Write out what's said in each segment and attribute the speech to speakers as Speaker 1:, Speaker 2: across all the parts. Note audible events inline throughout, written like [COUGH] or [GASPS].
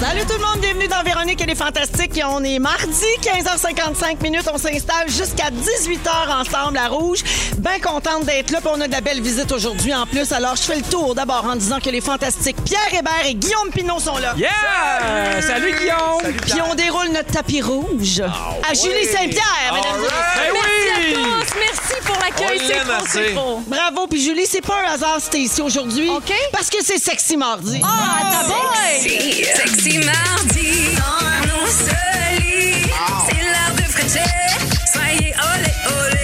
Speaker 1: Salut tout le monde, bienvenue dans Véronique et les Fantastiques. Et On est mardi, 15h55 minutes. On s'installe jusqu'à 18h ensemble à Rouge. Bien contente d'être là, puis on a de la belle visite aujourd'hui en plus. Alors, je fais le tour d'abord en disant que les Fantastiques Pierre Hébert et Guillaume Pinot sont là.
Speaker 2: Yeah! Salut, Guillaume! Ah
Speaker 1: Puis on déroule notre tapis rouge à Julie Saint-Pierre, mesdames et messieurs.
Speaker 2: Ben oui!
Speaker 3: Merci à tous. Merci pour l'accueil.
Speaker 2: On
Speaker 3: C'est
Speaker 2: l'aime
Speaker 3: trop,
Speaker 2: assez.
Speaker 3: c'est trop.
Speaker 1: Bravo, puis Julie, c'est pas un hasard si t'es ici aujourd'hui.
Speaker 3: OK.
Speaker 1: Parce que c'est sexy mardi.
Speaker 3: Ah, ta boy!
Speaker 4: Sexy mardi, dans nos solis, c'est l'heure de Frencher. Soyez olé olé.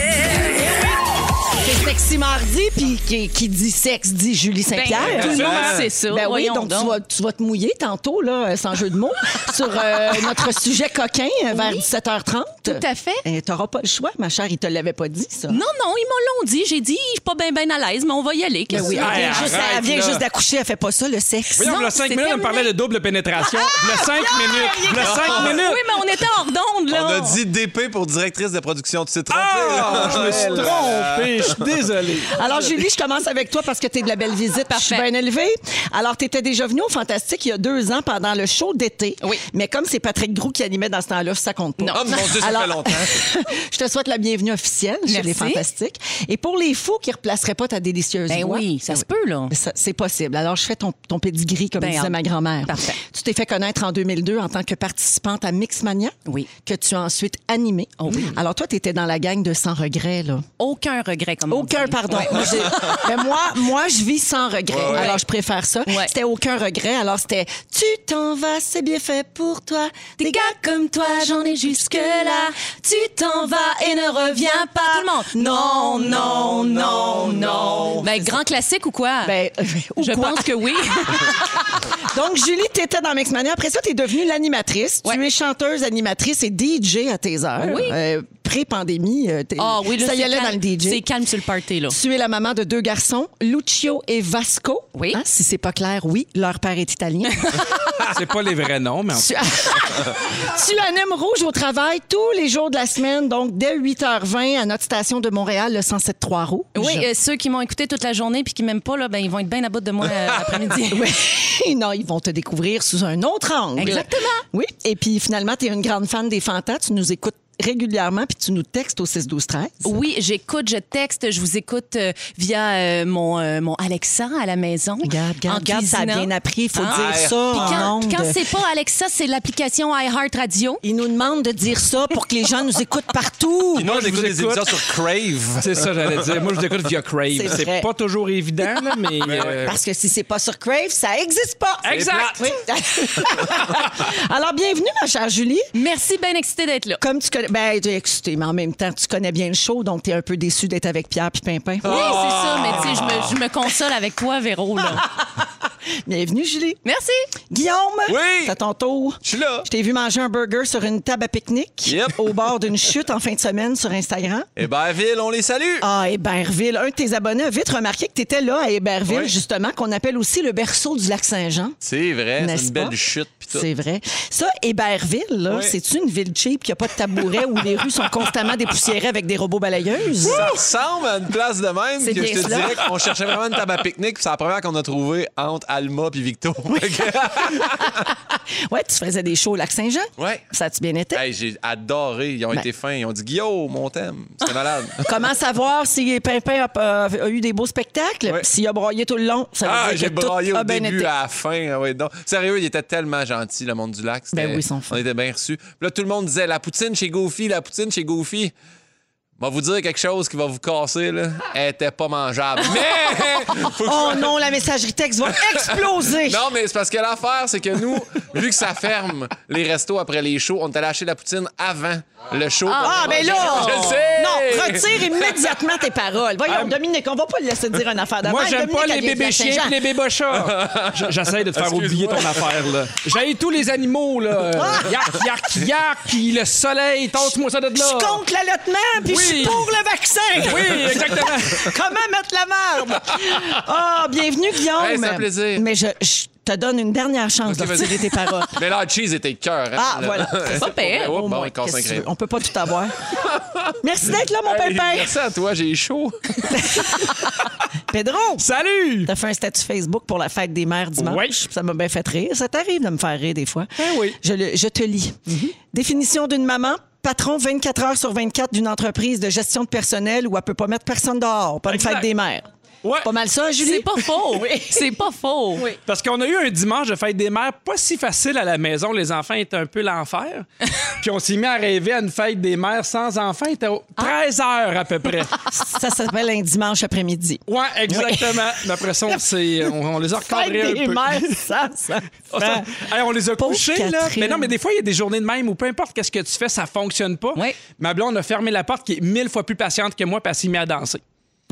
Speaker 1: C'est sexy mardi, puis qui, qui dit sexe dit Julie Saint-Pierre.
Speaker 3: tout le monde sait ça.
Speaker 1: Ben oui,
Speaker 3: Ben, Voyons
Speaker 1: donc,
Speaker 3: donc.
Speaker 1: Tu, vas, tu vas te mouiller tantôt, là, euh, sans jeu de mots, sur euh, notre sujet coquin euh, vers 17h30. Tout
Speaker 3: à fait.
Speaker 1: Euh, T'auras pas le choix, ma chère, ils te l'avaient pas dit, ça.
Speaker 3: Non, non, ils m'ont l'ont dit. J'ai dit, je suis pas bien ben à l'aise, mais on va y aller.
Speaker 1: Ben
Speaker 3: Qu'est-ce
Speaker 1: oui,
Speaker 3: que-
Speaker 1: elle,
Speaker 2: Hey,
Speaker 1: vient juste,
Speaker 2: arrête,
Speaker 1: elle vient
Speaker 2: là.
Speaker 1: juste d'accoucher, elle fait pas ça, le sexe.
Speaker 2: Voyons,
Speaker 3: Non,
Speaker 2: le 5
Speaker 3: c'est
Speaker 2: minutes, on
Speaker 3: terminé. Ah,
Speaker 2: parlait de double pénétration. Le 5 minutes, le 5 minutes.
Speaker 3: Oui, mais on était hors d'onde, là.
Speaker 5: On a dit DP pour directrice de production. Tu t'es trompé,
Speaker 2: Ah!
Speaker 5: là. [LAUGHS]
Speaker 2: Je me suis trompé, je suis
Speaker 3: [LAUGHS]
Speaker 2: désolé.
Speaker 1: Alors, Julie, je commence avec toi parce que t'es de la belle visite. parce que Je suis
Speaker 3: Parfait.
Speaker 1: bien élevée. Alors, t'étais déjà venue au Fantastique il y a deux ans pendant le show d'été.
Speaker 3: Oui.
Speaker 1: Mais comme c'est Patrick Groux qui animait dans ce temps-là, ça compte pas.
Speaker 3: Non.
Speaker 5: Oh mon Dieu, ça
Speaker 1: Alors,
Speaker 5: fait longtemps.
Speaker 1: [LAUGHS] je te souhaite la bienvenue officielle chez
Speaker 3: Merci.
Speaker 1: les Fantastiques. Et pour les fous qui ne replaceraient pas ta délicieuse
Speaker 3: Ben
Speaker 1: voix,
Speaker 3: oui, ça se peut, là.
Speaker 1: ben ça- C'est possible. Alors, je fais ton, ton pedigree, comme
Speaker 3: Ben,
Speaker 1: disait ma grand-mère.
Speaker 3: parfait.
Speaker 1: Tu t'es fait connaître en 2002 en tant que participante à Mixmania.
Speaker 3: Oui. Oh
Speaker 1: Que tu as ensuite animé. Alors, toi, tu étais dans la gang de Sans Regret, là.
Speaker 3: Aucun regret, comme on
Speaker 1: Aucun
Speaker 3: dit.
Speaker 1: pardon.
Speaker 3: Ouais.
Speaker 1: Moi, j'ai-
Speaker 3: [LAUGHS]
Speaker 1: Ben, moi, moi, je vis sans regret. Alors, je préfère ça.
Speaker 3: Ouais.
Speaker 1: C'était aucun regret. Alors, c'était Tu t'en vas, c'est bien fait pour toi. Des gars comme toi, j'en ai jusque-là. Tu t'en vas et ne reviens pas.
Speaker 3: Tout le monde.
Speaker 1: Non, non, non, non.
Speaker 3: Ben, grand classique ou quoi?
Speaker 1: Ben, ou
Speaker 3: je
Speaker 1: quoi?
Speaker 3: pense que
Speaker 1: [LAUGHS]
Speaker 3: oui.
Speaker 1: Donc, Julie, t'étais dans Mixmania. Après ça, t'es devenue l'animatrice. Tu
Speaker 3: Ouais.
Speaker 1: es chanteuse, animatrice et DJ à tes heures.
Speaker 3: Oui.
Speaker 1: Euh, Pré-pandémie, euh, t'es-
Speaker 3: Ah oui, là,
Speaker 1: ça y
Speaker 3: c'est
Speaker 1: allait dans
Speaker 3: calme.
Speaker 1: le DJ.
Speaker 3: C'est calme sur le party, là.
Speaker 1: Tu es la maman de deux garçons, Lucio et Vasco.
Speaker 3: Oui.
Speaker 1: Hein, si c'est pas clair, oui, leur père
Speaker 3: [LAUGHS]
Speaker 1: est italien.
Speaker 2: C'est pas les vrais noms, mais.
Speaker 1: tu... [LAUGHS] tu animes Rouge au travail tous les jours de la semaine, donc dès 8h20 à notre station de Montréal, le 107.3 Rouge.
Speaker 3: Oui, euh, ceux qui m'ont écouté toute la journée puis qui m'aiment pas, là, ben, ils vont être bien à bout de moi euh,
Speaker 1: [LAUGHS]
Speaker 3: après-midi.
Speaker 1: Oui. non, ils vont te découvrir sous un autre angle.
Speaker 3: Exactement.
Speaker 1: Oui. Et puis finalement, tu es une grande fan des Fantas. Tu nous écoutes régulièrement, puis tu nous textes au 6-12-13.
Speaker 3: Oui, j'écoute, je texte, je vous écoute euh, via euh, mon, euh, mon Alexa à la maison.
Speaker 1: Regarde,
Speaker 3: en
Speaker 1: regarde, regarde, ça a
Speaker 3: cuisinant.
Speaker 1: bien appris. Il faut
Speaker 3: Hein?
Speaker 1: dire
Speaker 5: Puis
Speaker 1: ça
Speaker 3: Puis
Speaker 1: en
Speaker 3: quand,
Speaker 1: ondes.
Speaker 3: quand c'est pas Alexa, c'est l'application iHeartRadio.
Speaker 1: Ils nous demandent de dire ça pour que les gens nous écoutent partout.
Speaker 5: Puis nous, on
Speaker 2: je vous
Speaker 5: écoute des
Speaker 2: écoute.
Speaker 5: émissions sur Crave.
Speaker 2: C'est ça, j'allais dire. Moi, je l'écoute via Crave.
Speaker 1: C'est vrai. Ben
Speaker 2: C'est pas toujours évident, là, mais. euh,
Speaker 1: Parce que si c'est pas sur Crave, ça existe pas.
Speaker 2: Exact.
Speaker 1: Oui. [LAUGHS] Alors, bienvenue, ma chère Julie.
Speaker 3: Merci, bien excité d'être là.
Speaker 1: Comme tu connais. Ben, t'es excitée, mais en même temps, tu connais bien le show, donc t'es un peu déçu d'être avec Pierre puis Pimpin.
Speaker 5: Ah.
Speaker 3: Oui, c'est
Speaker 1: Ah!
Speaker 3: ça, mais tu sais, je me- je me console avec toi, Véro. Là.
Speaker 1: [LAUGHS] Bienvenue, Julie.
Speaker 3: Merci.
Speaker 1: Guillaume,
Speaker 5: Oui.
Speaker 1: c'est à ton tour.
Speaker 5: Je suis là.
Speaker 1: Je t'ai vu manger un burger sur une table à pique-nique
Speaker 5: Yep.
Speaker 1: au bord d'une chute en fin de semaine sur Instagram.
Speaker 5: Héberville, Eh ben, on les salue.
Speaker 1: Ah, Héberville, un de tes abonnés a vite remarqué que tu étais là à Héberville,
Speaker 5: Oui.
Speaker 1: justement, qu'on appelle aussi le berceau du lac Saint-Jean.
Speaker 5: C'est vrai, c'est
Speaker 1: N'est-ce
Speaker 5: une
Speaker 1: pas?
Speaker 5: belle chute. Pis tout.
Speaker 1: C'est vrai. Ça, Héberville, là,
Speaker 5: Oui.
Speaker 1: c'est une ville cheap qui a pas de tabouret où les rues sont constamment dépoussiérées avec des robots balayeuses?
Speaker 5: Ça ressemble à une place de même
Speaker 1: C'est
Speaker 5: que
Speaker 1: bien
Speaker 5: je te
Speaker 1: cela.
Speaker 5: dirais qu'on cherchait vraiment une table à pique-nique. puis C'est la première qu'on a trouvée entre Alma et Victo.
Speaker 1: Ouais, tu faisais des shows au lac Saint-Jean.
Speaker 5: Ouais.
Speaker 1: Ça a-tu bien été?
Speaker 5: [LAUGHS] Hey, J'ai adoré.
Speaker 1: Ben.
Speaker 5: Ils ont été fins. Ils ont dit Guillaume, mon thème. C'est malade.
Speaker 1: Comment savoir si Pimpin a, euh, a- a eu des beaux spectacles?
Speaker 5: Oui.
Speaker 1: S'il a broyé tout le long, ça veut
Speaker 5: Ah,
Speaker 1: dire
Speaker 5: j'ai
Speaker 1: que tout
Speaker 5: braillé
Speaker 1: a
Speaker 5: au
Speaker 1: bien
Speaker 5: début,
Speaker 1: été.
Speaker 5: à la fin. Ah ouais, donc, sérieux, il était tellement gentil, le monde du lac. c'était-
Speaker 1: Ben oui, ils sont fins.
Speaker 5: On était bien reçus. Puis là, tout le monde disait la poutine chez Goofy, la poutine chez Goofy. On va vous dire quelque chose qui va vous casser, là. Elle était pas mangeable. [LAUGHS] Mais! Faut que-
Speaker 1: Oh non, la messagerie texte va exploser!
Speaker 5: [LAUGHS] Non, mais c'est parce que l'affaire, c'est que nous, vu que ça ferme les restos après les shows, on est allé acheter la poutine avant le show.
Speaker 1: Ah, mais là!
Speaker 5: Je le sais! Ah.
Speaker 1: Non, retire immédiatement tes paroles. Voyons, Dominique, on va pas le laisser dire une affaire de
Speaker 2: Moi,
Speaker 1: même.
Speaker 2: j'aime pas
Speaker 1: Dominique,
Speaker 2: les
Speaker 1: elle vient du
Speaker 2: bébés chiens
Speaker 1: Lac-Saint-Jean.
Speaker 2: et les bébés chats. J- J'essaie de te faire oublier ton affaire, là. J'ai tous les
Speaker 1: Ah!
Speaker 2: animaux, là. Yak, yak, yak, puis le soleil, tasse-moi ça de là.
Speaker 1: Je suis contre l'allaitement, puis je suis pour le vaccin.
Speaker 2: Oui, exactement.
Speaker 1: Comment mettre la merde? Ah, bienvenue, Guillaume.
Speaker 5: Hey, c'est un plaisir.
Speaker 1: Mais je, je te donne une dernière chance
Speaker 5: Ok,
Speaker 1: de
Speaker 5: vas-y.
Speaker 1: retirer tes paroles.
Speaker 5: Mais là, le cheese était de cœur. hein.
Speaker 1: Ah,
Speaker 5: [LAUGHS]
Speaker 1: voilà. [LAUGHS]
Speaker 5: C'est
Speaker 3: pas pire.
Speaker 5: pour-
Speaker 1: Au
Speaker 5: Oh, bon,
Speaker 1: moins,
Speaker 5: il casse
Speaker 1: qu'est-ce
Speaker 5: un
Speaker 1: que tu
Speaker 5: crayon.
Speaker 1: veux? On peut pas tout avoir. Merci d'être là, mon
Speaker 5: Hey,
Speaker 1: pépère.
Speaker 5: Merci à toi, j'ai chaud.
Speaker 1: Pedro,
Speaker 2: Salut!
Speaker 1: t'as fait un statut Facebook pour la fête des mères dimanche.
Speaker 2: Oui.
Speaker 1: Ça m'a bien fait rire. Ça t'arrive de me faire rire des fois.
Speaker 2: Ben oui.
Speaker 1: Je, le- je te lis. Définition d'une maman. Patron 24 heures sur 24 d'une entreprise de gestion de personnel où elle peut pas mettre personne dehors. Pas une
Speaker 2: Exact.
Speaker 1: fête des mères.
Speaker 2: Ouais.
Speaker 1: Pas mal ça, Julie?
Speaker 3: C'est pas faux. C'est pas faux.
Speaker 2: Parce qu'on a eu un dimanche de fête des mères pas si facile à la maison. Les enfants étaient un
Speaker 1: [LAUGHS]
Speaker 2: peu l'enfer. Puis on s'est mis à rêver à une fête des mères sans enfants. Il était
Speaker 1: Ah.
Speaker 2: au- 13 heures à
Speaker 1: [LAUGHS]
Speaker 2: peu près.
Speaker 1: Ça s'appelle un dimanche après-midi.
Speaker 2: Ouais, exactement. Mais après ça, on, s'est- on, on les a
Speaker 1: Fête
Speaker 2: recadrés un
Speaker 1: des
Speaker 2: peu.
Speaker 1: mères, ça, ça.
Speaker 2: Oh, ça- Hey, on les a
Speaker 1: Pauvre
Speaker 2: couchés, là.
Speaker 1: Catherine.
Speaker 2: Mais non, mais des fois, il y a des journées de même où peu importe qu'est-ce que tu fais, ça fonctionne pas.
Speaker 3: Oui.
Speaker 2: Ma blonde a fermé la porte qui est mille fois plus patiente que moi, puis elle s'est mise à danser.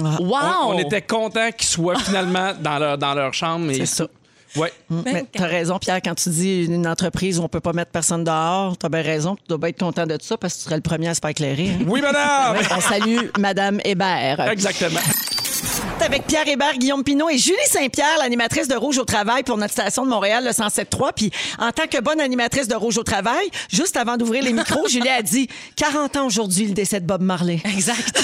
Speaker 3: Wow.
Speaker 2: Ah,
Speaker 1: Ah,
Speaker 2: On,
Speaker 1: oh.
Speaker 2: on était contents qu'ils soient finalement dans leur, dans leur chambre. et-
Speaker 1: C'est ça.
Speaker 2: Ouais.
Speaker 1: Mm. Mais t'as raison, Pierre, quand tu dis une entreprise où on peut pas mettre personne dehors, t'as bien raison. Tu dois bien être content de tout ça parce que tu serais le premier à se faire éclairer. [LAUGHS] hein.
Speaker 2: Oui, madame!
Speaker 1: On salue Madame Hébert.
Speaker 2: Exactement.
Speaker 1: Exact. Avec Pierre Hébert, Guillaume Pinot et Julie Saint-Pierre, l'animatrice de Rouge au travail pour notre station de Montréal, le 107.3. Puis en tant que bonne animatrice de Rouge au travail, juste avant d'ouvrir les micros, [LAUGHS] Julie a dit 40 ans aujourd'hui le décès de Bob Marley.
Speaker 3: Exact.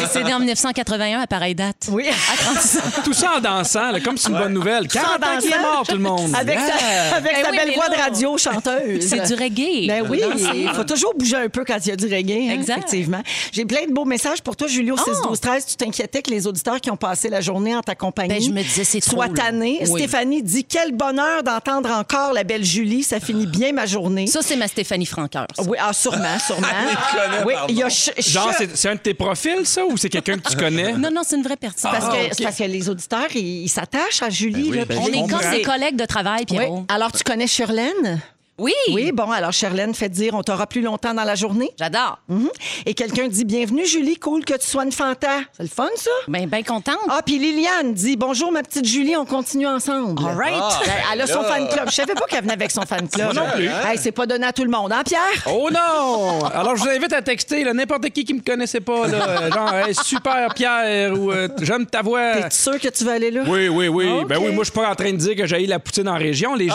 Speaker 3: Décédé en 1981 à pareille date.
Speaker 1: [LAUGHS] Oui.
Speaker 3: À 36 ans.
Speaker 2: Tout ça en dansant, là, comme c'est une bonne nouvelle. 40 ans qu'il est
Speaker 1: dansant.
Speaker 2: mort, tout le monde.
Speaker 1: [LAUGHS]
Speaker 2: Hein?
Speaker 1: Avec sa, avec
Speaker 3: Ben
Speaker 1: sa
Speaker 3: oui,
Speaker 1: belle
Speaker 3: mais
Speaker 1: voix
Speaker 3: là,
Speaker 1: de radio chanteuse.
Speaker 3: C'est du reggae.
Speaker 1: Ben oui, il faut toujours bouger un peu quand il y a du reggae, hein,
Speaker 3: Exact. Oh.
Speaker 1: effectivement. J'ai plein de beaux messages pour toi, Julio, 6 12 13 Tu t'inquiétais que les auditeurs qui ont passé la journée en ta compagnie
Speaker 3: Ben, je me disais, c'est trop,
Speaker 1: soient
Speaker 3: là.
Speaker 1: tannés.
Speaker 3: Oui.
Speaker 1: Stéphanie dit Quel bonheur d'entendre encore la belle Julie, ça finit bien ma journée.
Speaker 3: Ça, c'est ma Stéphanie Franqueur. ça.
Speaker 1: oui, ah, sûrement,
Speaker 2: [LAUGHS]
Speaker 1: sûrement.
Speaker 5: les connaît,
Speaker 1: oui,
Speaker 5: pardon.
Speaker 1: il y a ch- ch-
Speaker 2: Genre, c'est c'est un de tes profils, ça, ou c'est quelqu'un que tu connais?
Speaker 3: Non, non, c'est une vraie
Speaker 2: Ah,
Speaker 3: personne. Ah,
Speaker 1: parce, que, c'est parce que les auditeurs, ils ils s'attachent à Julie.
Speaker 5: oui,
Speaker 1: là, puis
Speaker 5: ben
Speaker 3: on
Speaker 1: je
Speaker 3: est
Speaker 1: comprends.
Speaker 3: comme des collègues de travail,
Speaker 1: Oui.
Speaker 3: Pierrot.
Speaker 1: Alors, tu connais Shirlène?
Speaker 3: Oui.
Speaker 1: Oui, bon, alors Shirlène fait dire on t'aura plus longtemps dans la journée.
Speaker 3: J'adore.
Speaker 1: Mhm. Et quelqu'un dit Bienvenue, Julie, cool que tu sois une fanta. C'est le fun, ça?
Speaker 3: Ben, ben contente.
Speaker 1: Ah, puis Liliane dit Bonjour, ma petite Julie, on continue ensemble.
Speaker 3: All right.
Speaker 5: Ah,
Speaker 1: Ben, Elle a son
Speaker 5: là.
Speaker 1: fan club. Je savais pas qu'elle venait avec son fan club.
Speaker 2: Moi non plus.
Speaker 1: Hey, c'est pas donné à tout le monde, hein, Pierre?
Speaker 2: Oh non! Alors, je vous invite à texter, là, n'importe qui qui me connaissait pas, là, euh, genre, Hey, super Pierre ou euh, j'aime ta voix.
Speaker 1: T'es sûr que tu veux aller là?
Speaker 2: Oui, oui, oui. Ben
Speaker 1: Ok.
Speaker 2: oui, moi, je suis pas en train de dire que j'ai la poutine en région. Les gens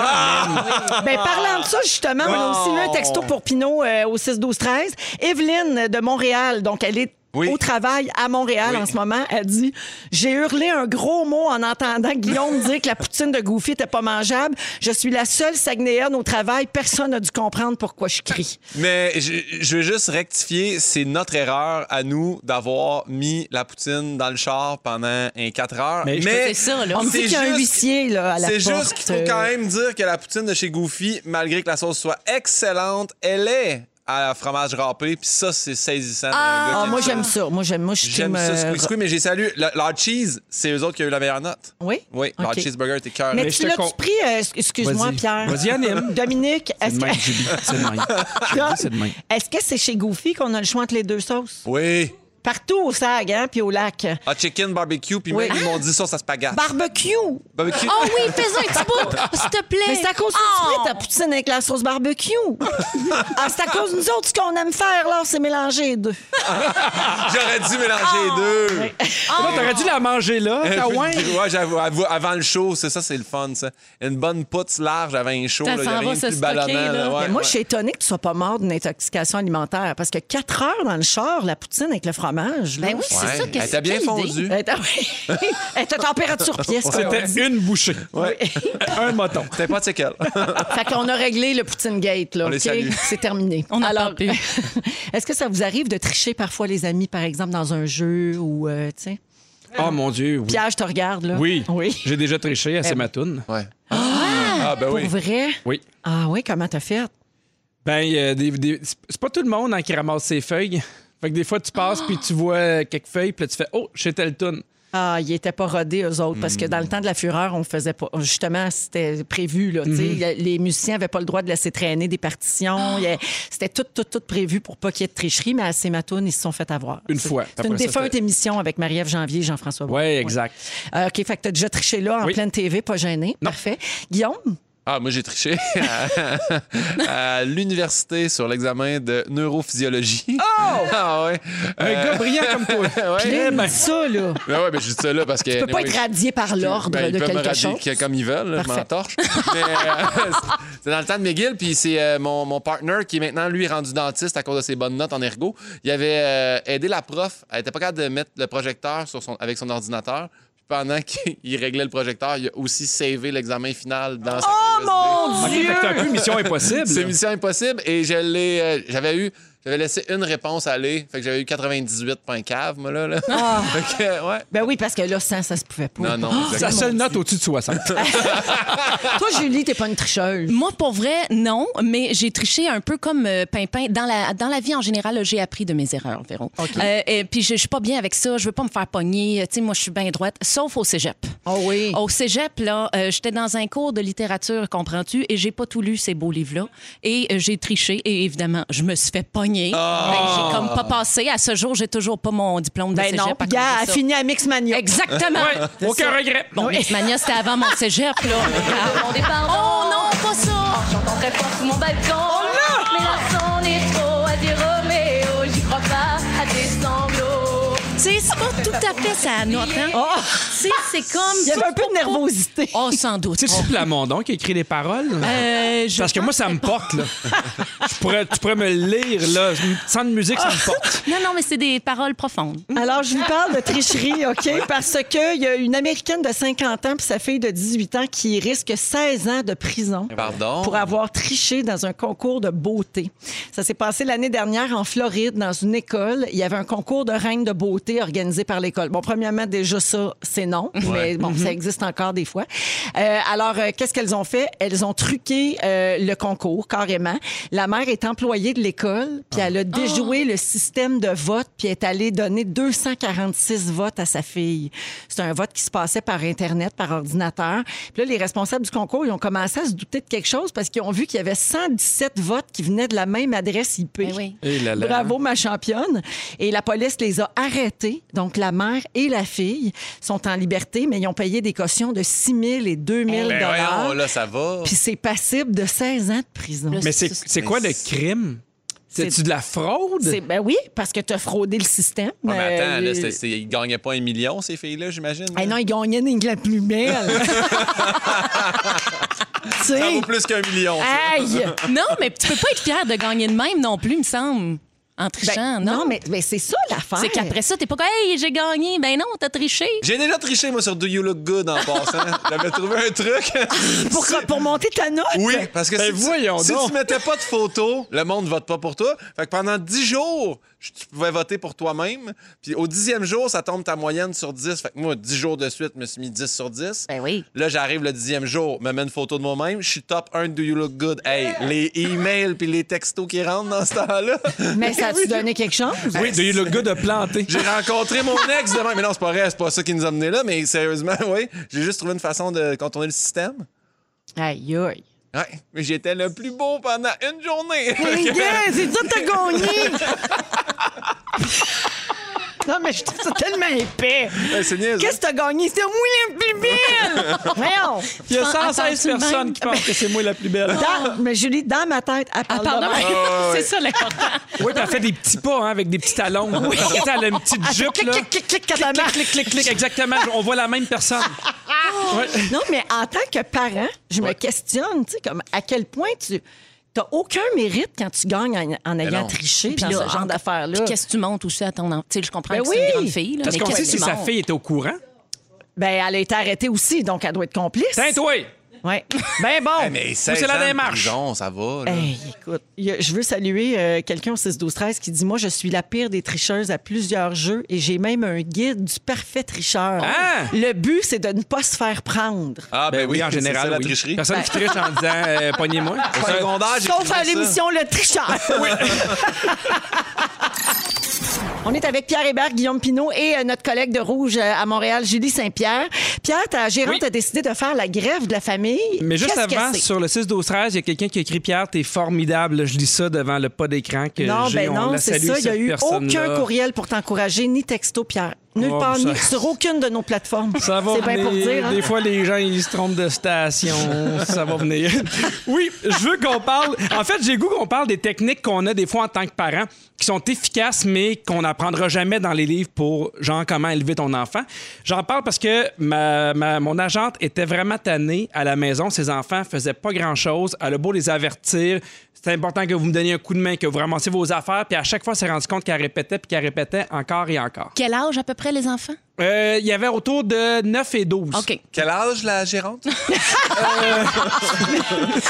Speaker 1: Ben, parlant de ça, justement, on a aussi eu un texto pour Pinot euh, au 6-12-13. Evelyne de Montréal, donc elle est
Speaker 5: Oui.
Speaker 1: au travail à Montréal en ce moment, elle dit J'ai hurlé un gros mot en entendant
Speaker 5: [LAUGHS]
Speaker 1: Guillaume dire que la poutine de Goofy était pas mangeable. Je suis la seule Saguenayenne au travail. Personne n'a dû comprendre pourquoi je crie.
Speaker 5: Mais je, je veux juste rectifier, c'est notre erreur à nous d'avoir mis la poutine dans le char pendant un 4 heures.
Speaker 2: Mais
Speaker 3: te-
Speaker 2: je
Speaker 3: c'est ça, là. On me
Speaker 1: dit
Speaker 5: c'est
Speaker 1: qu'il y a un
Speaker 5: juste-
Speaker 1: huissier, là, à la
Speaker 5: C'est
Speaker 1: porte. euh.
Speaker 5: juste qu'il faut quand même dire que la poutine de chez Goofy, malgré que la sauce soit excellente, elle est à fromage râpé, puis ça, c'est saisissant. d'un gars qui
Speaker 1: Ah,
Speaker 5: aime
Speaker 1: moi,
Speaker 5: ça.
Speaker 1: j'aime ça. Moi, j'aime. Moi, je suis
Speaker 5: J'aime
Speaker 1: team,
Speaker 5: ça,
Speaker 1: euh,
Speaker 5: Squeak Squeak, mais j'ai salué. Le- Leur cheese, c'est eux autres qui ont eu la meilleure note.
Speaker 1: Oui?
Speaker 5: Oui, Ah, leur
Speaker 1: Ok.
Speaker 5: cheeseburger était cœur.
Speaker 1: Mais
Speaker 2: Mais
Speaker 1: tu
Speaker 2: je te
Speaker 1: l'as
Speaker 2: con-
Speaker 1: pris, euh, excuse-moi,
Speaker 2: Vas-y.
Speaker 1: Pierre.
Speaker 2: Vas-y, anime.
Speaker 1: Dominique, [LAUGHS] est-ce que [LAUGHS]
Speaker 2: C'est le même. C'est le même.
Speaker 1: est-ce que c'est chez Goofy qu'on a le choix entre les deux sauces?
Speaker 5: Oui.
Speaker 1: Partout au Sag, hein, puis au lac.
Speaker 5: Ah, chicken, barbecue, puis
Speaker 1: Oui. Ah!
Speaker 5: même, ils m'ont dit sauce à spaghetti.
Speaker 1: Barbecue!
Speaker 5: barbecue.
Speaker 3: Oh oui, fais un petit bout, s'il te plaît.
Speaker 1: Mais c'est à cause de
Speaker 3: Oh.
Speaker 1: ta poutine avec la sauce [LAUGHS] barbecue. ah, c'est à cause de nous autres, ce qu'on aime faire, là, c'est mélanger les deux.
Speaker 5: J'aurais dû mélanger
Speaker 1: Oh!
Speaker 5: les deux.
Speaker 2: Là, t'aurais dû la manger là.
Speaker 5: [LAUGHS] Un
Speaker 2: Ah
Speaker 5: peu de-
Speaker 2: ouais.
Speaker 5: ouais, j'avoue, avoue, avant le show, c'est ça, c'est le fun, ça. Une bonne poutre large avant un show,
Speaker 3: Ça
Speaker 5: là, il y
Speaker 3: s'en
Speaker 5: a
Speaker 3: va
Speaker 5: rien de
Speaker 3: se
Speaker 5: plus
Speaker 3: stocker, là.
Speaker 5: ballonnant. là, ouais,
Speaker 1: Mais moi,
Speaker 5: ouais.
Speaker 1: je suis étonnée que tu sois pas mort d'une intoxication alimentaire parce que 4 heures dans le char, la poutine avec le fromage. là, Ben,
Speaker 3: Ben oui, c'est
Speaker 5: Ouais.
Speaker 3: ça.
Speaker 5: Elle
Speaker 3: que
Speaker 5: t'a bien fondue.
Speaker 1: Elle était- [LAUGHS] Elle était température pièce. comme on dit.
Speaker 2: C'était une bouchée. un moton.
Speaker 5: T'es pas
Speaker 1: [LAUGHS]
Speaker 5: de séquelles.
Speaker 1: Fait qu'on a réglé le Poutine Gate, là.
Speaker 5: On les
Speaker 1: OK?
Speaker 5: salue.
Speaker 1: C'est terminé.
Speaker 3: On n'en parle plus.
Speaker 1: [LAUGHS] Est-ce que ça vous arrive de tricher parfois, les amis, par exemple, dans un jeu ou, euh, tu sais,
Speaker 2: Oh mon Dieu, oui.
Speaker 1: Pierre, je te regarde, là.
Speaker 2: Oui.
Speaker 1: Oui.
Speaker 2: J'ai déjà triché à Sématoune.
Speaker 5: Ouais. Ah, ben
Speaker 1: Pour
Speaker 5: oui.
Speaker 1: vrai?
Speaker 2: Oui.
Speaker 1: Ah oui, comment t'as fait?
Speaker 2: Ben, euh, des- des- c'est pas tout le monde hein, qui ramasse ses feuilles. Fait que des fois, tu passes, puis tu vois quelques feuilles, puis là, tu fais Oh, chez Teltoon.
Speaker 1: Ah, ils étaient pas rodés, eux autres, parce
Speaker 2: Mm.
Speaker 1: que dans le temps de la fureur, on faisait pas. Justement, c'était prévu, là. tu sais.
Speaker 2: Mm-hmm.
Speaker 1: Les musiciens avaient pas le droit de laisser traîner des
Speaker 2: Ah!
Speaker 1: partitions. Il y a- C'était tout, tout, tout prévu pour pas qu'il y ait de tricherie, mais à Sématoune, ils se sont fait avoir.
Speaker 2: Une
Speaker 1: C'est-
Speaker 2: fois.
Speaker 1: C'est une
Speaker 2: Après ça,
Speaker 1: défunte
Speaker 2: c'était-
Speaker 1: émission avec Marie-Ève Janvier et Jean-François Boulet.
Speaker 2: Ouais, exact.
Speaker 1: Euh, OK, fait que t'as déjà triché là en
Speaker 2: Oui.
Speaker 1: pleine TV, pas gêné. Parfait. Guillaume,
Speaker 5: Ah, moi, j'ai triché à, à l'université sur l'examen de neurophysiologie. Oh! Ah, ouais.
Speaker 2: Un gars brillant comme toi.
Speaker 5: ouais.
Speaker 2: Eh ben,
Speaker 1: Ça, là.
Speaker 5: Ben ouais, mais je dis ça là parce que.
Speaker 6: Tu peux pas être radié par l'ordre
Speaker 5: Ben, ils
Speaker 6: de
Speaker 5: peuvent me
Speaker 6: quelque
Speaker 5: radier
Speaker 6: chose.
Speaker 5: que- comme ils veulent, là, je m'en torche. [LAUGHS] Mais, euh, c'est dans le temps de McGill, puis c'est euh, mon, mon partner qui est maintenant, lui, rendu dentiste à cause de ses bonnes notes en ergo. Il avait euh, aidé la prof. Elle était pas capable de mettre le projecteur sur son, avec son ordinateur. Puis pendant [LAUGHS] qu'il réglait le projecteur, il a aussi savé l'examen final dans sa clé USB.
Speaker 1: Oh mon
Speaker 2: fait
Speaker 1: Dieu!
Speaker 2: que c'est un peu mission impossible.
Speaker 5: C'est
Speaker 2: là.
Speaker 5: Mission Impossible et je l'ai, euh, j'avais eu, j'avais laissé une réponse aller. Fait que j'avais eu 98 points cave, moi, là. là. [LAUGHS] Fait que, euh, ouais.
Speaker 6: Ben oui, parce que là, sans, Ah! Oh, ça se pouvait pas.
Speaker 5: Non, non.
Speaker 2: Sa
Speaker 5: exactement.
Speaker 2: seule note au-dessus de 60.
Speaker 6: Toi, Julie, t'es pas une tricheuse.
Speaker 3: Moi, pour vrai, non, mais j'ai triché un peu comme euh, Pimpin. Dans la, dans la vie en général, là, j'ai appris de mes erreurs, Véron. Euh, et puis, je je suis pas bien avec ça. Je veux pas me faire pogner. euh, Tu sais, moi, je suis bien droite, sauf au cégep.
Speaker 6: Oh oui.
Speaker 3: Au cégep, là, euh, j'étais dans un cours de littérature, comprends-tu, et j'ai pas tout lu ces beaux livres-là. Et euh, j'ai triché, et évidemment, je me suis fait pogner.
Speaker 1: Ah!
Speaker 3: Fait que J'ai comme pas passé. À ce jour, j'ai toujours pas mon diplôme de
Speaker 1: Ben
Speaker 3: cégep. à
Speaker 1: non,
Speaker 3: cause de
Speaker 1: gars, a
Speaker 3: ça.
Speaker 1: fini à Mixmania.
Speaker 3: Exactement. C'est
Speaker 2: Aucun
Speaker 3: ça.
Speaker 2: regret.
Speaker 3: Bon, Mixmania, c'était
Speaker 7: [LAUGHS]
Speaker 3: avant mon cégep, là. Ah, mon départ. Oh non, pas ça! Oh,
Speaker 7: J'entendrai pas sous mon balcon. Mais là, c'en est trop à dire Roméo. J'y crois pas à tes sanglots.
Speaker 3: C'est c'est pas tout à fait ça note, hein?
Speaker 7: Oh!
Speaker 3: C'est-
Speaker 7: Ah!
Speaker 3: C'est comme...
Speaker 1: Il y avait un peu de nervosité.
Speaker 3: Oh, sans doute.
Speaker 2: C'est-tu Plamondon qui a écrit les paroles?
Speaker 3: Euh, je
Speaker 2: Parce que moi, ça me porte, là. Je pourrais, tu pourrais me lire, là. Sans de musique, ça me porte.
Speaker 3: Non, non, mais c'est des paroles profondes.
Speaker 1: [LAUGHS] Alors, je vous parle de tricherie, OK? Parce qu'il y a une Américaine de 50 ans puis sa fille de 18 ans qui risque 16 ans de prison.
Speaker 5: Pardon.
Speaker 1: pour avoir triché dans un concours de beauté. Ça s'est passé l'année dernière en Floride, dans une école. Il y avait un concours de reine de beauté organisé par l'école. Bon, premièrement, déjà ça, c'est non, mais bon, ça existe encore des fois. Euh, alors, euh, qu'est-ce qu'elles ont fait? Elles ont truqué euh, le concours, carrément. La mère est employée de l'école, puis
Speaker 5: Ah.
Speaker 1: elle a déjoué le système de vote, puis est allée donner 246 votes à sa fille. C'est un vote qui se passait par Internet, par ordinateur. Puis là, les responsables du concours, ils ont commencé à se douter de quelque chose parce qu'ils ont vu qu'il y avait 117 votes qui venaient de la même adresse IP.
Speaker 3: Eh oui.
Speaker 2: Eh là là.
Speaker 1: Bravo, ma championne. Et la police les a arrêtés. Donc, la mère et la fille sont en liberté, mais ils ont payé des cautions de 6 000 et 2 000
Speaker 5: Ben voyons, là, ça va.
Speaker 1: Puis c'est passible de 16 ans de prison.
Speaker 2: Mais c'est c'est quoi le crime? C'est-tu de la fraude?
Speaker 1: C'est- Ben oui, parce que t'as fraudé le système.
Speaker 5: Ouais, mais
Speaker 1: Euh,
Speaker 5: attends, là, c'était- c'était- ils gagnaient pas un million, ces filles-là, j'imagine.
Speaker 1: Eh non, il gagnait une la plus belle.
Speaker 5: [LAUGHS]
Speaker 1: tu
Speaker 5: ça
Speaker 1: sais,
Speaker 5: vaut plus qu'un million. ça.
Speaker 1: aïe! Ben,
Speaker 3: Non, mais tu peux pas être fier de gagner de même non plus, me semble, en trichant,
Speaker 1: Ben,
Speaker 3: non?
Speaker 1: mais, mais c'est ça l'affaire.
Speaker 3: C'est qu'après ça, t'es pas comme « Hey, j'ai gagné! » Ben non, t'as triché.
Speaker 5: J'ai déjà triché, moi, sur Do You Look Good en passant. [LAUGHS] J'avais trouvé un truc.
Speaker 1: Pour,
Speaker 5: Si-
Speaker 1: pour monter ta note?
Speaker 5: Oui, parce que
Speaker 2: Ben
Speaker 5: si, tu-
Speaker 2: voyons
Speaker 5: si
Speaker 2: donc.
Speaker 5: tu mettais pas de photo, le monde vote pas pour toi. Fait que pendant 10 jours, je- tu pouvais voter pour toi-même. Puis au dixième jour, ça tombe ta moyenne sur 10. Fait que moi, 10 jours de suite, je me suis mis 10 sur 10.
Speaker 3: Ben oui.
Speaker 5: Là, j'arrive le dixième jour, me mets une photo de moi-même. Je suis top 1 de Do You Look Good. Hey, les emails puis les textos qui rentrent dans ce temps-là. [LAUGHS]
Speaker 1: Mais ça a-tu donné quelque chose?
Speaker 2: Oui, de- le gars de planter.
Speaker 5: J'ai rencontré mon ex demain. Mais non, c'est pas vrai, c'est pas ça qui nous a menés là. Mais sérieusement, oui, j'ai juste trouvé une façon de contourner le système.
Speaker 1: [LAUGHS] Aïe, aïe.
Speaker 5: Ouais, mais j'étais le plus beau pendant une journée.
Speaker 2: [LAUGHS]
Speaker 1: Yeah, c'est ça que t'as [LAUGHS] gagné! Non, mais je trouve ça tellement épais.
Speaker 5: Ouais, c'est niaiseux.
Speaker 1: Qu'est-ce que t'as gagné? C'était moi la plus belle! Voyons!
Speaker 2: Il y a
Speaker 3: Attends,
Speaker 2: 116
Speaker 3: attends-tu
Speaker 2: personnes
Speaker 3: même?
Speaker 2: qui pensent que c'est moi la plus belle.
Speaker 1: Dans- mais Julie, dans ma tête, elle parle, de
Speaker 3: Ah, Pardon,
Speaker 7: Ah,
Speaker 3: [LAUGHS]
Speaker 1: moi.
Speaker 3: c'est ça l'important.
Speaker 2: [LAUGHS] Oui, puis elle fait des petits pas hein, avec des petits talons. Tu sais, Elle a une petite jupe,
Speaker 1: Clic,
Speaker 2: là.
Speaker 1: clic, clic, clic, quand elle marche.
Speaker 2: clic, clic, clic, exactement. On voit la même personne.
Speaker 1: Ah, Non, mais en tant que parent, je me questionne, tu sais, comme à quel point tu. T'as aucun mérite quand tu gagnes en, en ayant
Speaker 5: non.
Speaker 1: triché
Speaker 3: Puis
Speaker 1: dans
Speaker 3: là,
Speaker 1: ce genre
Speaker 3: en-
Speaker 1: d'affaires-là.
Speaker 3: Puis qu'est-ce que tu montes aussi à ton... en- Tu sais, je comprends
Speaker 1: Ben
Speaker 3: que c'est une
Speaker 1: oui.
Speaker 3: grande fille, là,
Speaker 2: Parce
Speaker 3: mais
Speaker 2: qu'on
Speaker 3: qu'est-ce
Speaker 2: sait
Speaker 3: que tu
Speaker 2: si sa
Speaker 3: montes?
Speaker 2: fille était au courant.
Speaker 1: Ben, elle a été arrêtée aussi, donc elle doit être complice.
Speaker 2: Tiens, toi!
Speaker 1: Ouais. Ben bon.
Speaker 5: Eh, Mais
Speaker 2: c'est
Speaker 5: 16
Speaker 2: la
Speaker 5: ans de
Speaker 2: démarche.
Speaker 5: prison, ça va. là.
Speaker 1: Hey, écoute, il y a- je veux saluer euh, quelqu'un au 6-12-13 qui dit Moi, je suis la pire des tricheuses à plusieurs jeux et j'ai même un guide du parfait tricheur.
Speaker 2: Ah!
Speaker 1: Le but, c'est de ne pas se faire prendre.
Speaker 5: Ah, ben, oui, en
Speaker 2: c'est
Speaker 5: général.
Speaker 2: ça,
Speaker 5: la tricherie.
Speaker 2: Personne qui triche en disant euh, pognez-moi.
Speaker 5: Au secondaire, j'ai
Speaker 1: Sauf
Speaker 5: trouvé
Speaker 1: à
Speaker 5: ça.
Speaker 1: l'émission Le
Speaker 5: [LAUGHS]
Speaker 1: Tricheur. [LAUGHS] On est avec Pierre Hébert, Guillaume Pinault et euh, notre collègue de Rouge euh, à Montréal, Julie Saint-Pierre. Pierre, ta gérante
Speaker 2: Oui.
Speaker 1: a décidé de faire la grève de la famille.
Speaker 2: Mais juste
Speaker 1: Qu'est-ce que
Speaker 2: avant,
Speaker 1: c'est?
Speaker 2: sur le 6-12-13, il y a quelqu'un qui a écrit Pierre, t'es formidable. Je lis ça devant le pas d'écran que
Speaker 1: Non,
Speaker 2: j'ai.
Speaker 1: ben
Speaker 2: On
Speaker 1: non,
Speaker 2: la
Speaker 1: c'est
Speaker 2: salue,
Speaker 1: ça. Il n'y a
Speaker 2: cette
Speaker 1: eu
Speaker 2: personne-là.
Speaker 1: aucun courriel pour t'encourager, ni texto, Pierre.
Speaker 8: Nulle
Speaker 2: Oh,
Speaker 8: part,
Speaker 2: ça-
Speaker 8: nulle- sur aucune de nos plateformes.
Speaker 2: Ça va
Speaker 8: C'est bien pour
Speaker 2: venir.
Speaker 8: dire. hein.
Speaker 2: Des fois, les gens, ils se trompent
Speaker 8: [LAUGHS]
Speaker 2: de station. ça va venir. Oui, je veux qu'on parle. En fait, j'ai le goût qu'on parle des techniques qu'on a des fois en tant que parents qui sont efficaces, mais qu'on n'apprendra jamais dans les livres pour, genre, comment élever ton enfant. J'en parle parce que ma, ma- mon agente était vraiment tannée à la maison. Ses enfants faisaient pas grand-chose. Elle a beau les avertir. C'est important que vous me donniez un coup de main, que vous ramassiez vos affaires. Puis à chaque fois, elle s'est rendue compte qu'elle répétait, puis qu'elle répétait encore et encore.
Speaker 3: Quel âge à peu près les enfants?
Speaker 2: Euh, Il y avait autour de 9 et 12.
Speaker 3: OK.
Speaker 5: Quel âge la gérante?
Speaker 3: Non,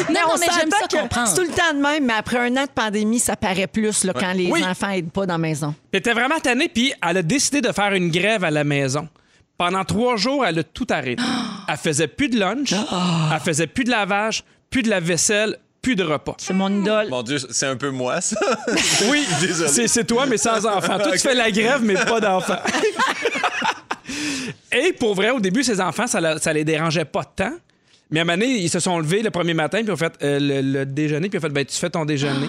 Speaker 3: non,
Speaker 1: on
Speaker 3: mais j'aime
Speaker 1: s'entend
Speaker 3: ça
Speaker 1: que
Speaker 3: comprendre.
Speaker 1: C'est tout le temps de même, mais après un an de pandémie, ça paraît plus là, quand les
Speaker 2: Oui.
Speaker 1: enfants n'aident pas dans la maison.
Speaker 2: Elle était vraiment tannée, puis elle a décidé de faire une grève à la maison. Pendant trois jours, elle a tout arrêté. Elle faisait plus de lunch, elle faisait plus de lavage, plus de la vaisselle, plus de repas.
Speaker 1: C'est mon idole.
Speaker 5: Mon Dieu, c'est un peu moi, ça.
Speaker 2: [LAUGHS] Oui,
Speaker 5: [LAUGHS] Désolé.
Speaker 2: c'est c'est toi, mais sans
Speaker 3: [LAUGHS]
Speaker 2: enfant. Toi, tu fais la grève, mais pas d'enfant. Et pour vrai, au début, ces enfants, ça, la- ça les dérangeait pas tant. Mais à un moment donné, ils se sont levés le premier matin, puis ont fait euh, le, le déjeuner, puis ont fait ben, tu fais ton déjeuner.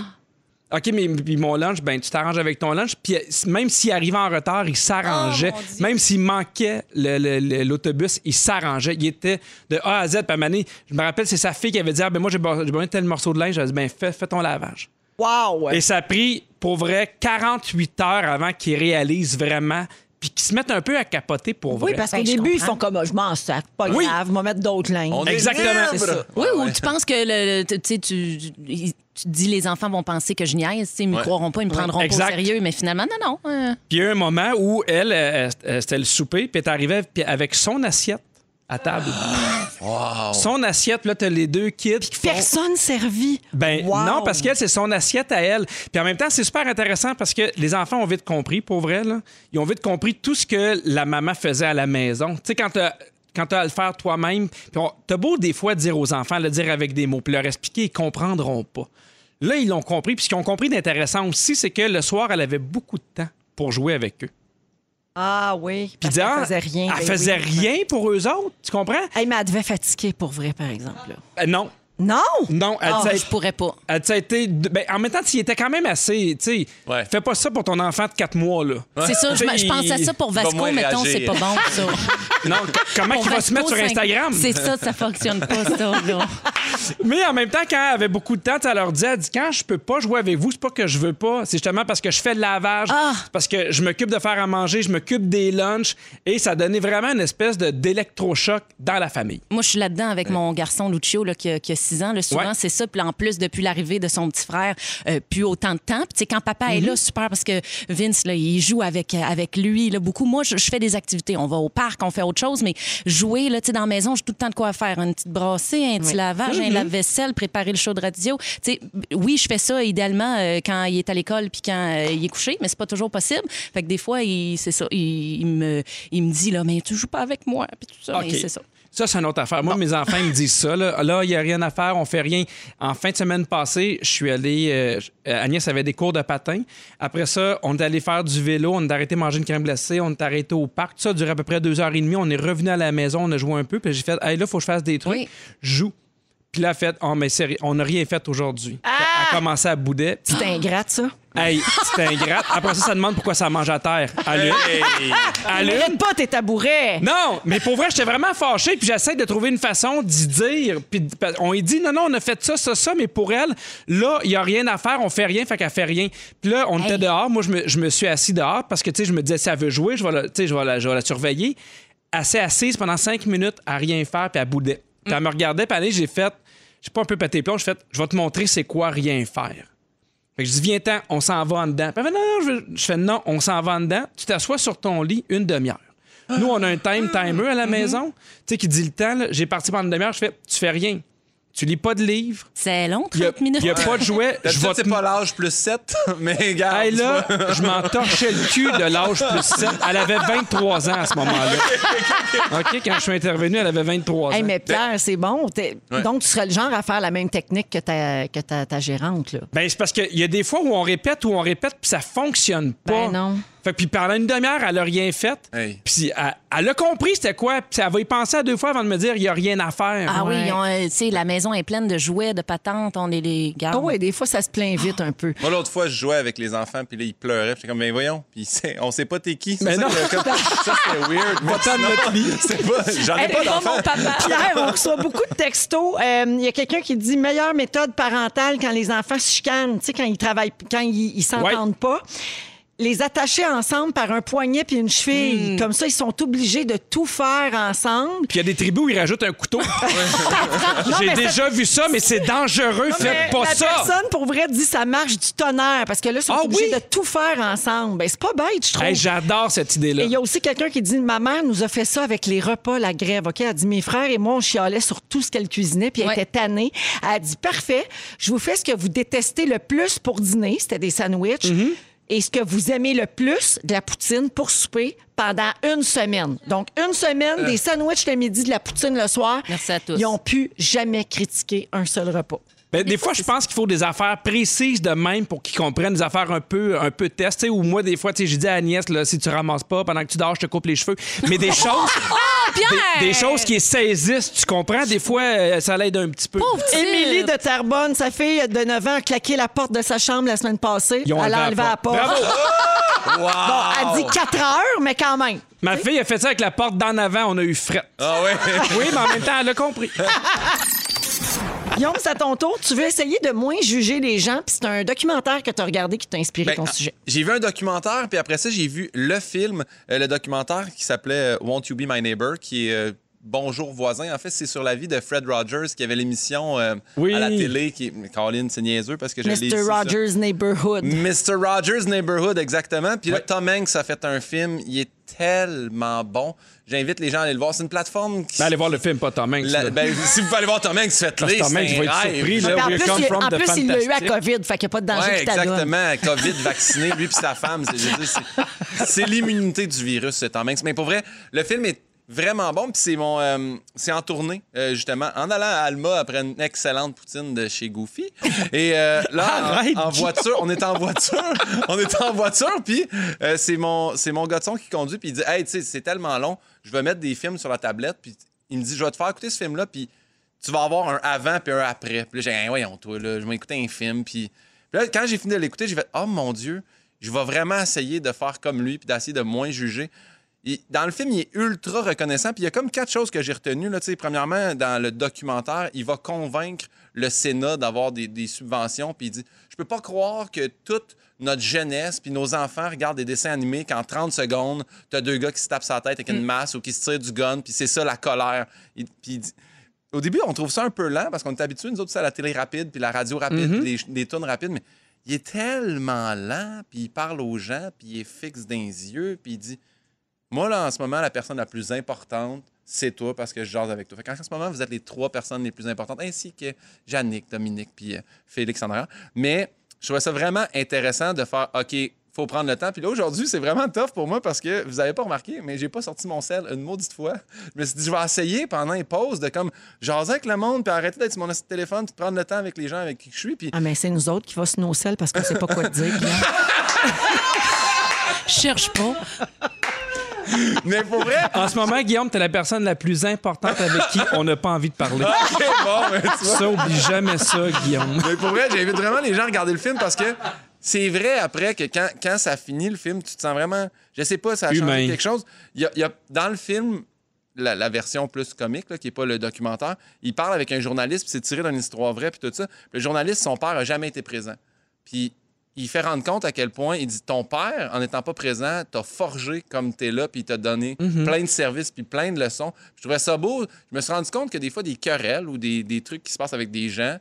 Speaker 3: Ah.
Speaker 2: OK, mais puis mon lunch, ben tu t'arranges avec ton lunch. Puis euh, même s'il arrivait en retard, il s'arrangeait.
Speaker 3: Oh, mon Dieu.
Speaker 2: même s'il manquait le- le- le- l'autobus, il s'arrangeait. Il était de A à Z. Puis à un moment donné, je me rappelle, c'est sa fille qui avait dit ah, ben moi, j'ai besoin j'ai besoin de tel morceau de linge. Elle a dit ben fais, fais ton lavage.
Speaker 8: Wow!
Speaker 2: Et ça a pris, pour vrai, 48 heures avant qu'ils réalisent vraiment, puis qu'ils se mettent un peu à capoter pour vrai.
Speaker 1: Oui, parce qu'au
Speaker 3: Ben, je
Speaker 1: début, ils
Speaker 3: comprends.
Speaker 1: font comme Ah, je m'en sac, pas
Speaker 2: Oui.
Speaker 1: grave, je vais mettre d'autres lignes.
Speaker 5: On est
Speaker 2: Exactement,
Speaker 5: libre.
Speaker 2: c'est ça.
Speaker 3: Oui, ou tu penses que le, le- tu sais, tu, tu- tu dis les enfants vont penser que je niaise, tu sais, ils me
Speaker 5: Ouais.
Speaker 3: croiront pas, ils me prendront pas
Speaker 2: Exact.
Speaker 3: au sérieux, mais finalement, non, non. euh,
Speaker 2: Puis il y a eu un moment où elle, euh, euh, c'était le souper, puis elle arrivait puis avec son assiette
Speaker 1: [GASPS]
Speaker 2: à table. Son assiette, là, t'as les deux kids. qui font-
Speaker 1: Personne servi.
Speaker 2: Ben
Speaker 1: Wow.
Speaker 2: non, parce qu'elle, c'est son assiette à elle. Puis en même temps, c'est super intéressant parce que les enfants ont vite compris, pour vrai, là. Ils ont vite compris tout ce que la maman faisait à la maison. Tu sais, quand t'as quand t'as à le faire toi-même, puis on- t'as beau des fois dire aux enfants, le dire avec des mots, puis leur expliquer, ils comprendront pas. Là, ils l'ont compris. Puis ce qu'ils ont compris d'intéressant aussi, c'est que le soir, elle avait beaucoup de temps pour jouer avec eux.
Speaker 1: Ah oui.
Speaker 2: Puis
Speaker 1: parce
Speaker 2: dire,
Speaker 1: qu'elle faisait rien.
Speaker 2: Elle
Speaker 1: ben
Speaker 2: faisait
Speaker 1: oui.
Speaker 2: rien pour eux autres, tu comprends?
Speaker 1: Hey, mais elle devait fatiguer pour vrai, par exemple. là.
Speaker 2: Euh, non.
Speaker 1: Non!
Speaker 2: Non, elle
Speaker 3: ah,
Speaker 2: disait-
Speaker 3: je pourrais pas.
Speaker 2: Euh, tu sais, t'es- ben, en même temps, tu y étais quand même assez. tu sais,
Speaker 5: Ouais.
Speaker 2: Fais pas ça pour ton enfant de 4 mois. Là.
Speaker 3: C'est ça, je,
Speaker 2: T'sais,
Speaker 3: je pense à ça pour
Speaker 5: va
Speaker 3: Vasco,
Speaker 5: moins
Speaker 3: mettons,
Speaker 5: réagir.
Speaker 3: c'est pas bon, ça.
Speaker 2: [LAUGHS] Non, co- comment
Speaker 3: Pour
Speaker 2: il va se
Speaker 3: Vasco,
Speaker 2: mettre sur
Speaker 3: c'est-
Speaker 2: Instagram?
Speaker 3: C'est ça, ça fonctionne pas, ça. là.
Speaker 2: Mais en même temps, quand elle avait beaucoup de temps, tu sais, elle leur disait, elle dit, quand je peux pas jouer avec vous, c'est pas que je veux pas, c'est justement parce que je fais le lavage,
Speaker 3: Ah!
Speaker 2: c'est parce que je m'occupe de faire à manger, je m'occupe des lunchs, et ça donnait vraiment une espèce de- d'électrochoc dans la famille.
Speaker 3: Moi, je suis là-dedans avec mon garçon Lucio là, qui, a, 6 ans. Là, souvent,
Speaker 2: Ouais.
Speaker 3: c'est ça. Puis là, en plus, depuis l'arrivée de son petit frère, euh, plus autant de temps. Puis tu sais, quand papa est là,
Speaker 2: Mhm.
Speaker 3: super, parce que Vince, là, il joue avec, euh, avec lui là, beaucoup. Moi, je, je fais des activités. On va au parc, on fait autre chose, mais jouer, là, tu sais, dans la maison, j'ai tout le temps de quoi faire. Une petite brassée, un petit lavage,
Speaker 2: Mhm.
Speaker 3: un lave-vaisselle, préparer le show de radio. Tu sais, oui, je fais ça idéalement euh, quand il est à l'école puis quand euh, il est couché, mais c'est pas toujours possible. Fait que des fois, il- c'est ça. Il, il me, il me dit, là, mais tu joues pas avec moi. Puis tout ça, mais
Speaker 2: Ah, OK.
Speaker 3: c'est ça.
Speaker 2: Ça, c'est une autre affaire. Moi, mes enfants, ils me disent ça.
Speaker 3: [LAUGHS]
Speaker 2: Là, Là, il n'y a rien à faire, on fait rien. En fin de semaine passée, je suis allé. euh, euh, Agnès avait des cours de patin. Après ça, on est allé faire du vélo, on est arrêté manger une crème glacée, on est arrêté au parc. Tout ça a duré à peu près deux heures et demie. On est revenu à la maison, on a joué un peu. Puis j'ai fait, hey, là, faut que je fasse des trucs.
Speaker 3: Oui.
Speaker 2: Joue. Puis là, elle a fait, oh, mais sérieux, on n'a rien fait aujourd'hui.
Speaker 3: Ah!
Speaker 2: Elle a commencé à bouder. Puis,
Speaker 1: C'est ingrate, ça.
Speaker 2: hey, c'était ingrate. Après ça, ça demande pourquoi ça mange à terre. Allume. Allume.
Speaker 1: Arrête pas tes tabourets.
Speaker 2: Non, mais pour vrai, j'étais vraiment fâché, puis j'essaie de trouver une façon d'y dire. Puis d- pa- on lui dit non, non, on a fait ça, ça, ça, mais pour elle, là, il n'y a rien à faire, on fait rien, fait qu'elle fait rien. Puis là, on était dehors, moi, je me, je me suis assis dehors parce que, tu sais, je me disais, si elle veut jouer, je vais la, tu sais, je vais la, je vais la surveiller. Elle s'est assise pendant cinq minutes à rien faire, puis à bouder. Puis elle me regardait, puis allez, j'ai fait, j'ai pas un peu pété les plombs, j'ai fait, je vais te montrer c'est quoi rien faire. Fait que je dis, viens-t'en, on s'en va en dedans. Puis elle fait, non, non, je, veux- je fais, non, on s'en va en dedans. Tu t'assois sur ton lit une demi-heure. Nous, on a un time timer à la maison, tu sais, qui dit le temps. là. J'ai parti pendant une demi-heure, je fais, tu fais rien. Tu lis pas de livres.
Speaker 3: C'est long,
Speaker 2: Il y a,
Speaker 3: 30 minutes.
Speaker 2: y a pas de jouets.
Speaker 5: Je
Speaker 2: Je vais
Speaker 5: c'est
Speaker 2: te-
Speaker 5: pas l'âge plus 7, [LAUGHS] mais gars.
Speaker 2: Hey, là,
Speaker 5: [LAUGHS]
Speaker 2: je m'en torchais le cul de l'âge plus 7. Elle avait 23 ans à ce moment-là. OK, quand je suis intervenu, elle avait 23 ans.
Speaker 1: Hey, mais Pierre, c'est bon. T'es-
Speaker 5: Ouais.
Speaker 1: Donc, tu serais le genre à faire la même technique que ta, que ta, ta gérante. Là.
Speaker 2: Ben, c'est parce qu'il y a des fois où on répète, où on répète, puis ça fonctionne pas.
Speaker 1: Ben non.
Speaker 2: Fait que puis pendant une demi-heure, elle a rien fait.
Speaker 5: Hey.
Speaker 2: Puis elle, elle a compris c'était quoi. Puis elle va y penser à deux fois avant de me dire il y a rien à faire.
Speaker 3: [LAUGHS] Ah oui,
Speaker 9: Ouais.
Speaker 3: ils ont, euh, tu sais, la maison est pleine de jouets, de patentes, on est les
Speaker 2: Ah
Speaker 1: Ah
Speaker 3: garde.
Speaker 9: Oh, et des fois, ça se plaint vite un peu.
Speaker 5: Moi, l'autre fois, je jouais avec les enfants, puis là, ils pleuraient. Puis j'étais comme, ben voyons, puis c'est- on sait pas t'es qui. C'est
Speaker 2: Mais
Speaker 5: ça,
Speaker 2: non.
Speaker 5: que- comme- ça, c'était weird. mais
Speaker 2: Va-t'en de
Speaker 5: sinon,
Speaker 2: notre lit.
Speaker 5: c'est pas- J'en ai
Speaker 10: Elle
Speaker 5: pas
Speaker 10: est pas
Speaker 5: d'enfant.
Speaker 10: mon papa.
Speaker 1: Pierre, on reçoit beaucoup de textos. Euh, Il y a quelqu'un qui dit meilleure méthode parentale quand les enfants se chicanent, tu sais, quand ils travaillent, quand ils ils s'entendent pas. Les attacher ensemble par un poignet puis une cheville.
Speaker 2: Hmm.
Speaker 1: Comme ça, ils sont obligés de tout faire ensemble.
Speaker 2: Puis il y a des tribus où ils rajoutent un couteau.
Speaker 1: Non,
Speaker 2: [LAUGHS] J'ai
Speaker 1: mais
Speaker 2: déjà vu ça, mais c'est dangereux.
Speaker 1: Non, mais
Speaker 2: Faites pas
Speaker 1: la
Speaker 2: ça.
Speaker 1: personne, pour vrai, dit ça marche du tonnerre parce que là, ils sont
Speaker 2: Ah
Speaker 1: obligés
Speaker 2: oui?
Speaker 1: de tout faire ensemble. Ben, c'est pas bête, je trouve.
Speaker 2: Hey, J'adore cette idée-là.
Speaker 1: Et il y a aussi quelqu'un qui dit Ma mère nous a fait ça avec les repas, la grève. OK? Elle dit Mes frères et moi, on chialait sur tout ce qu'elle cuisinait, puis elle
Speaker 3: Ouais.
Speaker 1: était tannée. Elle a dit Parfait, je vous fais ce que vous détestez le plus pour dîner, c'était des sandwichs. Et ce que vous aimez le plus, de la poutine pour souper pendant une semaine. Donc, une semaine, des sandwichs le midi, de la poutine le soir.
Speaker 3: Merci à tous.
Speaker 1: Ils n'ont pu jamais critiquer un seul repas.
Speaker 2: Ben, des fois, je pense qu'il faut des affaires précises de même pour qu'ils comprennent des affaires un peu, un peu test. Tu sais, Ou moi, des fois, tu sais, j'ai dit à Agnès, là, si tu ramasses pas pendant que tu dors, je te coupe les cheveux.
Speaker 1: [LAUGHS]
Speaker 2: Mais des choses, des, des choses qui saisissent, tu comprends? Des fois, euh, ça l'aide un petit peu.
Speaker 3: Pauvre petit-
Speaker 1: Émilie de Terrebonne, sa fille de 9 ans, a claqué la porte de sa chambre la semaine passée.
Speaker 2: Ils ont
Speaker 1: elle a enlevé la porte. Ah,
Speaker 2: Bravo!
Speaker 5: Wow!
Speaker 1: Elle dit 4 heures, mais quand même.
Speaker 2: Ma fille a fait ça avec la porte d'en avant, on a eu fret.
Speaker 5: Ah
Speaker 1: [LAUGHS]
Speaker 5: ouais.
Speaker 2: Oui, mais en même temps, elle a
Speaker 5: [LAUGHS]
Speaker 2: compris. Ben,
Speaker 1: Guillaume, c'est à ton tour. Tu veux essayer de moins juger les gens, puis c'est un documentaire que tu as regardé qui t'a inspiré
Speaker 5: Ben,
Speaker 1: ton sujet.
Speaker 5: J'ai vu un documentaire, puis après ça, j'ai vu le film, euh, le documentaire qui s'appelait euh, Won't You Be My Neighbor, qui est euh, Bonjour voisin. En fait, c'est sur la vie de Fred Rogers, qui avait l'émission euh,
Speaker 2: Oui.
Speaker 5: à la télé. Qui... Caroline, c'est niaiseux parce que je l'ai dit,
Speaker 1: Mr.
Speaker 5: ça.
Speaker 1: Rogers Neighborhood.
Speaker 5: Mr. Rogers Neighborhood, exactement. Puis là, Tom Hanks a fait un film. Il est tellement bon. J'invite les gens à aller le voir. C'est une plateforme qui...
Speaker 2: Ben, allez voir le film, pas Tom Hanks.
Speaker 5: La-
Speaker 2: là.
Speaker 5: ben, si vous pouvez aller voir Tom Hanks, faites-le.
Speaker 2: Parce que Tom
Speaker 5: c'est
Speaker 2: Hanks
Speaker 5: un
Speaker 2: va être
Speaker 5: rêve.
Speaker 2: surpris, là.
Speaker 1: Mais en
Speaker 2: Where
Speaker 1: plus,
Speaker 2: You Come
Speaker 1: il,
Speaker 2: From,
Speaker 1: en
Speaker 2: de
Speaker 1: plus, il l'a eu à
Speaker 2: Fantastique.
Speaker 1: COVID, fait qu'il n'y a pas de danger
Speaker 5: Ouais,
Speaker 1: qui t'adonne.
Speaker 5: exactement. COVID vacciné, lui puis sa femme. c'est- je veux dire, c'est- C'est l'immunité du virus, cet homme. Mais pour vrai, le film est vraiment bon. Puis c'est mon, euh, c'est en tournée, euh, justement, en allant à Alma après une excellente poutine de chez Goofy. Et euh, là,
Speaker 2: Arrête,
Speaker 5: en- en,
Speaker 2: Guy.
Speaker 5: voiture, on est en voiture. on est en voiture, puis euh, c'est mon, c'est mon gars de son qui conduit. Puis il dit Hey, tu sais, c'est tellement long, je vais mettre des films sur la tablette. Puis il me dit Je vais te faire écouter ce film-là. Puis tu vas avoir un avant puis un après. Puis là, j'ai dit, Hey, voyons, toi, là, je vais écouter un film. Puis, puis là, quand j'ai fini de l'écouter, j'ai fait, oh mon Dieu, je vais vraiment essayer de faire comme lui puis d'essayer de moins juger. Il- dans le film, il est ultra reconnaissant. Puis il y a comme quatre choses que j'ai retenues. Là, Tu sais, premièrement, dans le documentaire, il va convaincre le Sénat d'avoir des, des subventions. Puis il dit Je peux pas croire que toute notre jeunesse puis nos enfants regardent des dessins animés qu'en 30 secondes, tu as deux gars qui se tapent sa tête avec une masse ou qui se tirent du gun. Puis c'est ça la colère. Il- puis il dit- au début, on trouve ça un peu lent parce qu'on est habitué, nous autres, c'est à la télé rapide, puis la radio rapide, puis les, ch- les tunes rapides, mais il est tellement lent, puis il parle aux gens, puis il est fixe dans les yeux, puis il dit Moi, là, en ce moment, la personne la plus importante, c'est toi parce que je jase avec toi. Fait en ce moment, vous êtes les trois personnes les plus importantes, ainsi que Yannick, Dominique, puis euh, Félix en arrière. Mais je trouvais ça vraiment intéressant de faire OK, faut prendre le temps. Puis là, aujourd'hui, c'est vraiment tough pour moi parce que vous avez pas remarqué, mais j'ai pas sorti mon sel une maudite fois. Je me suis dit, je vais essayer pendant les pauses de comme jaser avec le monde, puis arrêter d'être sur mon téléphone, puis prendre le temps avec les gens avec qui je suis. Puis
Speaker 1: Ah, mais c'est nous autres qui va se nocer parce qu'on sait pas quoi te
Speaker 5: [LAUGHS]
Speaker 1: dire. Guillaume.
Speaker 3: Cherche pas.
Speaker 5: Mais pour vrai,
Speaker 2: En ce moment, Guillaume, t'es la personne la plus importante avec qui on n'a pas envie de parler.
Speaker 5: [LAUGHS] OK, bon, mais tu vois.
Speaker 2: Ça, oublie jamais ça, Guillaume.
Speaker 5: Mais pour vrai, j'invite vraiment les gens à regarder le film parce que c'est vrai après que quand, quand ça finit le film, tu te sens vraiment. Je sais pas, ça a
Speaker 2: Humain.
Speaker 5: changé quelque chose. Il y a, il y a- dans le film, la, la version plus comique, là, qui est pas le documentaire, il parle avec un journaliste, puis c'est tiré d'une histoire vraie, puis tout ça. Le journaliste, son père a jamais été présent. Puis il fait rendre compte à quel point il dit ton père, en n'étant pas présent, t'a forgé comme t'es là, puis il t'a donné plein de services, puis plein de leçons. Je trouvais ça beau. Je me suis rendu compte que des fois, des querelles ou des, des trucs qui se passent avec des gens,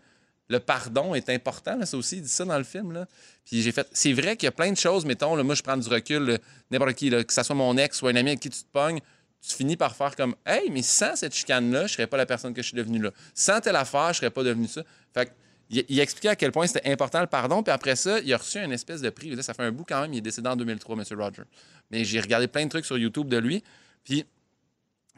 Speaker 5: le pardon est important. Là, ça aussi, il dit ça dans le film. Là. Puis j'ai fait, c'est vrai qu'il y a plein de choses, mettons, là, moi, je prends du recul, là, n'importe qui, là, que ce soit mon ex ou un ami avec qui tu te pognes, tu finis par faire comme, hey, mais sans cette chicane-là, je serais pas la personne que je suis devenue là. Sans telle affaire, je serais pas devenu ça. Fait que, il, il expliquait à quel point c'était important le pardon. Puis après ça, il a reçu une espèce de prix. Là, ça fait un bout quand même. Il est décédé en 2003, M. Roger. Mais j'ai regardé plein de trucs sur YouTube de lui. Puis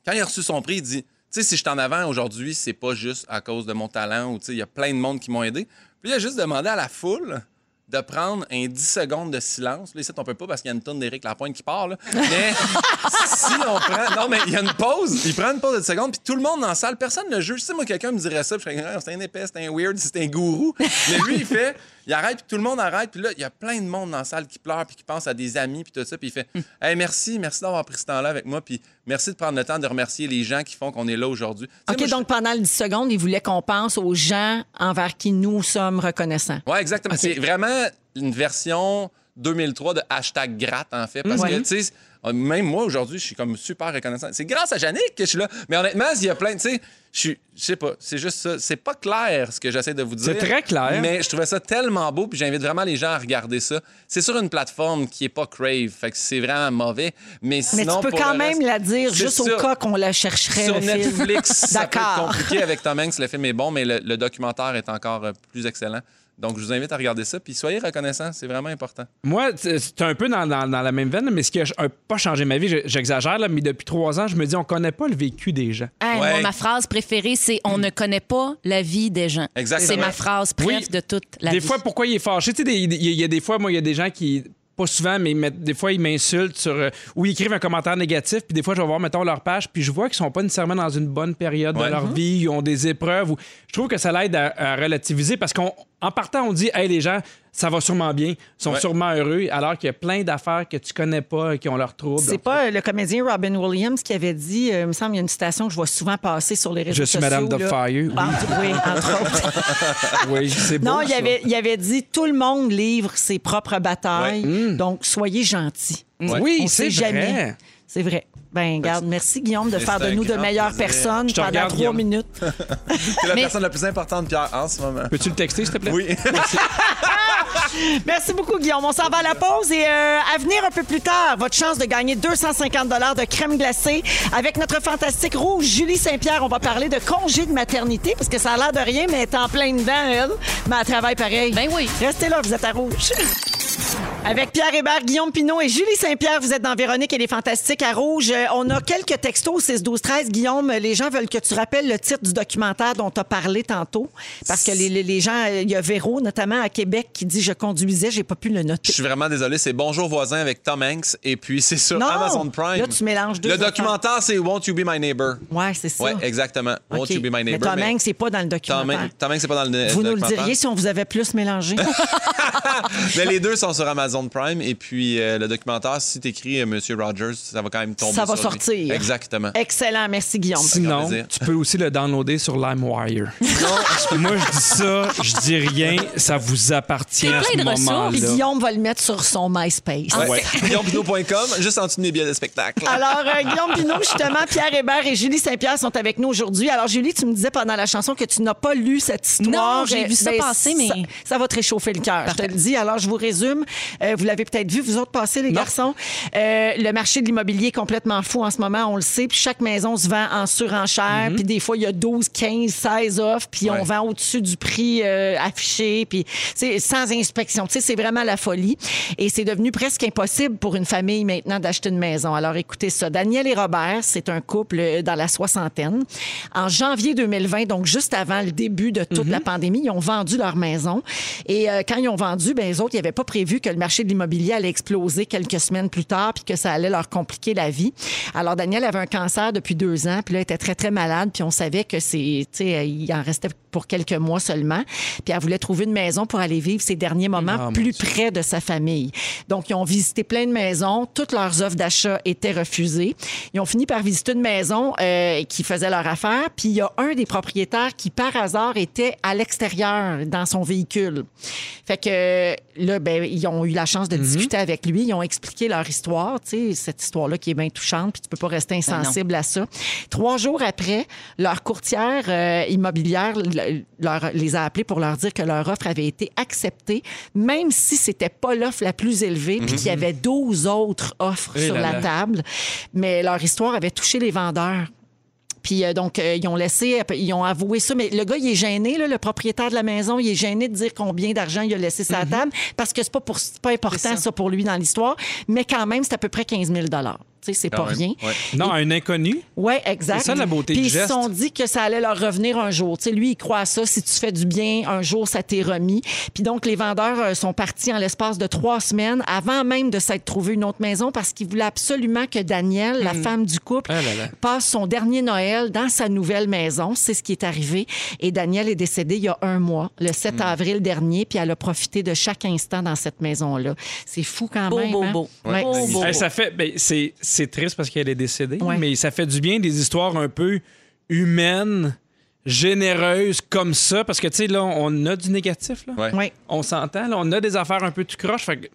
Speaker 5: quand il a reçu son prix, il dit Tu sais, si je suis en avant aujourd'hui, c'est pas juste à cause de mon talent ou tu sais, il y a plein de monde qui m'ont aidé. Puis il a juste demandé à la foule de prendre un 10 secondes de silence. Là, ici, on peut pas parce qu'il y a une tonne d'Éric Lapointe qui part. là. Mais si on prend. Non, mais il y a une pause. Il prend une pause de 10 secondes, puis tout le monde dans la salle, personne ne le juge. Si moi, quelqu'un me dirait ça, puis je serais comme, Ah, c'est un épais, c'est un weird, c'est un gourou. Mais lui, il fait. Il arrête, puis tout le monde arrête. Puis là, il y a plein de monde dans la salle qui pleure, puis qui pense à des amis, puis tout ça. Puis il fait Hey, merci, merci d'avoir pris ce temps-là avec moi, puis merci de prendre le temps de remercier les gens qui font qu'on est là aujourd'hui. Tu sais,
Speaker 1: OK,
Speaker 5: moi, je-
Speaker 1: donc pendant les 10 secondes, il voulait qu'on pense aux gens envers qui nous sommes reconnaissants.
Speaker 5: Oui, exactement. C'est vraiment une version 2003 de hashtag gratte, en fait. Parce que, tu sais, même moi, aujourd'hui, je suis comme super reconnaissant. C'est grâce à Yannick que je suis là. Mais honnêtement, il y a plein, tu sais, je suis- je sais pas, c'est juste ça. C'est pas clair ce que j'essaie de vous dire.
Speaker 2: C'est très clair.
Speaker 5: Mais je trouvais ça tellement beau, puis j'invite vraiment les gens à regarder ça. C'est sur une plateforme qui est pas Crave, fait que c'est vraiment mauvais. Mais
Speaker 1: Mais
Speaker 5: sinon,
Speaker 1: tu peux
Speaker 5: pour
Speaker 1: quand
Speaker 5: le
Speaker 1: même
Speaker 5: reste,
Speaker 1: la dire
Speaker 5: c'est
Speaker 1: juste au
Speaker 5: ça.
Speaker 1: cas qu'on la chercherait.
Speaker 5: Sur
Speaker 1: le film.
Speaker 5: Netflix, ça peut être
Speaker 1: D'accord.
Speaker 5: compliqué avec Tom Hanks. Le film est bon, mais le, le documentaire est encore euh, plus excellent. Donc, je vous invite à regarder ça. Puis, soyez reconnaissants, c'est vraiment important.
Speaker 2: Moi, c'est c'est un peu dans, dans- dans la même veine, mais ce qui a un- pas changé ma vie, je- j'exagère, là, mais depuis trois ans, je me dis, on connaît pas le vécu des gens.
Speaker 3: Hey,
Speaker 5: Ouais.
Speaker 3: moi, ma phrase préférée, c'est on ne connaît pas la vie des gens.
Speaker 5: Exactement.
Speaker 3: C'est ma phrase préf
Speaker 2: Oui.
Speaker 3: de toute la
Speaker 2: des
Speaker 3: vie.
Speaker 2: fois, pourquoi il est fâché? Tu sais, des- il y, a- il y a des fois, moi, il y a des gens qui. Pas souvent, mais ils mettent- des fois, ils m'insultent sur. euh, ou ils écrivent un commentaire négatif, puis des fois, je vais voir, mettons, leur page, puis je vois qu'ils sont pas nécessairement dans une bonne période
Speaker 5: Ouais.
Speaker 2: de
Speaker 1: Mhm.
Speaker 2: leur vie, ils ont des épreuves. Ou, je trouve que ça l'aide à, à relativiser parce qu'en partant, on dit, hey, les gens, ça va sûrement bien, ils sont
Speaker 5: Ouais.
Speaker 2: sûrement heureux, alors qu'il y a plein d'affaires que tu connais pas, et qui ont leurs troubles.
Speaker 1: C'est pas euh, le comédien Robin Williams qui avait dit, euh, il me semble, il y a une citation que je vois souvent passer sur les réseaux
Speaker 2: Je suis
Speaker 1: sociaux.
Speaker 2: Madame de
Speaker 1: là.
Speaker 2: Fire. Oui,
Speaker 1: Ah, oui,
Speaker 2: [LAUGHS]
Speaker 1: entre autres.
Speaker 2: oui, c'est
Speaker 1: [LAUGHS]
Speaker 2: beau.
Speaker 1: Non, il
Speaker 2: ça.
Speaker 1: avait, il avait dit tout le monde livre ses propres batailles, donc soyez gentils.
Speaker 2: Mm. Oui,
Speaker 1: On
Speaker 2: c'est
Speaker 1: sait jamais.
Speaker 2: vrai.
Speaker 1: C'est vrai. Ben, garde, merci Guillaume de
Speaker 5: C'est
Speaker 1: faire de
Speaker 5: un
Speaker 1: nous de
Speaker 5: grand
Speaker 1: meilleures
Speaker 5: plaisir.
Speaker 1: personnes
Speaker 2: Je te
Speaker 1: pendant
Speaker 2: regarde,
Speaker 1: trois
Speaker 2: Guillaume.
Speaker 1: minutes.
Speaker 5: C'est la
Speaker 3: Mais-
Speaker 5: personne la plus importante, Pierre, en ce moment.
Speaker 2: Peux-tu le texter, s'il te plaît?
Speaker 5: Oui. [LAUGHS]
Speaker 1: Merci beaucoup, Guillaume. On s'en va à la pause et euh, à venir un peu plus tard, votre chance de gagner 250 de crème glacée avec notre fantastique rouge Julie Saint-Pierre. On va parler de congé de maternité parce que ça a l'air de rien, mais elle est en plein dedans, elle. Mais elle travaille pareil.
Speaker 3: Ben oui.
Speaker 1: Restez là, vous êtes à rouge. Avec Pierre Hébert, Guillaume Pinot et Julie Saint-Pierre, vous êtes dans Véronique et les Fantastiques à Rouge. Euh, On a quelques textos 6 12 13 Guillaume, euh, les gens veulent que tu rappelles le titre du documentaire dont tu as parlé tantôt parce que les, les- les gens euh, il y a Véro notamment à Québec qui dit je conduisais, j'ai pas pu le noter.
Speaker 5: Je suis vraiment désolé, c'est Bonjour voisin avec Tom Hanks et puis c'est sur
Speaker 1: Non!
Speaker 5: Amazon Prime.
Speaker 1: Là, tu mélanges deux
Speaker 5: Le
Speaker 1: affaires.
Speaker 5: documentaire, c'est Won't You Be My Neighbor.
Speaker 1: Ouais, c'est ça.
Speaker 5: Ouais, exactement.
Speaker 1: OK.
Speaker 5: Won't You Be My
Speaker 1: Mais
Speaker 5: Neighbor.
Speaker 1: Tom Hanks, c'est pas dans le
Speaker 5: Tom
Speaker 1: documentaire.
Speaker 5: Hanks- Tom Hanks, c'est pas dans le
Speaker 1: vous
Speaker 5: le
Speaker 1: nous le
Speaker 5: documentaire.
Speaker 1: diriez si on vous avait plus mélangé.
Speaker 5: [LAUGHS] Mais les deux sont sur Amazon Prime et puis euh, le documentaire, si t'écris euh, Monsieur Rogers, ça va quand même tomber
Speaker 1: Ça va
Speaker 5: sur lui.
Speaker 1: sortir.
Speaker 5: Exactement.
Speaker 1: Excellent, merci Guillaume.
Speaker 5: grand
Speaker 2: Sinon,
Speaker 5: plaisir.
Speaker 2: tu peux aussi le downloader
Speaker 3: [LAUGHS]
Speaker 2: sur LimeWire. Moi, je dis ça, je dis rien, ça vous appartient
Speaker 3: Il y a
Speaker 2: à ce
Speaker 3: plein de ressources.
Speaker 1: Puis
Speaker 2: moment-là.
Speaker 1: Guillaume va le mettre sur son MySpace.
Speaker 5: Ouais. [LAUGHS] guillaumepinot.com, juste en dessous de mes billets de spectacle.
Speaker 1: Ah, [LAUGHS] Alors, euh, Guillaume Pinot, justement, Pierre Hébert et Julie Saint-Pierre sont avec nous aujourd'hui. Alors, Julie, tu me disais pendant la chanson que tu n'as pas lu cette histoire.
Speaker 3: Non, j'ai
Speaker 1: Euh,
Speaker 3: vu ça passer, mais-
Speaker 1: Ça, ça va te réchauffer le cœur, je te le dis. Alors, je vous résume. Euh, vous l'avez peut-être vu, vous autres passer, les garçons. Euh, le marché de l'immobilier est complètement fou en ce moment, on le sait. Puis chaque maison se vend en
Speaker 3: Mhm.
Speaker 1: surenchère. Puis des fois, il y a 12, 15, 16 offres. Puis
Speaker 5: Ouais.
Speaker 1: on vend au-dessus du prix euh, affiché. Puis c'est sans inspection. Tu sais, c'est vraiment la folie. Et c'est devenu presque impossible pour une famille maintenant d'acheter une maison. Alors écoutez ça. Daniel et Robert, c'est un couple euh, dans la soixantaine. En janvier 2020, donc juste avant le début de toute la pandémie, ils ont vendu leur maison. Et euh, quand ils ont vendu, ben, les autres, ils n'avaient pas prévu que le marché de l'immobilier allait exploser quelques semaines plus tard puis que ça allait leur compliquer la vie. Alors Daniel avait un cancer depuis deux ans, puis là, elle était très, très malade, puis on savait que c'est, tu sais, il en restait pour quelques mois seulement. Puis elle voulait trouver une maison pour aller vivre ses derniers moments
Speaker 2: mon
Speaker 1: plus près de sa famille. Donc, ils ont visité plein de maisons. Toutes leurs offres d'achat étaient refusées. Ils ont fini par visiter une maison euh, qui faisait leur affaire. Puis, il y a un des propriétaires qui, par hasard, était à l'extérieur dans son véhicule. Fait que euh, là, ben, ils ont eu la chance de discuter avec lui. Ils ont expliqué leur histoire, tu sais, cette histoire-là qui est bien touchante. Puis, tu peux pas rester
Speaker 3: non.
Speaker 1: insensible sensible à ça. Trois jours après, leur courtière euh, immobilière le- leur- les a appelés pour leur dire que leur offre avait été acceptée, même si c'était pas l'offre la plus élevée, puis qu'il y avait 12 autres offres
Speaker 2: Et
Speaker 1: sur
Speaker 2: là
Speaker 1: la
Speaker 2: là.
Speaker 1: table. Mais leur histoire avait touché les vendeurs. Puis euh, donc, euh, ils ont laissé, euh, ils ont avoué ça. Mais le gars, il est gêné, là, le propriétaire de la maison, il est gêné de dire combien d'argent il a laissé sur la table parce que c'est pas, pour, c'est pas important, ça. pour lui dans l'histoire. Mais quand même, c'est à peu près 15 000 tu Tu sais, c'est
Speaker 5: Quand
Speaker 1: pas
Speaker 5: même.
Speaker 1: rien.
Speaker 5: Ouais.
Speaker 2: Non, un inconnu.
Speaker 1: Oui, exact.
Speaker 2: C'est ça, la beauté
Speaker 1: Puis
Speaker 2: du
Speaker 1: ils se
Speaker 2: geste.
Speaker 1: sont dit que ça allait leur revenir un jour. Tu sais, lui, il croit à ça. Si tu fais du bien, un jour, ça t'est remis. Puis donc, les vendeurs euh, sont partis en l'espace de trois semaines avant même de s'être trouvé une autre maison parce qu'ils voulaient absolument que Danielle, la femme du couple,
Speaker 2: Ah là là.
Speaker 1: passe son dernier Noël dans sa nouvelle maison. C'est ce qui est arrivé. Et Danielle est décédée il y a un mois, le
Speaker 2: Mm.
Speaker 1: 7 avril dernier. Puis elle a profité de chaque instant dans cette maison-là. C'est fou quand
Speaker 3: Beau,
Speaker 1: même.
Speaker 3: beau,
Speaker 1: hein?
Speaker 3: beau.
Speaker 1: Ouais.
Speaker 3: Beau, beau,
Speaker 2: Eh,
Speaker 3: beau.
Speaker 2: ça fait, ben, c'est, c'est triste parce qu'elle est décédée,
Speaker 1: Ouais.
Speaker 2: mais ça fait du bien des histoires un peu humaines, généreuses comme ça, parce que tu sais là, on a du négatif là.
Speaker 5: Ouais.
Speaker 1: Ouais.
Speaker 2: On s'entend, là, on a des affaires un peu tout croche. fait que-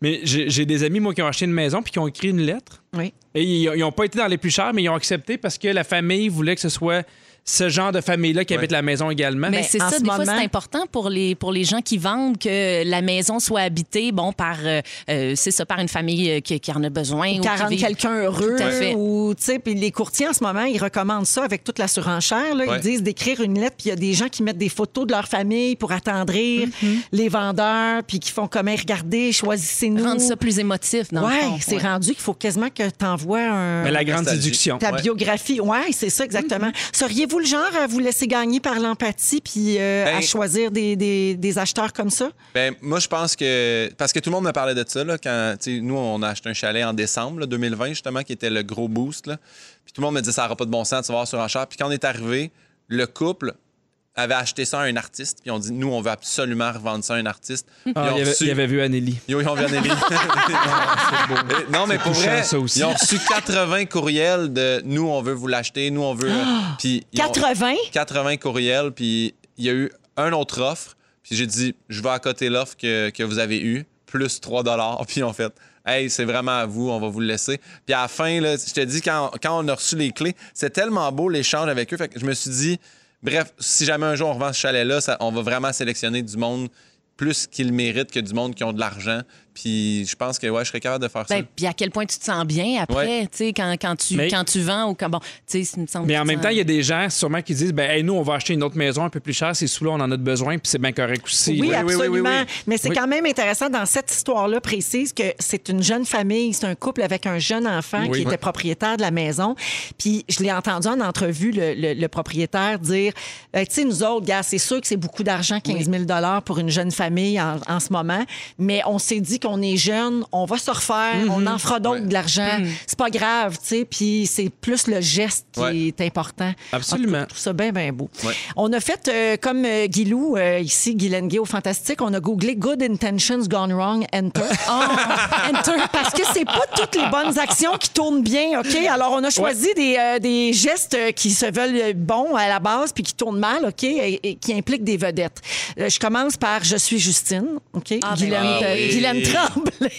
Speaker 2: Mais j'ai, j'ai des amis moi qui ont acheté une maison puis qui ont écrit une lettre.
Speaker 1: Oui.
Speaker 2: Et ils n'ont pas été dans les plus chers, mais ils ont accepté parce que la famille voulait que ce soit ce genre de famille-là qui
Speaker 5: Ouais.
Speaker 2: habite la maison également.
Speaker 3: Mais
Speaker 1: Ben,
Speaker 3: c'est
Speaker 1: en
Speaker 3: ça,
Speaker 1: ce
Speaker 3: des fois,
Speaker 1: moment-
Speaker 3: c'est important pour les, pour les gens qui vendent que la maison soit habitée, bon, par, euh, euh, c'est ça, par une famille euh, qui, qui en a besoin. ou
Speaker 1: Qui
Speaker 3: qui
Speaker 1: rendre
Speaker 3: vit-
Speaker 1: quelqu'un heureux.
Speaker 3: Tout à fait.
Speaker 1: Ou, tu sais, puis les courtiers, en ce moment, ils recommandent ça avec toute la surenchère. là.
Speaker 5: Ouais.
Speaker 1: Ils disent d'écrire une lettre, puis il y a des gens qui mettent des photos de leur famille pour attendrir
Speaker 3: Mm-hmm.
Speaker 1: les vendeurs, puis qui font comme, Hey, regardez, choisissez-nous.
Speaker 3: Rendre ça plus émotif, dans
Speaker 1: Oui,
Speaker 3: le fond.
Speaker 1: c'est
Speaker 3: Ouais.
Speaker 1: rendu qu'il faut quasiment que tu envoies un...
Speaker 2: Mais la grande
Speaker 5: nostalgie.
Speaker 2: séduction.
Speaker 1: Ta
Speaker 5: Ouais.
Speaker 1: biographie, oui, c'est ça exactement.
Speaker 3: Mm-hmm.
Speaker 1: Seriez-vous le genre à vous laisser gagner par l'empathie puis euh,
Speaker 5: Ben-
Speaker 1: à choisir des, des- des acheteurs comme ça?
Speaker 5: Ben, moi, je pense que. Parce que tout le monde me parlait de ça, là, quand. tu sais, Nous, on a acheté un chalet en décembre là, 2020, justement, qui était le gros boost. Là. Puis tout le monde me disait, ça n'aura pas de bon sens, tu vas voir sur enchère. Puis quand on est arrivé, le couple avait acheté ça à un artiste. Puis on dit, nous, on veut absolument revendre ça à un artiste. Puis
Speaker 2: Ah,
Speaker 5: ils ont
Speaker 2: il, y avait,
Speaker 5: reçu-
Speaker 2: il y avait vu Anneli.
Speaker 5: Yo, ils ont vu Anneli.
Speaker 1: [LAUGHS] Ah,
Speaker 5: Euh, non, mais pour
Speaker 2: touchant,
Speaker 5: vrai,
Speaker 2: ça aussi.
Speaker 5: ils ont reçu 80 courriels de nous, on veut vous l'acheter, nous, on veut.
Speaker 1: Ah,
Speaker 5: Puis ils ont-
Speaker 1: 80?
Speaker 5: 80 courriels, puis il y a eu un autre offre, puis j'ai dit, je vais accoter l'offre que, que vous avez eue, plus 3 [LAUGHS] puis en fait, hey, c'est vraiment à vous, on va vous le laisser. Puis à la fin, là, je te dis, quand, quand on a reçu les clés, c'est tellement beau l'échange avec eux, fait que je me suis dit, bref, si jamais un jour on revend ce chalet-là, ça- on va vraiment sélectionner du monde plus qu'il mérite que du monde qui ont de l'argent. Puis je pense que ouais, je serais capable de faire ça.
Speaker 3: Ben, puis à quel point tu te sens bien après,
Speaker 5: Ouais.
Speaker 3: tu sais, quand, quand, tu,
Speaker 2: Mais-
Speaker 3: quand tu vends ou quand. Bon, tu sais, ça me semble
Speaker 2: Mais
Speaker 3: que
Speaker 2: en
Speaker 3: tu
Speaker 2: même
Speaker 3: sens-
Speaker 2: temps, il y a des gens sûrement qui disent ben hey, nous on va acheter une autre maison un peu plus chère, c'est sous là on en a de besoin puis c'est bien correct aussi. Ben,
Speaker 1: Oui,
Speaker 2: là.
Speaker 1: absolument.
Speaker 2: oui.
Speaker 1: Mais c'est
Speaker 2: Oui.
Speaker 1: quand même intéressant dans cette histoire-là précise que c'est une jeune famille, c'est un couple avec un jeune enfant
Speaker 2: Oui.
Speaker 1: qui était propriétaire de la maison. Puis je l'ai entendu en entrevue, le, le- le propriétaire dire Ben, Tu sais, nous autres, gars, c'est sûr que c'est beaucoup d'argent, 15 000 pour une jeune famille en, en ce moment, mais on s'est dit qu'on est jeune, on va se refaire,
Speaker 2: Mm-hmm.
Speaker 1: on en fera donc de l'argent.
Speaker 2: Mm.
Speaker 1: C'est pas grave, tu sais. Puis c'est plus le geste qui
Speaker 5: Ouais.
Speaker 1: est important.
Speaker 2: Absolument.
Speaker 1: En tout cas, je trouve ça bien, bien beau.
Speaker 5: Ouais.
Speaker 1: On a fait, euh, comme euh, Guilou, euh, ici, Guylaine Gay au Fantastique, on a googlé Good Intentions Gone Wrong,
Speaker 3: [LAUGHS]
Speaker 1: Enter. Ah, enter. Parce que c'est pas toutes les bonnes actions qui tournent bien, OK? Alors, on a choisi des, euh, des gestes euh, qui se veulent euh, bons à la base puis qui tournent mal, OK? Et, et qui impliquent des vedettes. Euh, je commence par Je suis Justine, OK?
Speaker 3: Ah, ben
Speaker 1: Guylaine,
Speaker 3: oui.
Speaker 1: euh, Guylaine
Speaker 3: [LAUGHS]
Speaker 1: Tremblay,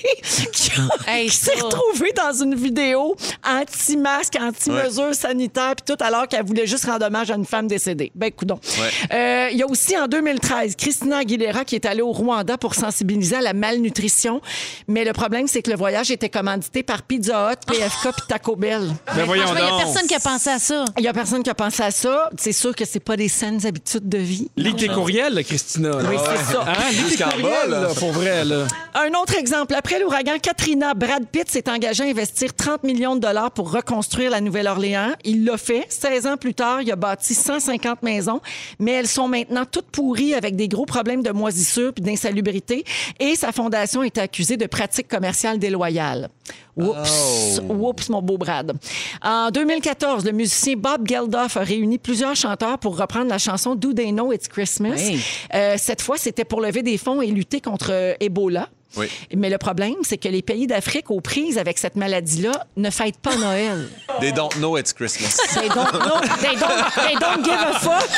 Speaker 1: qui, a-
Speaker 3: Hey,
Speaker 1: qui s'est
Speaker 3: ça.
Speaker 1: retrouvée dans une vidéo anti-masque, anti-mesure sanitaire puis tout, alors qu'elle voulait juste rendre hommage à une femme décédée. Ben, coudon.
Speaker 5: Ouais.
Speaker 1: Euh, Il y a aussi en 2013 Christina Aguilera qui est allée au Rwanda pour sensibiliser à la malnutrition. Mais le problème, c'est que le voyage était commandité par Pizza Hut, PFK puis Taco Bell.
Speaker 2: Ben voyons
Speaker 3: Franchement, il n'y a
Speaker 2: donc.
Speaker 3: personne qui a pensé à ça.
Speaker 1: Il y a personne qui a pensé à ça. C'est sûr que c'est pas des saines habitudes de vie.
Speaker 2: Lis tes courriels, là, Christina. là.
Speaker 1: Oui, c'est ça.
Speaker 2: Hein? Lis tes
Speaker 5: Jusqu'en
Speaker 2: courriels,
Speaker 5: bas, là.
Speaker 2: là, pour vrai. Là.
Speaker 1: Un autre exemple. Après l'ouragan Katrina, Brad Pitt s'est engagé à investir 30 millions de dollars pour reconstruire la Nouvelle-Orléans. Il l'a fait. 16 ans plus tard, il a bâti 150 maisons, mais elles sont maintenant toutes pourries avec des gros problèmes de moisissure puis d'insalubrité. Et sa fondation est accusée de pratiques commerciales déloyales. Oups, oups, mon beau Brad. En 2014, le musicien Bob Geldof a réuni plusieurs chanteurs pour reprendre la chanson Do They Know It's Christmas.
Speaker 3: Hey.
Speaker 1: Euh, cette fois, c'était pour lever des fonds et lutter contre euh, Ebola.
Speaker 5: Oui.
Speaker 1: Mais le problème, c'est que les pays d'Afrique aux prises avec cette maladie-là ne fêtent pas Noël.
Speaker 5: They don't know it's Christmas.
Speaker 1: They don't, know- they don't- they don't give a fuck.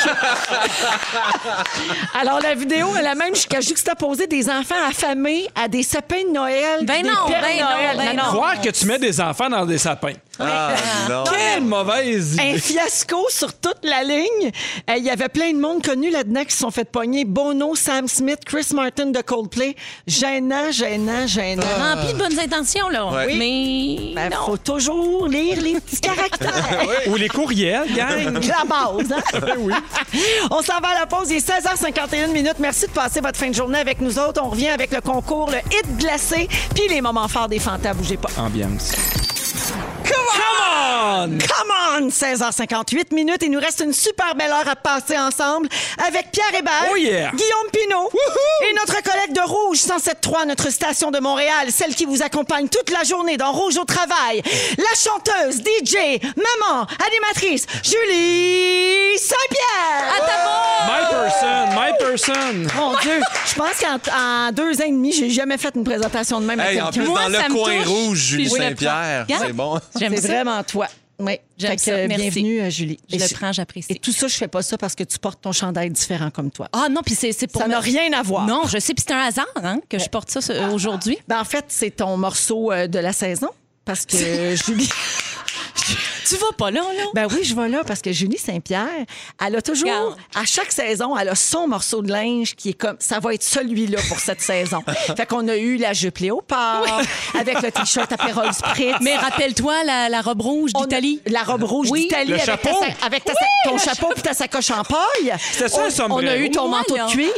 Speaker 1: Alors, la vidéo, elle a même jusqu'à juxtaposer des enfants affamés à des sapins de Noël.
Speaker 3: Ben
Speaker 1: des
Speaker 3: non,
Speaker 1: Pères
Speaker 3: ben
Speaker 1: Noël.
Speaker 3: non, ben non.
Speaker 2: Croire que tu mets des enfants dans des sapins.
Speaker 5: Ah, non.
Speaker 2: Quelle mauvaise idée.
Speaker 1: un fiasco sur toute la ligne. Euh, Il y avait plein de monde connu là-dedans qui se sont fait pogner. Bono, Sam Smith, Chris Martin de Coldplay. Gênant, gênant, gênant.
Speaker 3: Rempli de bonnes intentions, là.
Speaker 5: Ouais.
Speaker 3: Mais.
Speaker 1: Ben,
Speaker 3: non.
Speaker 1: faut toujours lire les petits caractères.
Speaker 2: Ou les courriels, gang.
Speaker 1: La base, hein? On s'en va à la pause. Il est 16h51 minutes. Merci de passer votre fin de journée avec nous autres. On revient avec le concours, le hit glacé, puis les moments forts des fantas. Bougez pas.
Speaker 2: Ambiance. Come on!
Speaker 1: Come on! 16h58 minutes. Il nous reste une super belle heure à passer ensemble avec Pierre Hébert,
Speaker 2: Oh yeah!
Speaker 1: Guillaume Pinault et notre collègue de Rouge 107.3, notre station de Montréal, celle qui vous accompagne toute la journée dans Rouge au travail. La chanteuse, DJ, maman, animatrice, Julie Saint-Pierre!
Speaker 3: Oh!
Speaker 2: My person, my person.
Speaker 1: Mon Dieu, je pense qu'en en deux ans et demi, j'ai jamais fait une présentation de même
Speaker 5: Hey,
Speaker 1: à
Speaker 5: en plus,
Speaker 1: quelqu'un.
Speaker 5: dans
Speaker 3: Moi, ça
Speaker 5: le
Speaker 3: me
Speaker 5: coin
Speaker 3: touche,
Speaker 5: rouge,
Speaker 3: puis
Speaker 5: Julie
Speaker 3: je le
Speaker 5: Saint-Pierre,
Speaker 3: prends.
Speaker 5: c'est bon.
Speaker 3: J'aime
Speaker 1: C'est
Speaker 3: ça.
Speaker 1: vraiment toi. Oui.
Speaker 3: J'aime
Speaker 1: Fait que,
Speaker 3: ça,
Speaker 1: euh,
Speaker 3: merci.
Speaker 1: Bienvenue, euh, Julie.
Speaker 3: Je
Speaker 1: Et
Speaker 3: le
Speaker 1: je-
Speaker 3: prends, j'apprécie.
Speaker 1: Et tout ça, je fais pas ça parce que tu portes ton chandail différent comme toi.
Speaker 3: Ah non, puis c'est c'est pour
Speaker 1: Ça
Speaker 3: me-
Speaker 1: n'a rien à voir.
Speaker 3: Non, je sais, puis c'est un hasard hein, que je porte ça ce- aujourd'hui.
Speaker 1: Ben, en fait, c'est ton morceau euh, de la saison parce
Speaker 3: [LAUGHS]
Speaker 1: que euh, Julie. [LAUGHS]
Speaker 3: Tu vas pas là, là?
Speaker 1: Ben oui, je vais là parce que Julie Saint-Pierre, elle a toujours,
Speaker 3: Regarde.
Speaker 1: à chaque saison, elle a son morceau de linge qui est comme, ça va être celui-là pour
Speaker 3: [LAUGHS]
Speaker 1: cette saison. Fait qu'on a eu la jupe léopard avec le t-shirt Aperol Spritz.
Speaker 3: Ben, Mais rappelle-toi la, la robe rouge
Speaker 1: On a-
Speaker 3: d'Italie.
Speaker 1: Oh, La robe rouge
Speaker 3: Oui.
Speaker 1: d'Italie.
Speaker 2: Le
Speaker 1: avec
Speaker 2: chapeau.
Speaker 1: ta sa- avec ta sa- ton chapeau et ta sacoche en paille.
Speaker 2: C'était ça,
Speaker 1: On-
Speaker 2: un sombrero.
Speaker 1: On a eu ton
Speaker 3: Moi,
Speaker 1: manteau
Speaker 3: là.
Speaker 1: de cuir.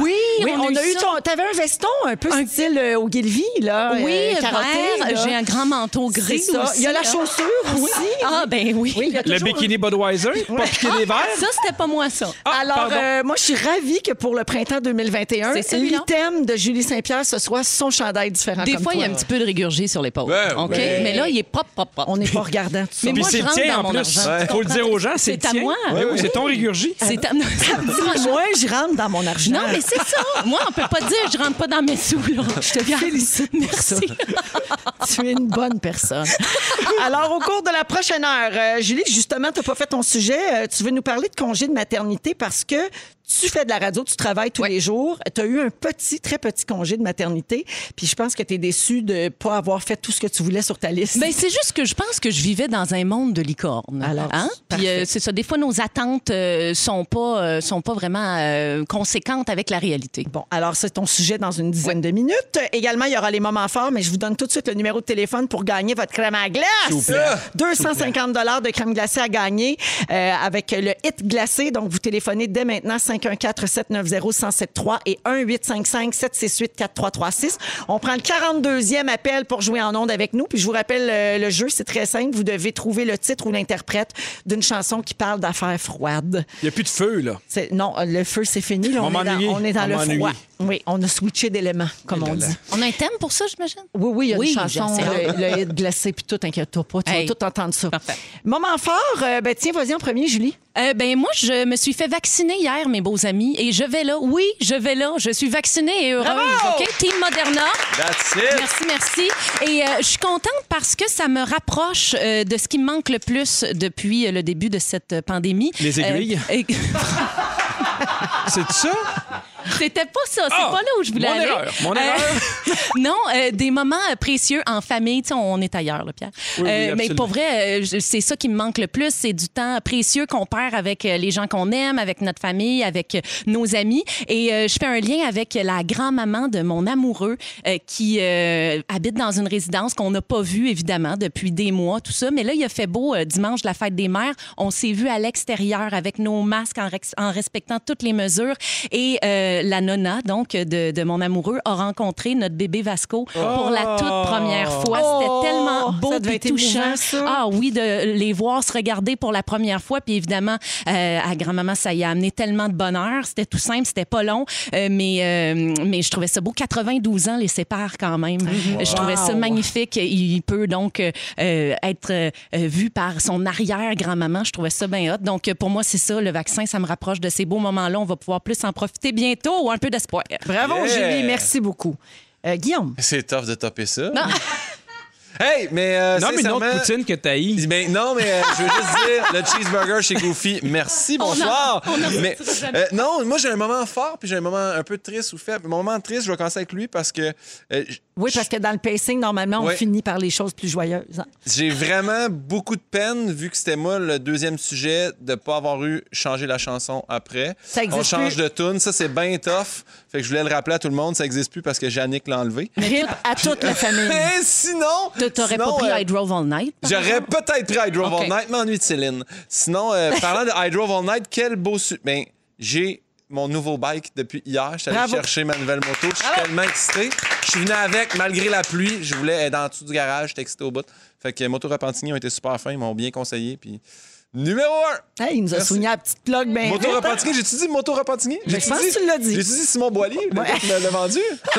Speaker 3: Oui,
Speaker 1: Oui, on, a eu
Speaker 3: ça.
Speaker 1: ton. T'avais un veston un peu style euh, au Guilvy, là.
Speaker 3: Oui,
Speaker 1: euh, carotté,
Speaker 3: vert.
Speaker 1: là.
Speaker 3: J'ai un grand manteau
Speaker 1: C'est
Speaker 3: gris
Speaker 1: ça.
Speaker 3: aussi,
Speaker 1: Il y a la
Speaker 3: là.
Speaker 1: chaussure aussi.
Speaker 3: Ah, ben oui.
Speaker 1: hein. Oui, il y a
Speaker 2: Le
Speaker 1: toujours-
Speaker 2: bikini Budweiser, pas piqué des verres.
Speaker 3: Ah, Ça, c'était pas moi, ça.
Speaker 2: Ah,
Speaker 1: Alors,
Speaker 2: pardon.
Speaker 1: euh, moi, je suis ravie que pour le printemps 2021,
Speaker 3: C'est celui-là.
Speaker 1: l'item de Julie Saint-Pierre, ce soit son chandail différent.
Speaker 3: Des
Speaker 1: comme
Speaker 3: fois, il y
Speaker 1: toi.
Speaker 3: a un petit peu de régurgie sur l'épaule.
Speaker 5: Ouais,
Speaker 3: OK?
Speaker 5: ouais.
Speaker 3: Mais là, il est propre, propre, propre.
Speaker 1: On n'est pas regardant, tout ça.
Speaker 3: Mais
Speaker 2: Puis
Speaker 3: moi,
Speaker 2: c'est
Speaker 3: je
Speaker 2: le
Speaker 3: rentre
Speaker 2: tien
Speaker 3: dans
Speaker 2: en
Speaker 3: mon
Speaker 2: plus.
Speaker 3: argent.
Speaker 2: Faut le dire aux gens, c'est
Speaker 3: C'est
Speaker 2: le
Speaker 3: à
Speaker 2: tien.
Speaker 3: moi.
Speaker 2: Ben oui, c'est ton régurgie.
Speaker 3: [LAUGHS] C'est à-
Speaker 1: Moi, je rentre dans mon argent.
Speaker 3: Non, mais c'est ça. [LAUGHS] Moi, on peut pas dire je rentre pas dans mes sous. Là. Je te félicite. Merci.
Speaker 1: Tu es une bonne personne. Alors, au cours de la prochaine heure, euh, Julie, justement, tu n'as pas fait ton sujet. Euh, tu veux nous parler de congé de maternité parce que tu fais de la radio, tu travailles tous les jours. Tu as eu un petit, très petit congé de maternité. Puis je pense que tu es déçue de ne pas avoir fait tout ce que tu voulais sur ta liste.
Speaker 3: Ben, c'est juste que je pense que je vivais dans un monde de licorne.
Speaker 1: Alors, c'est
Speaker 3: Puis, euh,
Speaker 1: parfait.
Speaker 3: c'est ça. Des fois, nos attentes euh, sont pas euh, sont pas vraiment euh, conséquentes avec la réalité.
Speaker 1: Bon, alors c'est ton sujet dans une dizaine de minutes. Également, il y aura les moments forts, mais je vous donne tout de suite le numéro de téléphone pour gagner votre crème à glace. 250 dollars de crème glacée à gagner euh, avec le hit glacé. Donc, vous téléphonez dès maintenant 514-790-1073 et 1-855-768-4336. On prend le 42e appel pour jouer en onde avec nous. Puis je vous rappelle euh, le jeu, c'est très simple. Vous devez trouver le titre ou l'interprète d'une chanson qui parle d'affaires froides.
Speaker 2: Il n'y a plus de feu, là.
Speaker 1: C'est- Non, le feu, c'est fini. là,
Speaker 2: On
Speaker 1: on, est
Speaker 2: m'ennuie.
Speaker 1: dans, on est dans
Speaker 2: On
Speaker 1: le
Speaker 2: m'ennuie.
Speaker 1: froid. Oui, on a switché d'éléments, comme on dit.
Speaker 3: On a un thème pour ça, j'imagine?
Speaker 1: Oui, oui, il y a
Speaker 3: Oui,
Speaker 1: une chanson,
Speaker 3: j'essaie.
Speaker 1: le, le hit glacé, puis tout, inquiète-toi pas, tu
Speaker 3: Hey.
Speaker 1: vas tout entendre ça.
Speaker 3: Parfait.
Speaker 1: Moment fort, euh, ben tiens, vas-y en premier, Julie.
Speaker 3: Euh, ben moi, je me suis fait vacciner hier, mes beaux amis, et je vais là. Oui, je vais là. Je suis vaccinée et heureuse. OK? Team Moderna.
Speaker 5: That's it.
Speaker 3: Merci, merci. Et euh, je suis contente parce que ça me rapproche euh, de ce qui me manque le plus depuis euh, le début de cette euh, pandémie.
Speaker 2: Les aiguilles.
Speaker 3: Euh, [LAUGHS] et-
Speaker 2: C'est ça?
Speaker 3: C'était pas ça. C'est
Speaker 2: Ah!
Speaker 3: pas là où je voulais
Speaker 2: Mon
Speaker 3: aller. Euh,
Speaker 2: erreur, mon erreur.
Speaker 3: [LAUGHS] non, euh, des moments euh, précieux en famille. Tu sais, on est ailleurs, là, Pierre.
Speaker 2: oui,
Speaker 3: mais
Speaker 2: absolument.
Speaker 3: pour vrai, euh, je- c'est ça qui me manque le plus. C'est du temps précieux qu'on perd avec euh, les gens qu'on aime, avec notre famille, avec euh, nos amis. Et euh, je fais un lien avec la grand-maman de mon amoureux euh, qui euh, habite dans une résidence qu'on n'a pas vue, évidemment, depuis des mois, tout ça. Mais là, il a fait beau euh, dimanche, la fête des mères. On s'est vu à l'extérieur avec nos masques en, rex- en respectant toutes les mesures. Et euh, la nonna, donc, de, de mon amoureux, a rencontré notre bébé Vasco pour la toute première fois.
Speaker 1: Oh!
Speaker 3: C'était tellement beau
Speaker 1: Ça devait
Speaker 3: et
Speaker 1: être
Speaker 3: touchant.
Speaker 1: émouvant, ça.
Speaker 3: Ah oui, de les voir se regarder pour la première fois. Puis évidemment, euh, à grand-maman, ça y a amené tellement de bonheur. C'était tout simple, c'était pas long. Euh, mais, euh, mais je trouvais ça beau. 92 ans les séparent quand même.
Speaker 1: Ah,
Speaker 3: Je trouvais ça magnifique. Il peut donc euh, euh, être euh, euh, vu par son arrière-grand-maman. Je trouvais ça bien hot. Donc euh, pour moi, c'est ça, le vaccin, ça me rapproche de ces beaux moments-là. On va pouvoir plus en profiter bientôt ou un peu d'espoir.
Speaker 1: Bravo,
Speaker 5: Yeah.
Speaker 1: Julie, merci beaucoup. Euh, Guillaume,
Speaker 5: C'est tough de topper ça. [LAUGHS] Hey, mais euh,
Speaker 2: Non, mais une autre
Speaker 5: sincèrement-
Speaker 2: poutine que t'as eu.
Speaker 5: Ben, non, mais euh, je veux juste dire, le cheeseburger chez Goofy,
Speaker 3: [LAUGHS]
Speaker 5: merci, bonsoir. mais, euh, non, moi, j'ai un moment fort, puis j'ai un moment un peu triste ou faible. Mon moment triste, je vais commencer avec lui parce que euh, j-
Speaker 1: oui, parce que dans le pacing, normalement, on
Speaker 5: Ouais.
Speaker 1: finit par les choses plus joyeuses. hein.
Speaker 5: j'ai vraiment beaucoup de peine, vu que c'était moi le deuxième sujet, de ne pas avoir eu changé la chanson après.
Speaker 1: Ça existe
Speaker 5: On change
Speaker 1: plus.
Speaker 5: de tune, ça, c'est bien tough. Fait que je voulais le rappeler à tout le monde, ça n'existe plus parce que Yannick l'a enlevé.
Speaker 1: Rip à toute la famille.
Speaker 5: Mais sinon...
Speaker 3: Tu T'aurais pas
Speaker 5: sinon,
Speaker 3: pris
Speaker 5: euh,
Speaker 3: I Drove All Night? par
Speaker 5: J'aurais
Speaker 3: exemple?
Speaker 5: peut-être pris I Drove
Speaker 3: OK.
Speaker 5: All Night, mais ennui de Céline. Sinon,
Speaker 1: [LAUGHS]
Speaker 5: euh, parlant de I Drove All Night, quel beau... Su ben, j'ai mon nouveau bike depuis hier. Je suis allé
Speaker 1: Bravo.
Speaker 5: chercher ma nouvelle moto. Je suis tellement excité. Je suis venu avec, malgré la pluie. Je voulais être en dessous du garage. J'étais excité au bout. Fait que Moto Repentigny ont été super fins, ils m'ont bien conseillé. Puis numéro un!
Speaker 1: [LAUGHS] Hey, il nous a
Speaker 5: Merci.
Speaker 1: souligné la petite plug, ben
Speaker 5: Moto
Speaker 1: vite, hein?
Speaker 5: Repentigny, j'ai-tu dit Moto Repentigny?
Speaker 1: je pense que tu l'as dit.
Speaker 5: J'ai-tu dit Simon Boilier, le gars qui me
Speaker 1: [LAUGHS]
Speaker 5: l'a vendu?
Speaker 1: [LAUGHS]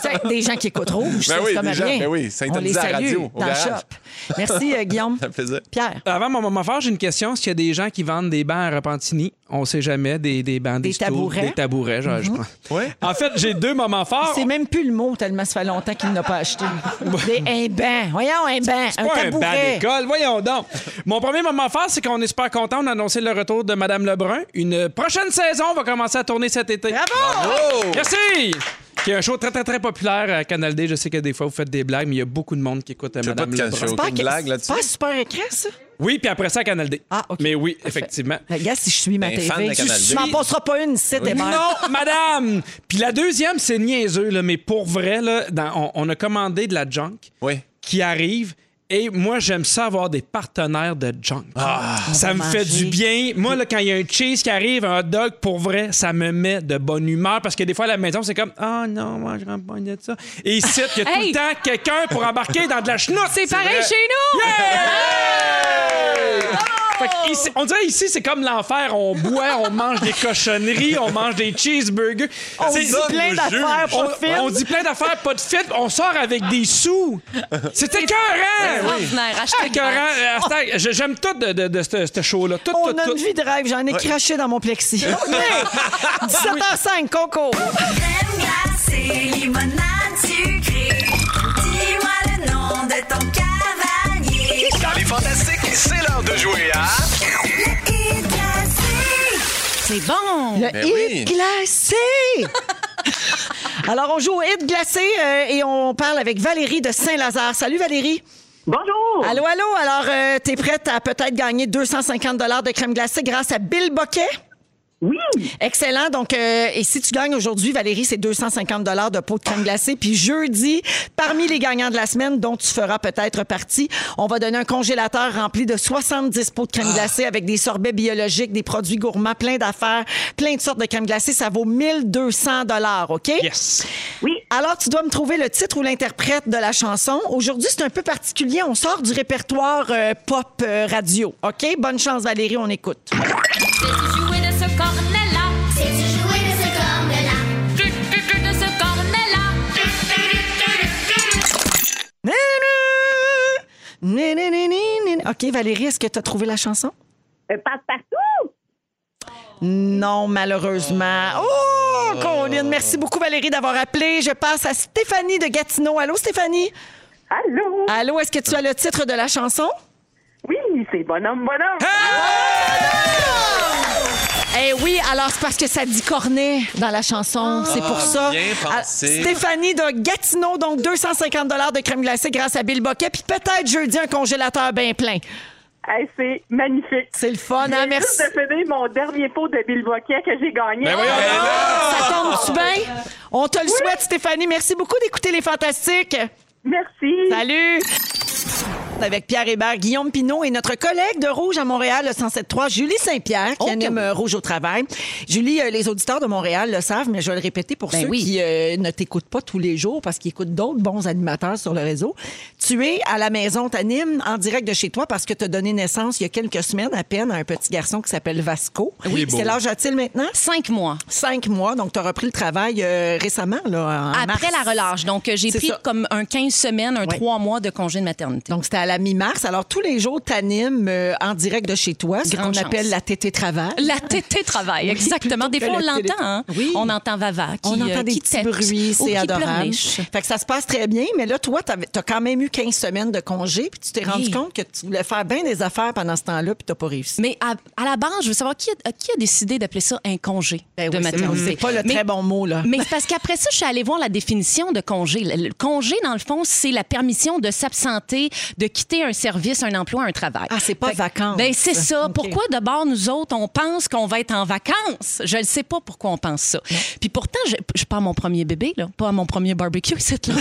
Speaker 1: C'est Des gens qui écoutent rouge,
Speaker 5: Ben
Speaker 1: ça,
Speaker 5: oui,
Speaker 1: c'est comme
Speaker 5: des gens,
Speaker 1: rien.
Speaker 5: ben oui,
Speaker 1: On les
Speaker 5: synthétisé à la
Speaker 1: salue
Speaker 5: radio, au
Speaker 1: dans le
Speaker 5: garage.
Speaker 1: shop. Merci, euh, Guillaume.
Speaker 5: [LAUGHS] Ça me plaisait.
Speaker 1: Pierre,
Speaker 2: Avant mon moment fort, j'ai une question. S'il y a des gens qui vendent des bancs à Repentigny, on sait jamais, des, des bancs, des,
Speaker 1: Des
Speaker 2: stools,
Speaker 1: tabourets.
Speaker 2: Des tabourets, genre,
Speaker 3: Mhm.
Speaker 2: je pense.
Speaker 5: Ouais.
Speaker 2: En fait, j'ai deux moments forts.
Speaker 1: c'est même plus le mot tellement ça fait longtemps qu'il n'a pas acheté. Des un bain. Voyons, un bain. Un
Speaker 2: pas un banc
Speaker 1: tabouret.
Speaker 2: d'école. Voyons donc. Mon premier moment fort, c'est qu'on est super content. On a annoncé le retour de Madame Lebrun. Une prochaine saison va commencer à tourner cet été.
Speaker 5: Oh!
Speaker 2: Merci! Qui est un show très, très, très populaire à Canal D. Je sais que des fois, vous faites des blagues, mais il y a beaucoup de monde qui écoute euh,
Speaker 5: Je sais pas
Speaker 2: Madame
Speaker 5: de quel
Speaker 2: Lebrun.
Speaker 5: show.
Speaker 1: Pas
Speaker 5: Aucune
Speaker 1: que-
Speaker 5: blague là-dessus.
Speaker 1: Pas super écrit, ça.
Speaker 2: Oui, puis après ça, à Canal D.
Speaker 1: Ah, OK.
Speaker 2: Mais oui, effectivement.
Speaker 1: Le gars, si je suis ma
Speaker 5: Un
Speaker 1: TV,
Speaker 5: fan de
Speaker 1: tu
Speaker 5: Canal
Speaker 1: tu
Speaker 5: D.
Speaker 1: m'en passeras pas une ici, t'es mort.
Speaker 2: Non, madame! Puis la deuxième, c'est niaiseux, là, mais pour vrai, là, dans- on, on a commandé de la junk
Speaker 5: Oui.
Speaker 2: qui arrive. Et moi, j'aime ça avoir des partenaires de junk. ça me
Speaker 1: va
Speaker 2: fait
Speaker 1: manger.
Speaker 2: du bien. Moi, là, quand il y a un cheese qui arrive, un hot dog, pour vrai, ça me met de bonne humeur. Parce que des fois, à la maison, c'est comme Ah non, moi, je rentre pas de ça. Et ici, il y a tout
Speaker 3: Hey!
Speaker 2: le temps quelqu'un pour embarquer dans de la chenoute.
Speaker 3: C'est pareil chez nous!
Speaker 2: Fait que ici- on dirait ici, c'est comme l'enfer. On boit, on mange des cochonneries, on mange des cheeseburgers.
Speaker 1: On
Speaker 2: C'est-
Speaker 1: dit plein d'affaires, pas de film.
Speaker 2: on, on dit plein d'affaires, pas de fit, on sort avec des sous. C'est écœurant!
Speaker 3: Extraordinaire.
Speaker 2: C'est
Speaker 3: Hashtag
Speaker 2: écœurant. Euh, Hashtag- je- J'aime tout de, de, de ce ce show-là. Tout,
Speaker 1: On
Speaker 2: tout,
Speaker 1: a
Speaker 2: tout.
Speaker 1: une vie de rêve, j'en ai craché dans mon
Speaker 5: [LAUGHS]
Speaker 1: plexi. 17h05, Coco.
Speaker 11: Crème glacée, limonade sucrée. Dis-moi le nom de ton cavalier.
Speaker 12: Dans les fantastiques, c'est l'heure de jouer à...
Speaker 11: Le hit glacé.
Speaker 3: C'est bon!
Speaker 1: Le
Speaker 5: Ben
Speaker 1: hit
Speaker 5: oui. [LAUGHS]
Speaker 1: glacé! Alors, on joue au hit glacé euh, et on parle avec Valérie de Saint-Lazare. Salut Valérie!
Speaker 13: Bonjour!
Speaker 1: Allô, allô! Alors, euh, t'es prête à peut-être gagner 250 de crème glacée grâce à Bill Boquet?
Speaker 13: Oui!
Speaker 1: Excellent. Donc, euh, et si tu gagnes aujourd'hui, Valérie, c'est 250 de pot de crème glacée. Puis jeudi, parmi les gagnants de la semaine, dont tu feras peut-être partie, on va donner un congélateur rempli de 70 pots de crème glacée avec des sorbets biologiques, des produits gourmands, plein d'affaires, plein de sortes de crème glacée. Ça vaut 1200 OK?
Speaker 2: Yes.
Speaker 13: Oui!
Speaker 1: Alors, tu dois me trouver le titre ou l'interprète de la chanson. Aujourd'hui, c'est un peu particulier. On sort du répertoire euh, pop euh, radio. OK? Bonne chance, Valérie. On écoute.
Speaker 14: Sais-tu jouer de ce cornet-là?
Speaker 15: Sais-tu jouer de ce cornet-là?
Speaker 14: Tu, tu, tu, De ce cornet-là?
Speaker 1: Na, na, na, na, na, na, na. OK, Valérie, est-ce que tu as trouvé la chanson?
Speaker 13: Euh, Passe-partout!
Speaker 1: Non, malheureusement. Oh, Colin, merci beaucoup, Valérie, d'avoir appelé. Je passe à Stéphanie de Gatineau. Allô, Stéphanie?
Speaker 13: Allô!
Speaker 1: Allô, est-ce que tu as le titre de la chanson?
Speaker 13: Oui, c'est bonhomme, bonhomme!
Speaker 1: Eh oui, alors c'est parce que ça dit cornet dans la chanson. C'est pour ça.
Speaker 5: bien pensé.
Speaker 1: Ah, Stéphanie de Gatineau, donc 250 de crème glacée grâce à Bill Boquet. Puis peut-être jeudi un congélateur bien plein.
Speaker 13: Hey, c'est magnifique!
Speaker 1: C'est le fun, hein?
Speaker 13: J'ai
Speaker 1: Merci.
Speaker 13: Juste de finir mon dernier pot de Bill Boquet que j'ai gagné.
Speaker 5: Ben,
Speaker 1: Ah! Ça tombe-tu bien? On te le souhaite, Stéphanie. Merci beaucoup d'écouter Les Fantastiques.
Speaker 13: Merci!
Speaker 1: Salut! Avec Pierre Hébert, Guillaume Pinot et notre collègue de Rouge à Montréal, le 107.3, Julie Saint-Pierre, qui
Speaker 3: Oh,
Speaker 1: anime euh, Rouge au travail. Julie, euh, les auditeurs de Montréal le savent, mais je vais le répéter pour
Speaker 3: Ben
Speaker 1: ceux
Speaker 3: oui.
Speaker 1: qui euh, ne t'écoutent pas tous les jours parce qu'ils écoutent d'autres bons animateurs sur le réseau. Tu es à la maison, t'animes en direct de chez toi parce que tu as donné naissance il y a quelques semaines à peine à un petit garçon qui s'appelle Vasco. Oui, Quel âge a-t-il maintenant?
Speaker 3: Cinq mois.
Speaker 1: Cinq mois, donc tu as repris le travail euh, récemment, là, en
Speaker 3: Après
Speaker 1: mars.
Speaker 3: la relâche. Donc, euh, j'ai
Speaker 1: C'est
Speaker 3: pris
Speaker 1: ça.
Speaker 3: comme un 15 semaines, un
Speaker 1: Ouais.
Speaker 3: 3 mois de congé de maternité.
Speaker 1: Donc, c'était à la mi-mars. Alors, tous les jours, t'animes euh, en direct de chez toi, ce qu'on
Speaker 3: Grande chance.
Speaker 1: appelle la TT Travail.
Speaker 3: La tétée travaille, exactement.
Speaker 1: [LAUGHS]
Speaker 3: Des
Speaker 1: que
Speaker 3: fois, on
Speaker 1: le
Speaker 3: l'entend.
Speaker 1: téléphone.
Speaker 3: hein.
Speaker 1: Oui.
Speaker 3: On entend Vava qui,
Speaker 1: On
Speaker 3: euh,
Speaker 1: entend des
Speaker 3: qui
Speaker 1: petits
Speaker 3: tête
Speaker 1: bruits,
Speaker 3: ou qui
Speaker 1: c'est adorable.
Speaker 3: pleurniche.
Speaker 1: Fait que ça se passe très bien, mais là, toi, t'avais- t'as quand même eu 15 semaines de congé, puis tu t'es rendu
Speaker 3: Oui.
Speaker 1: compte que tu voulais faire bien des affaires pendant ce temps-là, puis t'as pas réussi.
Speaker 3: Mais à, à la base, je veux savoir qui a, qui a décidé d'appeler ça un congé
Speaker 1: Ben
Speaker 3: de
Speaker 1: oui, c'est
Speaker 3: maternité.
Speaker 1: bon, c'est pas le
Speaker 3: Mais-
Speaker 1: très bon mot, là.
Speaker 3: Mais c'est parce qu'après ça, je suis allée voir la définition de congé. Le, le congé, dans le fond, c'est la permission de s'absenter, de quitter un service, un emploi, un travail.
Speaker 1: Ah, c'est pas
Speaker 3: Fait que-
Speaker 1: vacances.
Speaker 3: Ben, c'est ça.
Speaker 1: [LAUGHS] OK.
Speaker 3: Pourquoi d'abord, nous autres, on pense qu'on va être en vacances? Je ne sais pas pourquoi on pense ça. Puis pourtant, je je suis pas à mon premier bébé, là, pas à mon premier barbecue, [LAUGHS] c'est
Speaker 1: [LAUGHS]
Speaker 3: là.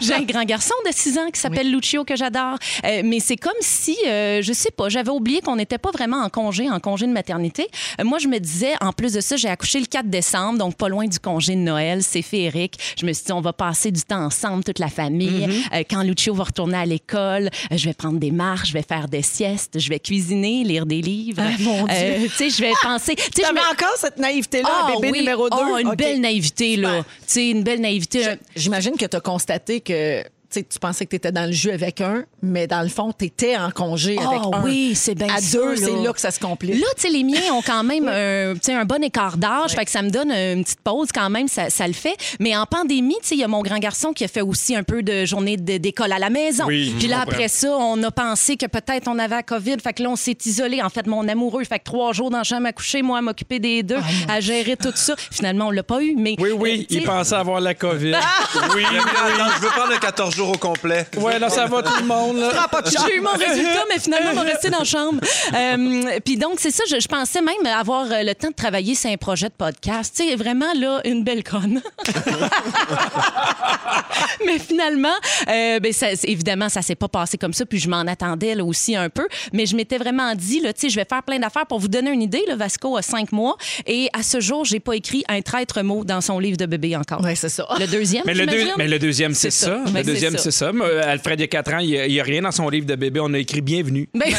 Speaker 3: J'ai un grand garçon de 6 ans qui s'appelle Lucio, que j'adore. Euh, mais c'est comme si, euh, je sais pas, j'avais oublié qu'on n'était pas vraiment en congé, en congé de maternité. Euh, moi, je me disais, en plus de ça, j'ai accouché le 4 décembre, donc pas loin du congé de Noël. C'est
Speaker 8: Mhm.
Speaker 3: féerique. Je me suis dit, on va passer du temps ensemble, toute la famille. Euh, quand Lucio va retourner à l'école, seule. Euh, Je vais prendre des marches, je vais faire des siestes, je vais cuisiner, lire des livres.
Speaker 8: Ah, mon Dieu. Ah!
Speaker 3: Euh, tu sais, je vais penser. Tu sais, je
Speaker 8: T'avais
Speaker 3: me-
Speaker 8: encore cette naïveté-là,
Speaker 3: Ah,
Speaker 8: bébé
Speaker 3: oui.
Speaker 8: numéro 2.
Speaker 3: Ah, une belle naïveté, là. Tu sais, une belle naïveté. Un-
Speaker 1: J'imagine que tu as constaté que tu sais, tu pensais que tu étais dans le jeu avec un, mais dans le fond, tu étais en congé avec
Speaker 3: Ah
Speaker 1: un.
Speaker 3: oui, c'est bien
Speaker 1: À
Speaker 3: ça,
Speaker 1: deux,
Speaker 3: là.
Speaker 1: c'est là que ça se complique.
Speaker 3: Là, tu sais, les miens ont quand
Speaker 1: [LAUGHS]
Speaker 3: même un, tu sais, un bon écart d'âge, fait que ça me donne euh, une petite pause quand même, ça, ça le fait. Mais en pandémie, tu sais, il y a mon grand garçon qui a fait aussi un peu de journée de- d'école à la maison.
Speaker 2: Oui,
Speaker 3: Puis là,
Speaker 2: je comprends.
Speaker 3: après ça, on a pensé que peut-être on avait la COVID, fait que là, on s'est isolé. En fait, mon amoureux, fait que trois jours dans la chambre à coucher, moi, à m'occuper des deux,
Speaker 1: Oh
Speaker 3: à gérer tout ça. Finalement, on l'a pas eu, mais...
Speaker 2: Oui, oui,
Speaker 3: euh, tu
Speaker 2: il
Speaker 3: sais,
Speaker 2: pensait avoir la COVID.
Speaker 3: Ah.
Speaker 2: oui,
Speaker 16: Attends, je veux pas le 14 jours au complet.
Speaker 2: ouais, là, ça va tout le monde. là.
Speaker 3: J'ai eu mon résultat, mais finalement, on va rester dans la chambre. Euh, Puis donc, c'est ça, je, je pensais même avoir euh, le temps de travailler sur un projet de podcast. Tu sais, vraiment, là, une belle conne. [LAUGHS] mais finalement, euh, ben, ça- c'est- évidemment, ça s'est pas passé comme ça, puis je m'en attendais là, aussi un peu. Mais je m'étais vraiment dit, là, tu sais, je vais faire plein d'affaires. Pour vous donner une idée, le Vasco a cinq mois, et à ce jour, j'ai pas écrit un traître mot dans son livre de bébé encore.
Speaker 1: Oui, c'est ça.
Speaker 3: Le deuxième,
Speaker 2: Mais le, deux-
Speaker 3: j'imagine?
Speaker 2: mais le deuxième, c'est
Speaker 3: C'est
Speaker 2: ça.
Speaker 3: ça. Mais
Speaker 2: Le
Speaker 3: c'est
Speaker 2: deuxième,
Speaker 3: ça.
Speaker 2: c'est ça. Mais, euh, Alfred, il y a 4 ans, il n'y a, rien dans son livre de bébé. On a écrit Bienvenue.
Speaker 3: Ben-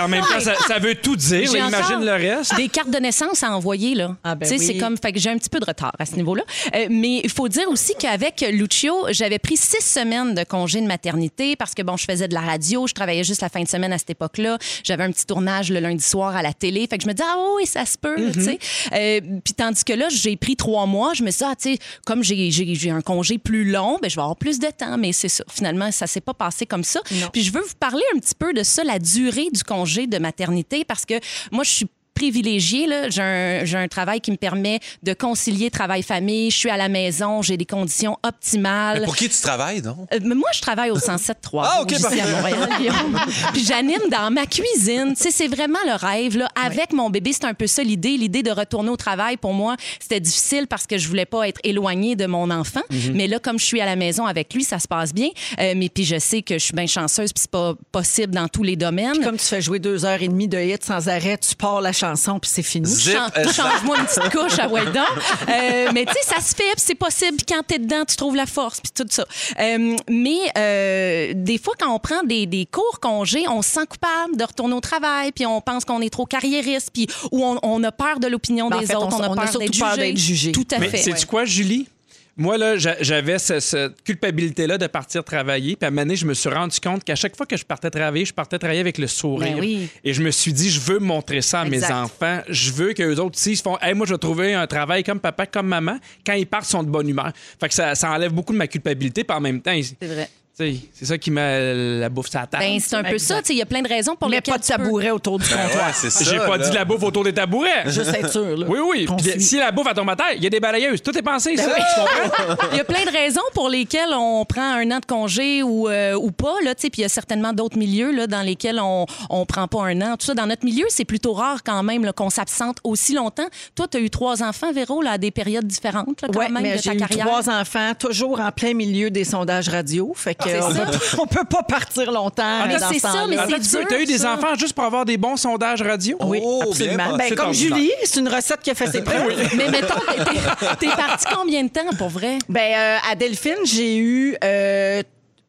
Speaker 2: En même temps, ça, ça veut tout dire.
Speaker 3: J'ai
Speaker 2: là, imagine
Speaker 3: encore
Speaker 2: le reste.
Speaker 3: Des cartes de naissance à envoyer, là.
Speaker 1: Ah, ben
Speaker 3: Tu sais,
Speaker 1: oui.
Speaker 3: c'est comme. Fait que j'ai un petit peu de retard à ce niveau-là. Euh, mais il faut dire aussi qu'avec Lucio, j'avais pris six semaines de congé de maternité parce que, bon, je faisais de la radio, je travaillais juste la fin de semaine à cette époque-là. J'avais un petit tournage le lundi soir à la télé. Fait que je me disais, ah oui, ça se peut,
Speaker 1: Mm-hmm.
Speaker 3: tu sais. Euh, Puis tandis que là, j'ai pris trois mois, je me suis dit, ah, tu sais, comme j'ai- j'ai j'ai un congé plus long, ben, je vais avoir plus de temps. Mais c'est ça. Finalement, ça s'est pas passé comme ça. Puis je veux vous parler un petit peu de ça, la durée du congé de maternité, parce que moi, je suis privilégiée. là. J'ai un, j'ai un travail qui me permet de concilier travail-famille. Je suis à la maison, j'ai des conditions optimales.
Speaker 16: Mais pour qui tu travailles, donc?
Speaker 3: Euh, mais moi, je travaille au 107.3
Speaker 16: Ah, OK,
Speaker 3: ici
Speaker 16: parfait. [LAUGHS]
Speaker 3: à Montréal, Guillaume. Puis j'anime dans ma cuisine. Tu sais, c'est vraiment le rêve. Là. Avec mon bébé, c'est un peu ça l'idée. L'idée de retourner au travail, pour moi, c'était difficile parce que je voulais pas être éloignée de mon enfant.
Speaker 16: Mhm.
Speaker 3: Mais là, comme je suis à la maison avec lui, ça se passe bien. Euh, mais puis je sais que je suis bien chanceuse, puis c'est pas possible dans tous les domaines.
Speaker 1: Comme tu fais jouer deux heures et demie de hits sans arrêt, tu pars la chanson, puis c'est fini.
Speaker 16: Zip,
Speaker 3: Chan-
Speaker 16: elle
Speaker 3: Change-moi une petite couche à Weldon. Euh, mais tu sais, ça se fait, puis c'est possible. puis Quand t'es dedans, tu trouves la force, puis tout ça. Euh, mais euh, des fois, quand on prend des, des courts congés, on se sent coupable de retourner au travail, puis on pense qu'on est trop carriériste, puis ou on, on a peur de l'opinion
Speaker 1: Ben, en
Speaker 3: des
Speaker 1: fait,
Speaker 3: autres,
Speaker 1: on-
Speaker 3: on,
Speaker 1: on a
Speaker 3: a peur
Speaker 1: surtout
Speaker 3: d'être
Speaker 1: peur
Speaker 3: jugé.
Speaker 1: d'être jugé.
Speaker 3: Tout à
Speaker 2: Mais
Speaker 3: fait.
Speaker 2: sais-tu quoi, Julie? Moi, là, j'a- j'avais ce- cette culpabilité-là de partir travailler. Puis à un moment donné, je me suis rendu compte qu'à chaque fois que je partais travailler, je partais travailler avec le sourire.
Speaker 3: Ben oui.
Speaker 2: Et je me suis dit, je veux montrer ça à
Speaker 1: Exact.
Speaker 2: mes enfants. Je veux qu'eux autres, aussi se font, hey, moi, je vais trouver un travail comme papa, comme maman. Quand ils partent, ils sont de bonne humeur. Fait que ça, ça enlève beaucoup de ma culpabilité. Puis en même temps, ils- tu
Speaker 3: C'est vrai.
Speaker 2: sais, c'est ça qui met la bouffe sur la table.
Speaker 3: Ben, c'est un peu ça. tu sais, Il y a plein de raisons pour
Speaker 1: Mais
Speaker 3: lesquelles.
Speaker 1: pas de
Speaker 3: tu peux-
Speaker 1: tabouret autour du
Speaker 3: [LAUGHS]
Speaker 1: comptoir.
Speaker 16: Ouais, c'est ça.
Speaker 2: J'ai pas
Speaker 16: là.
Speaker 2: dit de la bouffe autour des tabourets.
Speaker 1: Juste être sûr, là.
Speaker 2: Oui, oui.
Speaker 1: qu'on
Speaker 2: Puis
Speaker 1: suit.
Speaker 2: si la bouffe à ton matin, il y a des balayeuses. Tout est pensé,
Speaker 3: Ben
Speaker 2: ça. Tu comprends?
Speaker 3: Il y a plein de raisons pour lesquelles on prend un an de congé ou, euh, ou pas. Là, tu sais, puis il y a certainement d'autres milieux là, dans lesquels on ne prend pas un an. Tout ça, dans notre milieu, c'est plutôt rare quand même là, qu'on s'absente aussi longtemps. Toi, tu as eu trois enfants, Véro, là, à des périodes différentes là, quand
Speaker 1: Ouais,
Speaker 3: même
Speaker 1: mais
Speaker 3: de
Speaker 1: j'ai
Speaker 3: ta
Speaker 1: eu
Speaker 3: carrière.
Speaker 1: trois enfants, toujours en plein milieu des sondages radio. Fait que
Speaker 3: Ah, c'est
Speaker 1: on,
Speaker 3: ça. Ah,
Speaker 1: peut, on peut pas partir longtemps.
Speaker 3: mais
Speaker 1: dans
Speaker 3: c'est
Speaker 1: ce
Speaker 3: ça,
Speaker 1: temps-là.
Speaker 3: mais
Speaker 2: Attends un petit
Speaker 3: c'est
Speaker 2: peu,
Speaker 3: dur,
Speaker 2: Ah, T'as eu des
Speaker 3: ça.
Speaker 2: enfants juste pour avoir des bons sondages radio?
Speaker 1: Oui,
Speaker 16: Oh, bien
Speaker 1: absolument.
Speaker 16: pensé.
Speaker 1: Ben, comme
Speaker 2: ordinaire.
Speaker 1: Julie, c'est une recette qui a
Speaker 2: [LAUGHS]
Speaker 1: fait ses preuves.
Speaker 3: Mais mettons, t'es- t'es parti combien de temps pour vrai?
Speaker 1: Ben, euh, à Delphine, j'ai eu. euh,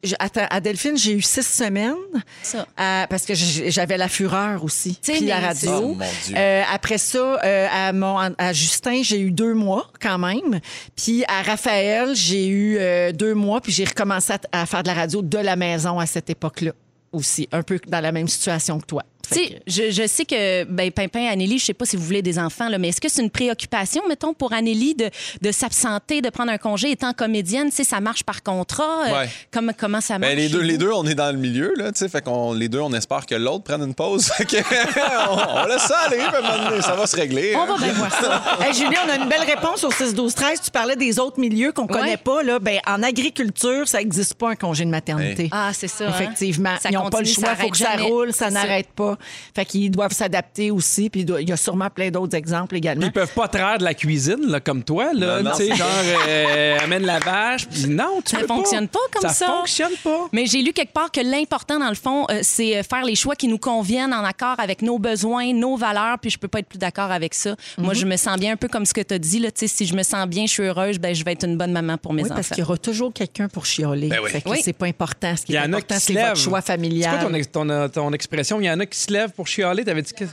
Speaker 1: j'- attends, à Delphine, j'ai eu six semaines.
Speaker 3: Ça.
Speaker 1: Euh, parce que j'ai- j'avais la fureur aussi.
Speaker 3: Tu sais,
Speaker 1: Puis la
Speaker 3: mais
Speaker 1: radio.
Speaker 16: c'est- Oh, mon Dieu.
Speaker 1: Euh, après ça, euh, à, mon, à Justin, j'ai eu deux mois quand même. Puis à Raphaël, j'ai eu euh, deux mois. Puis j'ai recommencé à, t- à faire de la radio de la maison à cette époque-là aussi. Un peu dans la même situation que toi. Fait
Speaker 3: Tu sais, je, je sais que ben, Pimpin, Anneli, je sais pas si vous voulez des enfants, là, mais est-ce que c'est une préoccupation, mettons, pour Anneli de, de s'absenter, de prendre un congé étant comédienne? Tu sais, ça marche par contrat. euh,
Speaker 16: Ouais.
Speaker 3: comme- comment ça marche?
Speaker 16: Ben, les, deux,
Speaker 3: chez
Speaker 16: les
Speaker 3: vous?
Speaker 16: deux, on est dans le milieu, là, tu sais. Fait qu'on, les deux, on espère que l'autre prenne une pause. [LAUGHS] Fait que, on, on laisse ça aller, puis à un moment donné, ça va se régler.
Speaker 1: On
Speaker 16: hein.
Speaker 1: va bien voir Ben, ça. Hey, Julie, on a une belle réponse au 6 12 13. Tu parlais des autres milieux qu'on connaît
Speaker 3: Ouais.
Speaker 1: pas là, ben en agriculture, ça n'existe pas un congé de maternité.
Speaker 16: Hey.
Speaker 3: Ah, c'est ça. hein?
Speaker 1: Effectivement,
Speaker 3: Ça
Speaker 1: ils n'ont pas le
Speaker 3: continue,
Speaker 1: choix,
Speaker 3: ça
Speaker 1: faut que
Speaker 3: arrête
Speaker 1: ça
Speaker 3: jamais.
Speaker 1: roule, ça
Speaker 3: C'est
Speaker 1: n'arrête pas. Fait qu'ils doivent s'adapter aussi. Puis il doit- il y a sûrement plein d'autres exemples également.
Speaker 2: Ils peuvent pas traire de la cuisine, là, comme toi, là.
Speaker 1: Hein? Non, non.
Speaker 2: Tu sais, genre, euh, amène la vache. puis non, tu
Speaker 3: ça
Speaker 2: peux
Speaker 3: fonctionne pas comme ça.
Speaker 2: Ça fonctionne pas.
Speaker 3: Mais j'ai lu quelque part que l'important, dans le fond, euh, c'est euh, faire les choix qui nous conviennent en accord avec nos besoins, nos valeurs, puis je peux pas être plus d'accord avec ça. Moi,
Speaker 1: Mhm.
Speaker 3: je me sens bien un peu comme ce que tu as dit, là. Tu sais, si je me sens bien, je suis heureuse, ben, je vais être une bonne maman pour mes
Speaker 1: Oui,
Speaker 3: enfants.
Speaker 1: parce qu'il y aura toujours quelqu'un pour chialer.
Speaker 2: Ben oui.
Speaker 1: Fait que
Speaker 2: Oui.
Speaker 1: c'est pas important. Ce qui
Speaker 2: Il y
Speaker 1: est
Speaker 2: en a
Speaker 1: important,
Speaker 2: qui se
Speaker 1: c'est
Speaker 2: lèvent.
Speaker 1: votre choix familial.
Speaker 2: C'est quoi ton, ex- ton, euh, ton expression? Il y en a qui se lèvent pour chialer. T'avais dit que.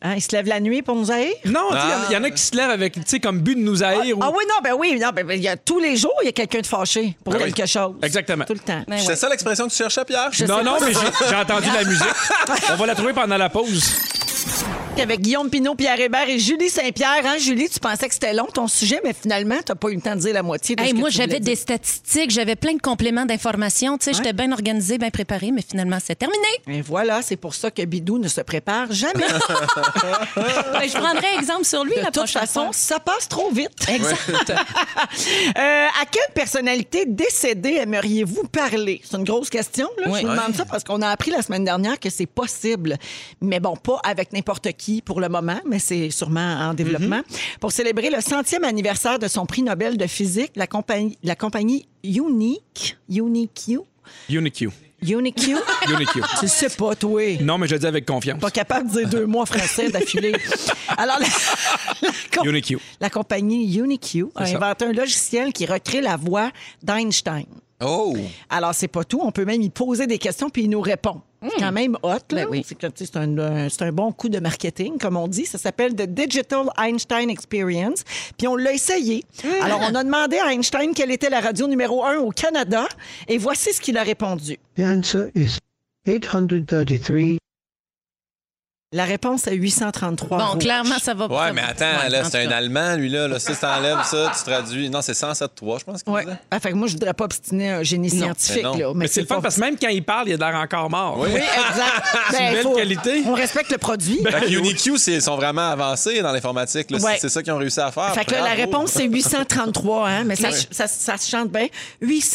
Speaker 1: Hein, ils se lèvent la nuit pour nous haïr?
Speaker 2: Non, tu sais, il y en- il y en a qui se lèvent avec, tu sais, comme but de nous haïr. ou-
Speaker 1: Ah oui, non, ben oui, non, ben, ben, il y a, tous les jours, il y a quelqu'un de fâché pour
Speaker 2: Ben Oui.
Speaker 1: quelque chose.
Speaker 2: Exactement.
Speaker 1: Tout le temps.
Speaker 3: Ben
Speaker 16: C'est ça l'expression que tu cherchais, Pierre?
Speaker 2: non, non, mais j'ai- j'ai entendu la musique. On va la trouver pendant la pause.
Speaker 1: Avec Guillaume Pinot, Pierre Hébert et Julie Saint-Pierre. Hein, Julie, tu pensais que c'était long ton sujet, mais finalement, t'as pas eu le temps de dire la moitié de
Speaker 3: Hey,
Speaker 1: ce que
Speaker 3: moi,
Speaker 1: tu
Speaker 3: j'avais
Speaker 1: voulais
Speaker 3: des
Speaker 1: dire.
Speaker 3: statistiques, j'avais plein de compléments d'informations. Tu sais, j'étais bien organisée, bien préparée, mais finalement, c'est
Speaker 1: [LAUGHS]
Speaker 3: terminé.
Speaker 1: Et voilà, c'est pour ça que Bidou ne se
Speaker 3: [LAUGHS]
Speaker 1: prépare jamais.
Speaker 3: Ben, je prendrai exemple sur lui
Speaker 1: De
Speaker 3: la
Speaker 1: toute
Speaker 3: prochaine
Speaker 1: façon,
Speaker 3: fois.
Speaker 1: ça passe trop vite.
Speaker 3: [LAUGHS]
Speaker 1: [LAUGHS]
Speaker 3: Exact.
Speaker 1: Euh, à quelle personnalité décédée aimeriez-vous parler? C'est une grosse question. Là.
Speaker 3: Oui.
Speaker 1: Je vous demande ça parce qu'on a appris la semaine dernière que c'est possible. Mais bon, pas avec n'importe qui pour le moment, mais c'est sûrement en développement.
Speaker 3: Mm-hmm.
Speaker 1: Pour célébrer le centième anniversaire de son prix Nobel de physique, la compagnie, la compagnie Unique, Unique U,
Speaker 2: UniQ.
Speaker 3: [LAUGHS]
Speaker 1: Unique U,
Speaker 2: UniQ.
Speaker 1: tu le sais pas, toi.
Speaker 2: Non, mais je le dis avec confiance.
Speaker 1: Pas capable de dire deux mots en français d'affilée. Alors, la, la com-
Speaker 2: UniQ.
Speaker 1: la compagnie UniQ a
Speaker 2: C'est ça.
Speaker 1: inventé un logiciel qui recrée la voix d'Einstein.
Speaker 16: Oh!
Speaker 1: Alors, c'est pas tout. On peut même y poser des questions puis il nous répond. C'est quand même hot. là. C'est que, tu sais, C'est un, un- c'est un bon coup de marketing, comme on dit. Ça s'appelle The Digital Einstein Experience. Puis on l'a essayé. Alors, on a demandé à Einstein quelle était la radio numéro un au Canada. Et voici ce qu'il a répondu.
Speaker 17: The answer is 833.
Speaker 1: La réponse est 833.
Speaker 3: Bon,
Speaker 1: rouges.
Speaker 3: clairement, ça va
Speaker 16: Ouais, mais attends, là, c'est un Allemand, lui, là. là si t'enlèves ça, tu traduis. Non, c'est 107.3, je pense qu'il
Speaker 1: Ouais.
Speaker 16: disait.
Speaker 1: Ah, fait que moi, je voudrais pas obstiner un génie
Speaker 16: Mais
Speaker 1: scientifique.
Speaker 16: non.
Speaker 1: là,
Speaker 2: Ben Mais c'est le fun
Speaker 1: pas-
Speaker 2: parce que même quand il parle, il a l'air encore mort.
Speaker 16: Oui.
Speaker 1: Oui, exact.
Speaker 2: [LAUGHS] C'est une
Speaker 1: Ben,
Speaker 2: belle
Speaker 1: faut-
Speaker 2: qualité. Ben,
Speaker 1: On respecte le produit.
Speaker 16: Fait
Speaker 2: [LAUGHS]
Speaker 16: que UniQ, c'est- ils sont vraiment avancés dans l'informatique. là. C'est-
Speaker 1: Ouais.
Speaker 16: C'est ça qu'ils ont réussi à faire.
Speaker 1: Fait que là, la
Speaker 16: Bravo.
Speaker 1: réponse, c'est 833, hein, mais ça,
Speaker 16: Ouais.
Speaker 1: ça, ça se chante bien.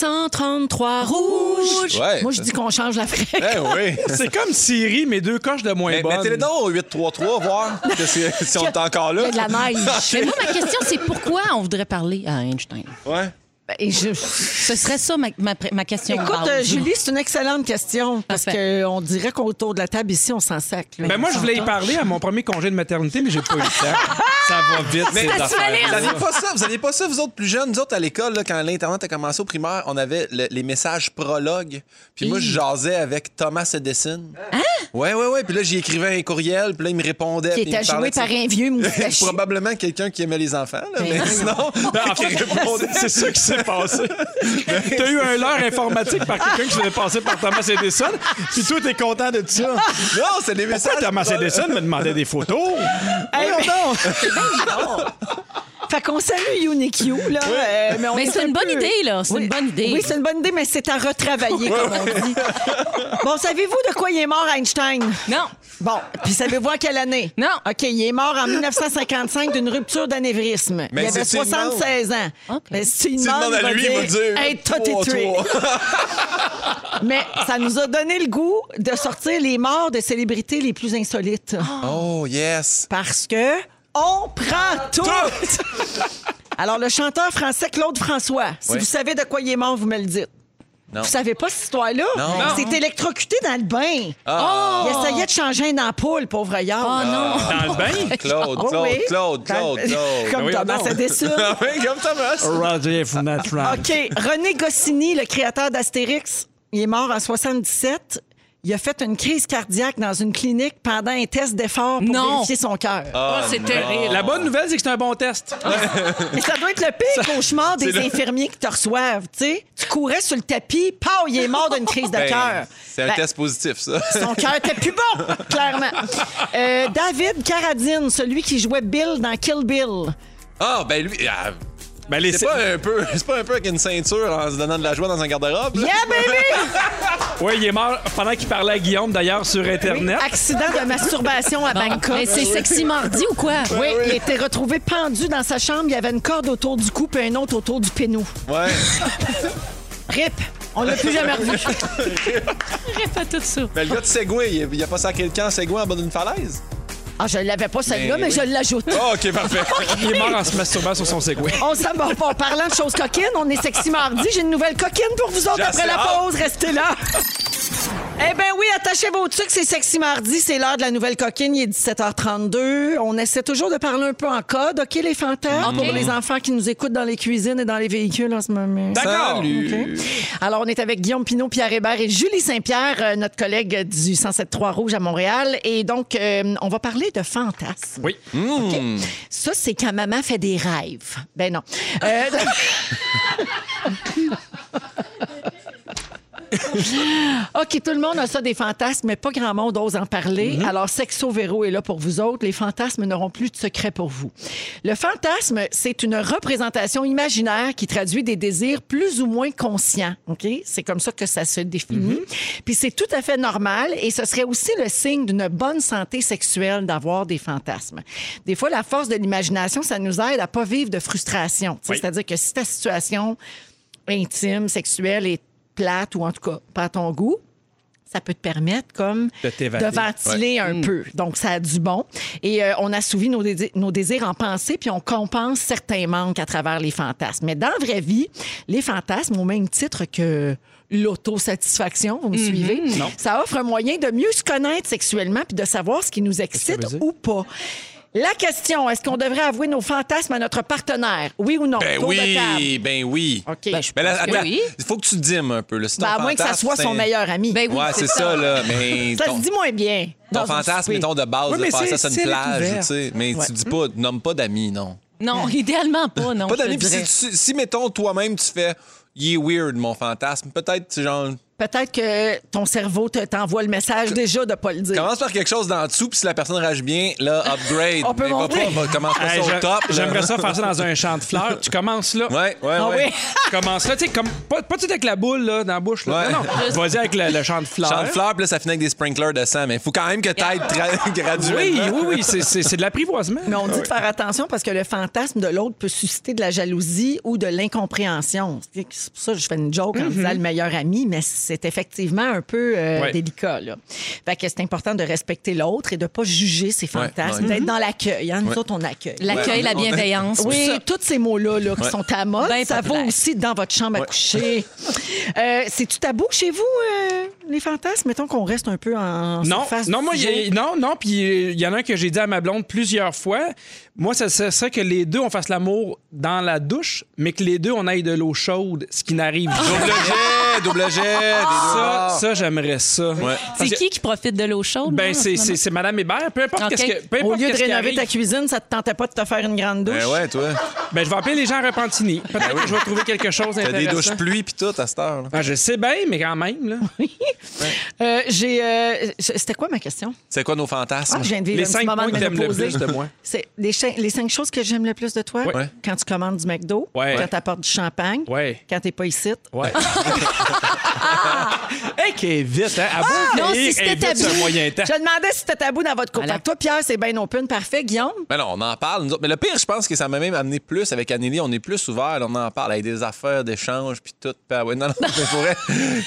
Speaker 1: 833 rouges.
Speaker 16: Ouais.
Speaker 1: Moi, je dis qu'on change la
Speaker 2: [LAUGHS]
Speaker 1: fréquence.
Speaker 16: Eh oui.
Speaker 1: [LAUGHS]
Speaker 2: C'est comme Siri, mais deux coches de moins
Speaker 16: Mais
Speaker 2: bonnes.
Speaker 16: Eh, mettez-les donc au 833, voir que
Speaker 1: [LAUGHS]
Speaker 16: c'est- si on est encore là.
Speaker 1: Il y a de la neige.
Speaker 3: Mais moi, ma question, c'est pourquoi on voudrait parler à Einstein?
Speaker 16: Ouais.
Speaker 1: Et je-
Speaker 3: Ce serait ça ma, ma- ma question. de
Speaker 1: Écoute,
Speaker 3: base.
Speaker 1: euh, Julie, c'est une excellente question parce qu'on dirait qu'autour de la table ici, on s'en sac. là.
Speaker 2: Ben moi, je voulais y parler à mon premier congé de maternité, mais j'ai pas eu le temps. [LAUGHS] Ça va vite,
Speaker 16: Mais
Speaker 2: ces
Speaker 16: ça
Speaker 3: se fait
Speaker 2: affaires-là.
Speaker 3: lire,
Speaker 16: Vous aviez pas ça, vous aviez pas ça, vous autres plus jeunes, nous autres à l'école, là, quand l'Internet a commencé au primaire, on avait le- les messages prologues. Puis moi, je jasais avec Thomas Edison. Hein? Ouais, ouais, ouais. Puis là, j'y écrivais un courriel, puis là, il me répondait.
Speaker 1: Qui
Speaker 16: puis il
Speaker 1: était
Speaker 16: me parlait
Speaker 1: joué
Speaker 16: de ça.
Speaker 1: par un
Speaker 16: [LAUGHS]
Speaker 1: vieux
Speaker 2: [LAUGHS]
Speaker 1: moustachu.
Speaker 16: Probablement quelqu'un qui aimait les enfants, là, mais
Speaker 1: [LAUGHS]
Speaker 16: sinon,
Speaker 2: En
Speaker 16: qui
Speaker 2: fait,
Speaker 16: répondait.
Speaker 2: c'est- c'est ça qui s'est passé. [LAUGHS] T'as eu un leurre informatique par quelqu'un qui se faisait passer par Thomas Edison, puis toi, t'es content de ça.
Speaker 16: Non, c'est des messages.
Speaker 2: Pourquoi Thomas Edison me demandait des photos?
Speaker 1: Hey, Eh, [LAUGHS] mais- Fait qu'on salue UniQ, là. euh, on
Speaker 3: Mais
Speaker 1: est
Speaker 3: c'est
Speaker 1: un
Speaker 3: une bonne
Speaker 1: peu-
Speaker 3: idée, là. C'est
Speaker 1: Oui.
Speaker 3: une bonne idée.
Speaker 1: Oui, c'est une bonne idée, mais c'est à retravailler, comme on dit. Bon, savez-vous de quoi il est mort, Einstein?
Speaker 3: Non.
Speaker 1: Bon, puis savez-vous à quelle année?
Speaker 3: Non.
Speaker 1: OK, il est mort en 1955 d'une rupture d'anévrisme.
Speaker 16: Mais
Speaker 1: il avait
Speaker 16: si tu lui
Speaker 1: 76 ans.
Speaker 3: OK.
Speaker 1: Mais si tu lui
Speaker 16: Tu
Speaker 1: demandes,
Speaker 16: demandes à
Speaker 1: il va
Speaker 16: lui, il va dire.
Speaker 1: Hey, toi, t'es
Speaker 16: trois,
Speaker 1: tué.
Speaker 16: trois.
Speaker 1: Mais ça nous a donné le goût de sortir les morts de célébrités les plus insolites.
Speaker 3: Ah,
Speaker 16: Oh,
Speaker 1: [LAUGHS]
Speaker 16: yes.
Speaker 1: Parce que on prend tout! Alors, le chanteur français Claude François, si
Speaker 16: Ouais.
Speaker 1: vous savez de quoi il est mort, vous me le dites.
Speaker 16: Non.
Speaker 1: Vous savez pas cette histoire-là?
Speaker 16: Non.
Speaker 1: Il s'est électrocuté dans le bain.
Speaker 16: Ah.
Speaker 1: Il essayait de changer une ampoule, pauvre Yard.
Speaker 3: Oh non.
Speaker 2: Dans le bain?
Speaker 16: Claude, Claude, Claude, Claude, Claude.
Speaker 1: Oh, [LAUGHS] Comme
Speaker 2: oui,
Speaker 1: Thomas
Speaker 16: [LAUGHS]
Speaker 2: non.
Speaker 1: Edison.
Speaker 16: Ah oui, comme Thomas.
Speaker 2: Roger Funatran.
Speaker 1: OK. René Goscinny, le créateur d'Astérix, il est mort en 77. Il a fait une crise cardiaque dans une clinique pendant un test d'effort pour
Speaker 3: Non.
Speaker 1: vérifier son cœur.
Speaker 5: Ah,
Speaker 3: Oh, c'est terrible.
Speaker 2: La bonne nouvelle, c'est que c'est un bon test.
Speaker 1: Mais ça doit être le pire cauchemar des infirmiers qui te reçoivent, tu sais. Tu courais sur le tapis, pow, il est mort d'une crise de
Speaker 16: Ben,
Speaker 1: cœur.
Speaker 16: C'est un
Speaker 1: Ben,
Speaker 16: test positif, ça.
Speaker 1: Son cœur
Speaker 5: [LAUGHS]
Speaker 1: était plus
Speaker 16: [LAUGHS]
Speaker 1: bon, clairement. Euh, David Carradine, celui qui jouait Bill dans Kill Bill.
Speaker 16: Ah, ben lui. ah,
Speaker 2: Ben, les-
Speaker 16: c'est pas un peu. C'est pas un peu avec une ceinture en se donnant de la joie dans un garde-robe. là?
Speaker 1: Yeah,
Speaker 5: [LAUGHS]
Speaker 1: baby!
Speaker 2: Oui, il est mort pendant qu'il parlait à Guillaume, d'ailleurs, sur Internet.
Speaker 1: Accident de masturbation à Bangkok.
Speaker 3: Mais c'est sexy mardi ou quoi?
Speaker 1: Oui, il était retrouvé pendu dans sa chambre. Il y avait une corde autour du cou puis un autre autour du pénou.
Speaker 16: Ouais.
Speaker 18: Rip. On l'a plus jamais revu.
Speaker 3: Répète tout ça.
Speaker 5: Mais Ben, le gars de Segway, il- il a pas sacré le camp Segway en bas
Speaker 1: [LAUGHS]
Speaker 5: d'une falaise.
Speaker 1: Ah, je l'avais pas celle-là,
Speaker 16: Ben
Speaker 1: mais,
Speaker 5: Mais oui.
Speaker 1: je l'ajoute.
Speaker 5: Ah, OK, parfait.
Speaker 2: Il est mort en se masturbant sur son Segway.
Speaker 1: On s'en va pas. En Parlant de choses coquines, on est sexy mardi. J'ai une nouvelle coquine pour vous autres
Speaker 18: J'ai
Speaker 1: après
Speaker 18: assez
Speaker 1: la
Speaker 18: hâte.
Speaker 1: pause. Restez là. ben
Speaker 18: Eh bien oui, attachez vos trucs, c'est Sexy Mardi, c'est l'heure de la nouvelle coquine, il est 17h32. On essaie toujours de parler un peu en code, OK les fantasmes,
Speaker 1: OK.
Speaker 18: pour les enfants qui nous écoutent dans les cuisines et dans les véhicules en ce moment.
Speaker 1: D'accord.
Speaker 18: OK.
Speaker 1: Alors, on est avec Guillaume Pinot, Pierre Hébert et Julie Saint-Pierre, euh, notre collègue du 107.3 Rouge à Montréal. Et donc, euh, on va parler de fantasmes.
Speaker 2: Oui.
Speaker 1: OK. Ça, c'est quand maman fait des rêves. Ben non.
Speaker 18: [LAUGHS]
Speaker 1: Euh, OK, tout le monde a ça des fantasmes, mais pas grand monde ose en parler. Alors, Sexo Véro est là pour vous autres. Les fantasmes n'auront plus de secret pour vous. Le fantasme, c'est une représentation imaginaire qui traduit des désirs plus ou moins conscients. OK? C'est comme ça que ça se définit. Puis c'est tout à fait normal et ce serait aussi le signe d'une bonne santé sexuelle d'avoir des fantasmes. Des fois, la force de l'imagination, ça nous aide à pas vivre de frustration. Tu sais,
Speaker 19: Oui.
Speaker 1: C'est-à-dire que si ta situation intime, sexuelle est plate ou en tout cas pas à ton goût, ça peut te permettre comme
Speaker 2: De t'évader.
Speaker 1: ventiler
Speaker 2: Ouais.
Speaker 1: un
Speaker 2: Mm.
Speaker 1: peu. Donc, ça a du bon. Et euh, on assouvit nos, dési- nos désirs en pensée, puis on compense certains manques à travers les fantasmes. Mais dans la vraie vie, les fantasmes, au même titre que l'autosatisfaction, vous me
Speaker 2: Mm-hmm.
Speaker 19: Mhm.
Speaker 1: suivez,
Speaker 19: Non.
Speaker 1: ça offre un moyen de mieux se connaître sexuellement, puis de savoir ce qui nous excite
Speaker 19: veut dire?
Speaker 1: ou pas. La question, est-ce qu'on devrait avouer nos fantasmes à notre partenaire? Oui ou non?
Speaker 5: [LAUGHS] Ben
Speaker 1: Tour de table.
Speaker 5: oui, ben oui.
Speaker 1: Ben, je
Speaker 5: Mais là,
Speaker 1: pense que
Speaker 5: attends,
Speaker 1: oui.
Speaker 5: il faut que tu dimes un peu. Là. Si
Speaker 1: Ben,
Speaker 5: ton
Speaker 1: à moins que ça
Speaker 5: fantasme,
Speaker 1: soit son
Speaker 5: c'est-
Speaker 1: meilleur ami. Ben oui,
Speaker 5: ouais,
Speaker 1: c'est
Speaker 5: c'est
Speaker 1: ça. [LAUGHS]
Speaker 5: ça, là. Mais
Speaker 1: Ça
Speaker 5: ton-
Speaker 1: se dit moins bien.
Speaker 5: Ton
Speaker 1: dans un
Speaker 5: fantasme,
Speaker 1: souper.
Speaker 5: mettons, de base,
Speaker 1: Oui,
Speaker 5: de
Speaker 1: mais
Speaker 5: faire
Speaker 1: c'est-
Speaker 5: ça sur
Speaker 1: c'est
Speaker 5: une
Speaker 1: la
Speaker 5: plage,
Speaker 1: couverte.
Speaker 5: tu sais. Mais
Speaker 1: Ouais.
Speaker 5: tu dis pas, nomme pas d'amis, non.
Speaker 3: Non, idéalement pas, non.
Speaker 5: pas
Speaker 3: je te
Speaker 5: d'amis. Puis
Speaker 3: dirais.
Speaker 5: Si, tu- si, mettons, toi-même, tu fais, il est weird, mon fantasme, peut-être, tu sais, genre.
Speaker 1: Peut-être que ton cerveau te- t'envoie le message déjà de pas le dire.
Speaker 5: Commence par quelque chose d'en dessous, puis si la personne rage bien, là, upgrade.
Speaker 1: On peut
Speaker 5: Mais va
Speaker 1: monter.
Speaker 5: pas- va- Commence pas
Speaker 2: Hey,
Speaker 5: ça
Speaker 2: j'a-
Speaker 5: au top. là.
Speaker 2: J'aimerais ça faire ça dans un champ de fleurs. Tu commences là.
Speaker 5: Ouais, ouais,
Speaker 2: Ah
Speaker 5: ouais.
Speaker 2: oui. tu commences là, tu sais, comme, pas, pas tout avec la boule là, dans la bouche. Là.
Speaker 5: Ouais.
Speaker 2: Non, non.
Speaker 5: Juste-
Speaker 2: Vas-y avec le, le champ de fleurs.
Speaker 5: Chant de fleurs, puis là, ça finit avec des sprinklers de sang, mais il faut quand même que t'ailles tra- [LAUGHS] graduellement.
Speaker 2: Oui, oui, oui, c'est- c'est- c'est de l'apprivoisement.
Speaker 1: Mais on dit de faire attention parce que le fantasme de l'autre peut susciter de la jalousie ou de l'incompréhension. C'est pour ça que je fais une joke en
Speaker 19: Mhm.
Speaker 1: disant le meilleur ami, mais c'est effectivement un peu euh,
Speaker 19: Ouais.
Speaker 1: délicat. Là. Fait que c'est important de respecter l'autre et de pas juger ses
Speaker 19: Ouais,
Speaker 1: fantasmes,
Speaker 19: ouais.
Speaker 1: d'être dans l'accueil. hein. Nous
Speaker 19: Ouais.
Speaker 1: autres, on accueille.
Speaker 3: L'accueil, la bienveillance,
Speaker 1: Oui,
Speaker 3: tout ça.
Speaker 1: tous ces mots-là là, qui
Speaker 3: Ouais.
Speaker 1: sont à mode,
Speaker 3: Ben
Speaker 1: ça vaut
Speaker 3: populaire.
Speaker 1: aussi dans votre chambre à
Speaker 2: [LAUGHS]
Speaker 1: coucher. Euh, C'est-tu tabou chez vous, euh, les fantasmes? Mettons qu'on reste un peu en
Speaker 2: Non,
Speaker 1: surface
Speaker 2: non,
Speaker 1: du
Speaker 2: moi, il
Speaker 1: sujet.
Speaker 2: y a- non, non, puis euh, il y en a un que j'ai dit à ma blonde plusieurs fois. Moi, ça serait ça que les deux, on fasse l'amour dans la douche, mais que les deux, on aille de l'eau chaude, ce qui n'arrive
Speaker 5: Double
Speaker 2: jamais.
Speaker 5: jet, double jet. des
Speaker 2: Ça,
Speaker 5: dollars.
Speaker 2: ça j'aimerais ça.
Speaker 3: C'est
Speaker 2: Parce que-
Speaker 3: qui qui profite de l'eau chaude? là,
Speaker 2: Ben,
Speaker 3: en ce
Speaker 2: c'est-
Speaker 3: moment?
Speaker 2: c'est c'est Madame Hébert. Peu importe
Speaker 3: Ok.
Speaker 2: qu'est-ce que. Peu
Speaker 1: Au
Speaker 2: importe
Speaker 1: lieu de
Speaker 2: qu'est-ce qui
Speaker 1: rénover
Speaker 2: arrive.
Speaker 1: ta cuisine, ça te tentait pas de te faire une grande douche?
Speaker 5: Ben ouais, toi.
Speaker 2: Ben, je vais appeler les gens à Repentigny. Peut-être que je vais trouver quelque chose
Speaker 5: Ben T'as
Speaker 2: d'intéressant.
Speaker 5: des douches pluie, puis tout, à cette heure. là.
Speaker 2: Ah, je sais bien, mais quand même.
Speaker 5: [LAUGHS]
Speaker 2: Là.
Speaker 1: Euh, j'ai. euh, C'était quoi ma question?
Speaker 5: C'est quoi nos fantasmes?
Speaker 1: Ah, je viens de vivre un petit moment de ménopause. [LAUGHS] C'est les, chi- les cinq choses que j'aime le plus de toi.
Speaker 5: Ouais.
Speaker 1: Quand tu commandes du McDo,
Speaker 5: Ouais.
Speaker 1: quand tu apportes du champagne,
Speaker 2: Ouais.
Speaker 1: quand t'es pas ici.
Speaker 2: Ouais. [LAUGHS] Hey, qui est vite, hein?
Speaker 1: Ah,
Speaker 2: À bon
Speaker 1: non,
Speaker 2: vieillir,
Speaker 1: si
Speaker 2: elle
Speaker 1: c'était
Speaker 2: est vite,
Speaker 1: tabou.
Speaker 2: ce moyen temps.
Speaker 1: Je demandais si c'était tabou dans votre couple. Fait que Toi, Pierre, c'est bien open. Parfait. Guillaume?
Speaker 5: Ben non, on en parle. nous autres. Mais le pire, je pense que ça m'a même amené plus avec Anneli. On est plus ouvert, on en parle avec des affaires d'échange, puis tout. Puis, ah ouais, non, non, mais pour vrai.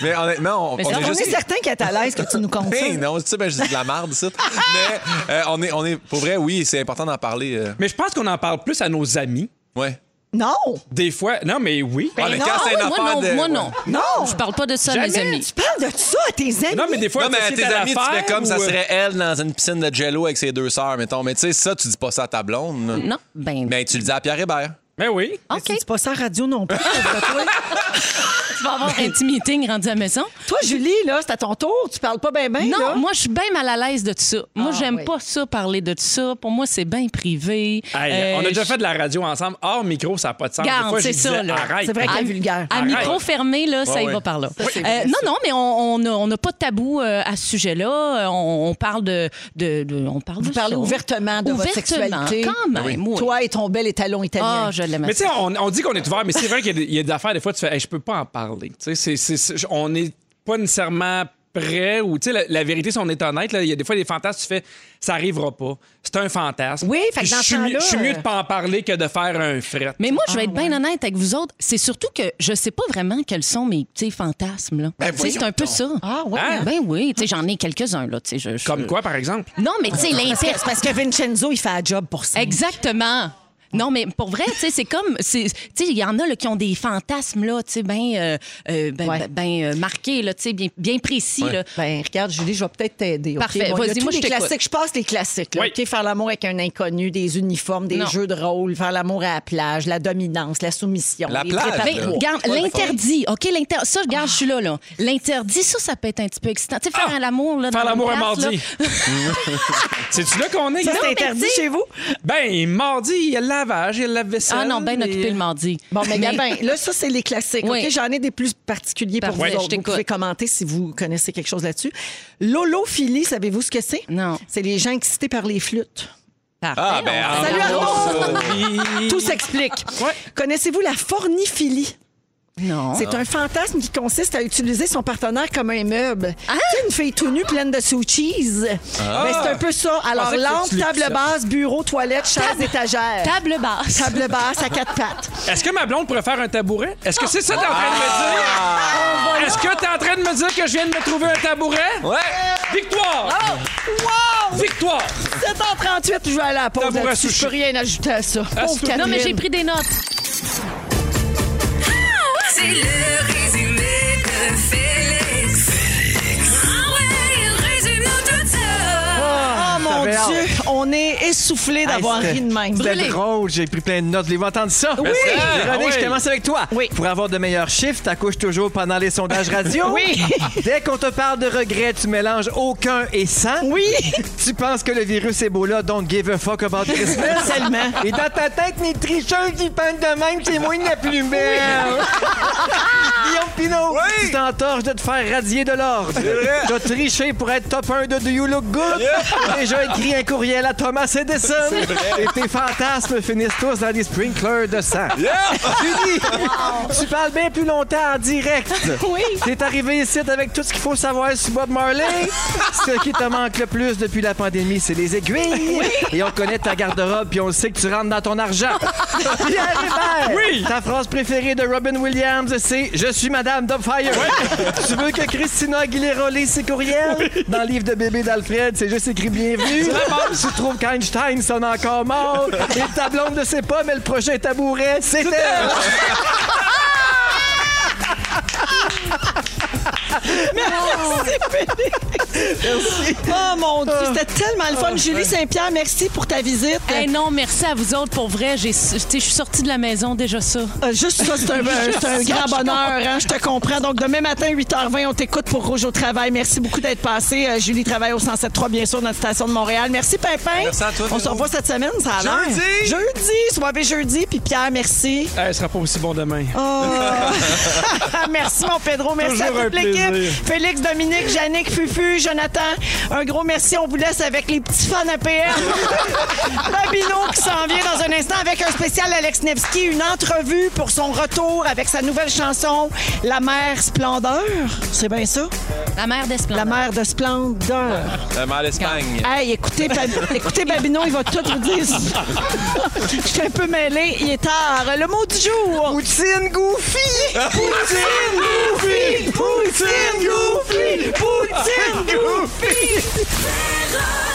Speaker 5: Mais honnêtement, on,
Speaker 1: Mais
Speaker 5: on
Speaker 1: c'est-
Speaker 5: est
Speaker 1: on
Speaker 5: juste.
Speaker 1: est certain qu'elle est à l'aise que tu nous comptes ça.
Speaker 5: Hey, non, tu sais, ben, je dis de la marde, ça. Mais euh, on, est, on est. Pour vrai, oui, c'est important d'en parler. euh.
Speaker 2: Mais je pense qu'on en parle plus à nos amis.
Speaker 5: Ouais.
Speaker 1: Non!
Speaker 2: Des fois. Non, mais oui.
Speaker 1: Ben Ah, mais non. quand c'est une
Speaker 3: Ah oui, moi
Speaker 1: affaire
Speaker 3: non,
Speaker 1: de-
Speaker 3: moi non.
Speaker 1: Non!
Speaker 3: Je parle pas de ça, à mes
Speaker 1: Jamais
Speaker 3: amis.
Speaker 1: Tu parles de ça à tes amis?
Speaker 2: Non, mais des fois,
Speaker 5: non, mais à
Speaker 2: associé
Speaker 5: tes
Speaker 2: à
Speaker 5: amis, tu fais
Speaker 2: l'affaire
Speaker 5: comme ça
Speaker 2: ou- euh,
Speaker 5: serait elle dans une piscine de jello avec ses deux sœurs, mettons. Mais tu sais, ça, tu dis pas ça à ta blonde. là.
Speaker 3: Non, ben.
Speaker 5: Ben, tu le dis à Pierre Hébert.
Speaker 2: Ben oui.
Speaker 3: OK.
Speaker 1: Tu dis pas ça à la radio non plus.
Speaker 3: Tu vas avoir un petit meeting rendu à la maison.
Speaker 1: [LAUGHS] Toi, Julie, là, c'est à ton tour. Tu parles pas bien, bien.
Speaker 3: Non, moi, je suis bien mal à l'aise de tout ça. Moi,
Speaker 1: Ah,
Speaker 3: j'aime
Speaker 1: oui.
Speaker 3: pas ça, parler de tout ça. Pour moi, c'est bien privé.
Speaker 2: Hey,
Speaker 3: Euh,
Speaker 2: on a déjà
Speaker 3: je-
Speaker 2: fait de la radio ensemble. Hors micro, ça n'a pas de sens. Des
Speaker 3: Garde,
Speaker 2: fois, je
Speaker 3: c'est
Speaker 2: disais,
Speaker 3: ça. là.
Speaker 2: Arrête. Ah,
Speaker 3: À- À
Speaker 2: Arrête.
Speaker 3: micro fermé, là, ça
Speaker 2: Ouais,
Speaker 3: y
Speaker 2: ouais.
Speaker 3: va par là.
Speaker 2: Ça, c'est
Speaker 3: Euh,
Speaker 2: vrai,
Speaker 3: non, non, mais on on n'a on n'a pas de tabou euh, à ce sujet-là. Euh, On, on parle de, de- de- on parle
Speaker 1: Vous parlez ouvertement de votre sexualité.
Speaker 3: Quand même, oui.
Speaker 1: Toi et ton bel étalon italien.
Speaker 3: Ah, je l'aime.
Speaker 2: Mais tu sais, on, on dit qu'on est ouvert, mais c'est vrai qu'il y a des- il y, a des affaires, des fois, tu fais, hey, je peux pas en parler. Tu sais, c'est- c'est- c'est- on n'est pas nécessairement prêt ou, tu sais, la, la vérité, si on est honnête, là, il y a des fois des fantasmes, tu fais, ça arrivera pas. C'est un fantasme.
Speaker 3: Oui, fait
Speaker 2: Puis
Speaker 3: que dans
Speaker 2: je
Speaker 3: ce
Speaker 2: suis mieux-
Speaker 3: temps-là,
Speaker 2: Je suis mieux
Speaker 3: euh,
Speaker 2: de pas en parler que de faire un fret.
Speaker 3: Mais moi, je
Speaker 1: Ah,
Speaker 3: vais être bien honnête avec vous autres. C'est surtout que je sais pas vraiment quels sont mes petits fantasmes. Là.
Speaker 2: Ben,
Speaker 3: Tu sais, c'est
Speaker 2: voyons
Speaker 3: un peu
Speaker 2: donc.
Speaker 3: ça. Ah
Speaker 2: ouais? Hein?
Speaker 3: Ben oui, tu sais, j'en ai quelques-uns. Là, tu sais, je,
Speaker 2: Comme quoi, par exemple?
Speaker 3: Non, mais tu sais, l'inter...
Speaker 1: C'est parce que Vincenzo, il fait un job pour ça.
Speaker 3: Exactement. Non, mais pour vrai, tu sais, c'est comme. c'est- Tu sais, il y en a là, qui ont des fantasmes, là, tu sais, bien ben, ben, ben, euh, marqués, là, tu sais, bien, bien précis,
Speaker 1: Ouais.
Speaker 3: là.
Speaker 1: Ben, regarde, Julie, je vais peut-être t'aider. OK?
Speaker 3: Parfait.
Speaker 1: Bon, il y a
Speaker 3: Vas-y,
Speaker 1: tous
Speaker 3: moi, je
Speaker 1: les
Speaker 3: t'écoute.
Speaker 1: classiques. Je passe les classiques. là,
Speaker 3: Oui.
Speaker 1: OK? Faire l'amour avec un inconnu, des uniformes, des
Speaker 3: Non.
Speaker 1: jeux de rôle, faire l'amour à la plage, la dominance, la soumission.
Speaker 3: La
Speaker 1: les
Speaker 3: plage,
Speaker 1: tripes à
Speaker 2: Ben,
Speaker 3: Mais,
Speaker 1: trois.
Speaker 3: Ben, regarde, l'interdit, OK, l'interdit. Ça, regarde, je suis là, là. L'interdit, ça, ça peut être un petit peu excitant. Tu sais, faire l'amour, là. dans
Speaker 2: Ah! Faire
Speaker 3: une
Speaker 2: l'amour à
Speaker 3: place, là.
Speaker 2: mardi. [LAUGHS] C'est-tu là qu'on est?
Speaker 3: Ça, c'est Non, mais interdit dis- chez
Speaker 1: vous?
Speaker 2: Ben, mardi, il y a le lavage, il y a le lave-vaisselle.
Speaker 3: Ah non, ben
Speaker 2: et-
Speaker 3: occupé le mardi.
Speaker 1: Bon, Oh, mais
Speaker 3: Mais-
Speaker 1: Gabin, là, ça, c'est les classiques.
Speaker 3: Oui.
Speaker 1: OK? J'en ai des plus particuliers pour
Speaker 3: Parfait,
Speaker 1: vous
Speaker 3: je
Speaker 1: autres. Vous
Speaker 3: t'écoute.
Speaker 1: pouvez commenter si vous connaissez quelque chose là-dessus. L'olophilie, savez-vous ce que c'est?
Speaker 3: Non.
Speaker 1: C'est les gens excités par les flûtes.
Speaker 16: Ah, ben,
Speaker 1: on- Salut, Arnaud!
Speaker 2: Arnaud!
Speaker 1: Tout s'explique. Connaissez-vous la forniphilie?
Speaker 3: Non.
Speaker 1: C'est un fantasme qui consiste à utiliser son partenaire comme un meuble.
Speaker 3: Ah!
Speaker 1: Tu sais, une fille tout nue pleine de sous-cheese.
Speaker 11: Ah.
Speaker 1: Ben, c'est un peu ça.
Speaker 11: Je
Speaker 1: Alors,
Speaker 11: pensais que
Speaker 1: lampe,
Speaker 11: tu l'as
Speaker 1: table
Speaker 11: dit ça.
Speaker 1: basse, bureau, toilette, chaise,
Speaker 3: Table-
Speaker 1: étagère.
Speaker 3: [LAUGHS] Table basse.
Speaker 1: Table basse à quatre pattes.
Speaker 2: Est-ce que ma blonde pourrait faire un tabouret? Est-ce que c'est ça que t'es en train de me dire? Est-ce que t'es en train de me dire que je viens de me trouver un tabouret? Ouais! Victoire!
Speaker 1: Wow!
Speaker 2: Victoire!
Speaker 1: 7h38, je vais aller à la pause.
Speaker 2: Tabouret
Speaker 1: là-dessus. Je peux rien ajouter à ça. Pauvre
Speaker 3: toi. Non, mais j'ai pris des notes.
Speaker 11: C'est le résumé de Félix. Ah ouais, il résume nous tout ça.
Speaker 1: Oh mon
Speaker 20: J'avais Ah, hâte.
Speaker 1: Dieu, on est essoufflé d'avoir
Speaker 20: Hey,
Speaker 1: ri
Speaker 20: c'était-
Speaker 1: de même.
Speaker 20: C'était drôle, j'ai pris plein de notes. Voulez-vous entendre ça?
Speaker 1: Oui! Merci.
Speaker 20: Véronique,
Speaker 1: Ah oui.
Speaker 20: je commence avec toi. Pour avoir de meilleurs chiffres, t'accouches toujours pendant les sondages radio.
Speaker 1: Oui.
Speaker 20: Dès qu'on te parle de regrets, tu mélanges aucun et sans.
Speaker 1: Oui! [LAUGHS]
Speaker 20: [LAUGHS] Tu penses que le virus Ebola don't give a fuck about Christmas.
Speaker 1: Tellement.
Speaker 20: Et dans ta tête, mes tricheuses, ils pendent de même, c'est moi la plus belle.
Speaker 11: [LAUGHS]
Speaker 20: Guillaume Pinot, tu t'entorches de te faire radier de l'ordre. T'as triché pour être top 1 de Do You Look Good. T'as déjà écrit un courriel à Thomas Edison.
Speaker 11: C'est vrai.
Speaker 20: Et tes fantasmes finissent tous dans des sprinklers de sang.
Speaker 11: Yeah.
Speaker 20: Julie, tu parles bien plus longtemps en direct.
Speaker 11: Oui.
Speaker 20: T'es arrivé ici avec tout ce qu'il faut savoir sur
Speaker 11: [LAUGHS]
Speaker 20: Bob Marley. ce qui te manque le plus depuis la pandémie, c'est les aiguilles. Et on connaît ta garde-robe, puis on sait que tu rentres dans ton argent. Pierre Hébert,
Speaker 11: Oui.
Speaker 20: ta phrase préférée de Robin Williams, c'est « Je suis Madame Dubfire [LAUGHS] Tu veux que Christina Aguilera lise ses courriels? Dans le livre de bébé d'Alfred, c'est juste écrit « Bienvenue
Speaker 11: C'est la ». base.
Speaker 20: Tu trouves qu'Einstein sonne encore mort. Et ta blonde ne sait pas, mais le prochain tabouret, c'est elle. [LAUGHS]
Speaker 1: Merci. Oh mon Dieu, c'était tellement le
Speaker 20: Ah,
Speaker 1: fun. Julie Saint-Pierre, merci pour ta visite.
Speaker 3: Eh non, merci à vous autres. Pour vrai, j'ai- tu sais, je suis sortie de la maison déjà ça.
Speaker 1: Euh, Juste ça, c'est
Speaker 3: [LAUGHS]
Speaker 1: un,
Speaker 3: Juste
Speaker 1: c'est un
Speaker 3: ça,
Speaker 1: grand
Speaker 3: je
Speaker 1: bonheur, hein, je te comprends. Donc, demain matin, 8h20, on t'écoute pour Rouge au travail. Merci beaucoup d'être passé. Euh, Julie travaille au 107.3, bien sûr, notre station de Montréal. Merci, Pimpin.
Speaker 2: Merci à toi,
Speaker 1: on
Speaker 2: Véro.
Speaker 1: se revoit cette semaine, ça a l'air.
Speaker 2: Jeudi!
Speaker 1: Jeudi, soirée jeudi. Puis Pierre, merci.
Speaker 2: Eh, ce sera pas aussi bon demain.
Speaker 1: Oh. [LAUGHS] merci, mon Pedro. Merci
Speaker 2: Toujours
Speaker 1: à
Speaker 2: un
Speaker 1: toute l'équipe.
Speaker 2: plaisir.
Speaker 1: Félix, Dominique, Yannick, Fufu, Jonathan. Un gros merci. On vous laisse avec les petits fans APM. Babino qui s'en vient dans un instant avec un spécial Alex Nevsky, une entrevue pour son retour avec sa nouvelle chanson La mer splendeur. C'est bien ça?
Speaker 3: La mer de splendeur.
Speaker 1: La mer de splendeur.
Speaker 16: Euh, mais en Espagne.
Speaker 1: Hey, écoutez, Bab- écoutez Babino, il va tout vous dire. Je suis un peu mêlée, il est tard. Le mot du jour.
Speaker 20: Poutine Goofy.
Speaker 11: Poutine Goofy.
Speaker 1: Poutine Goofy. Poutine Goofy.
Speaker 11: Véronique.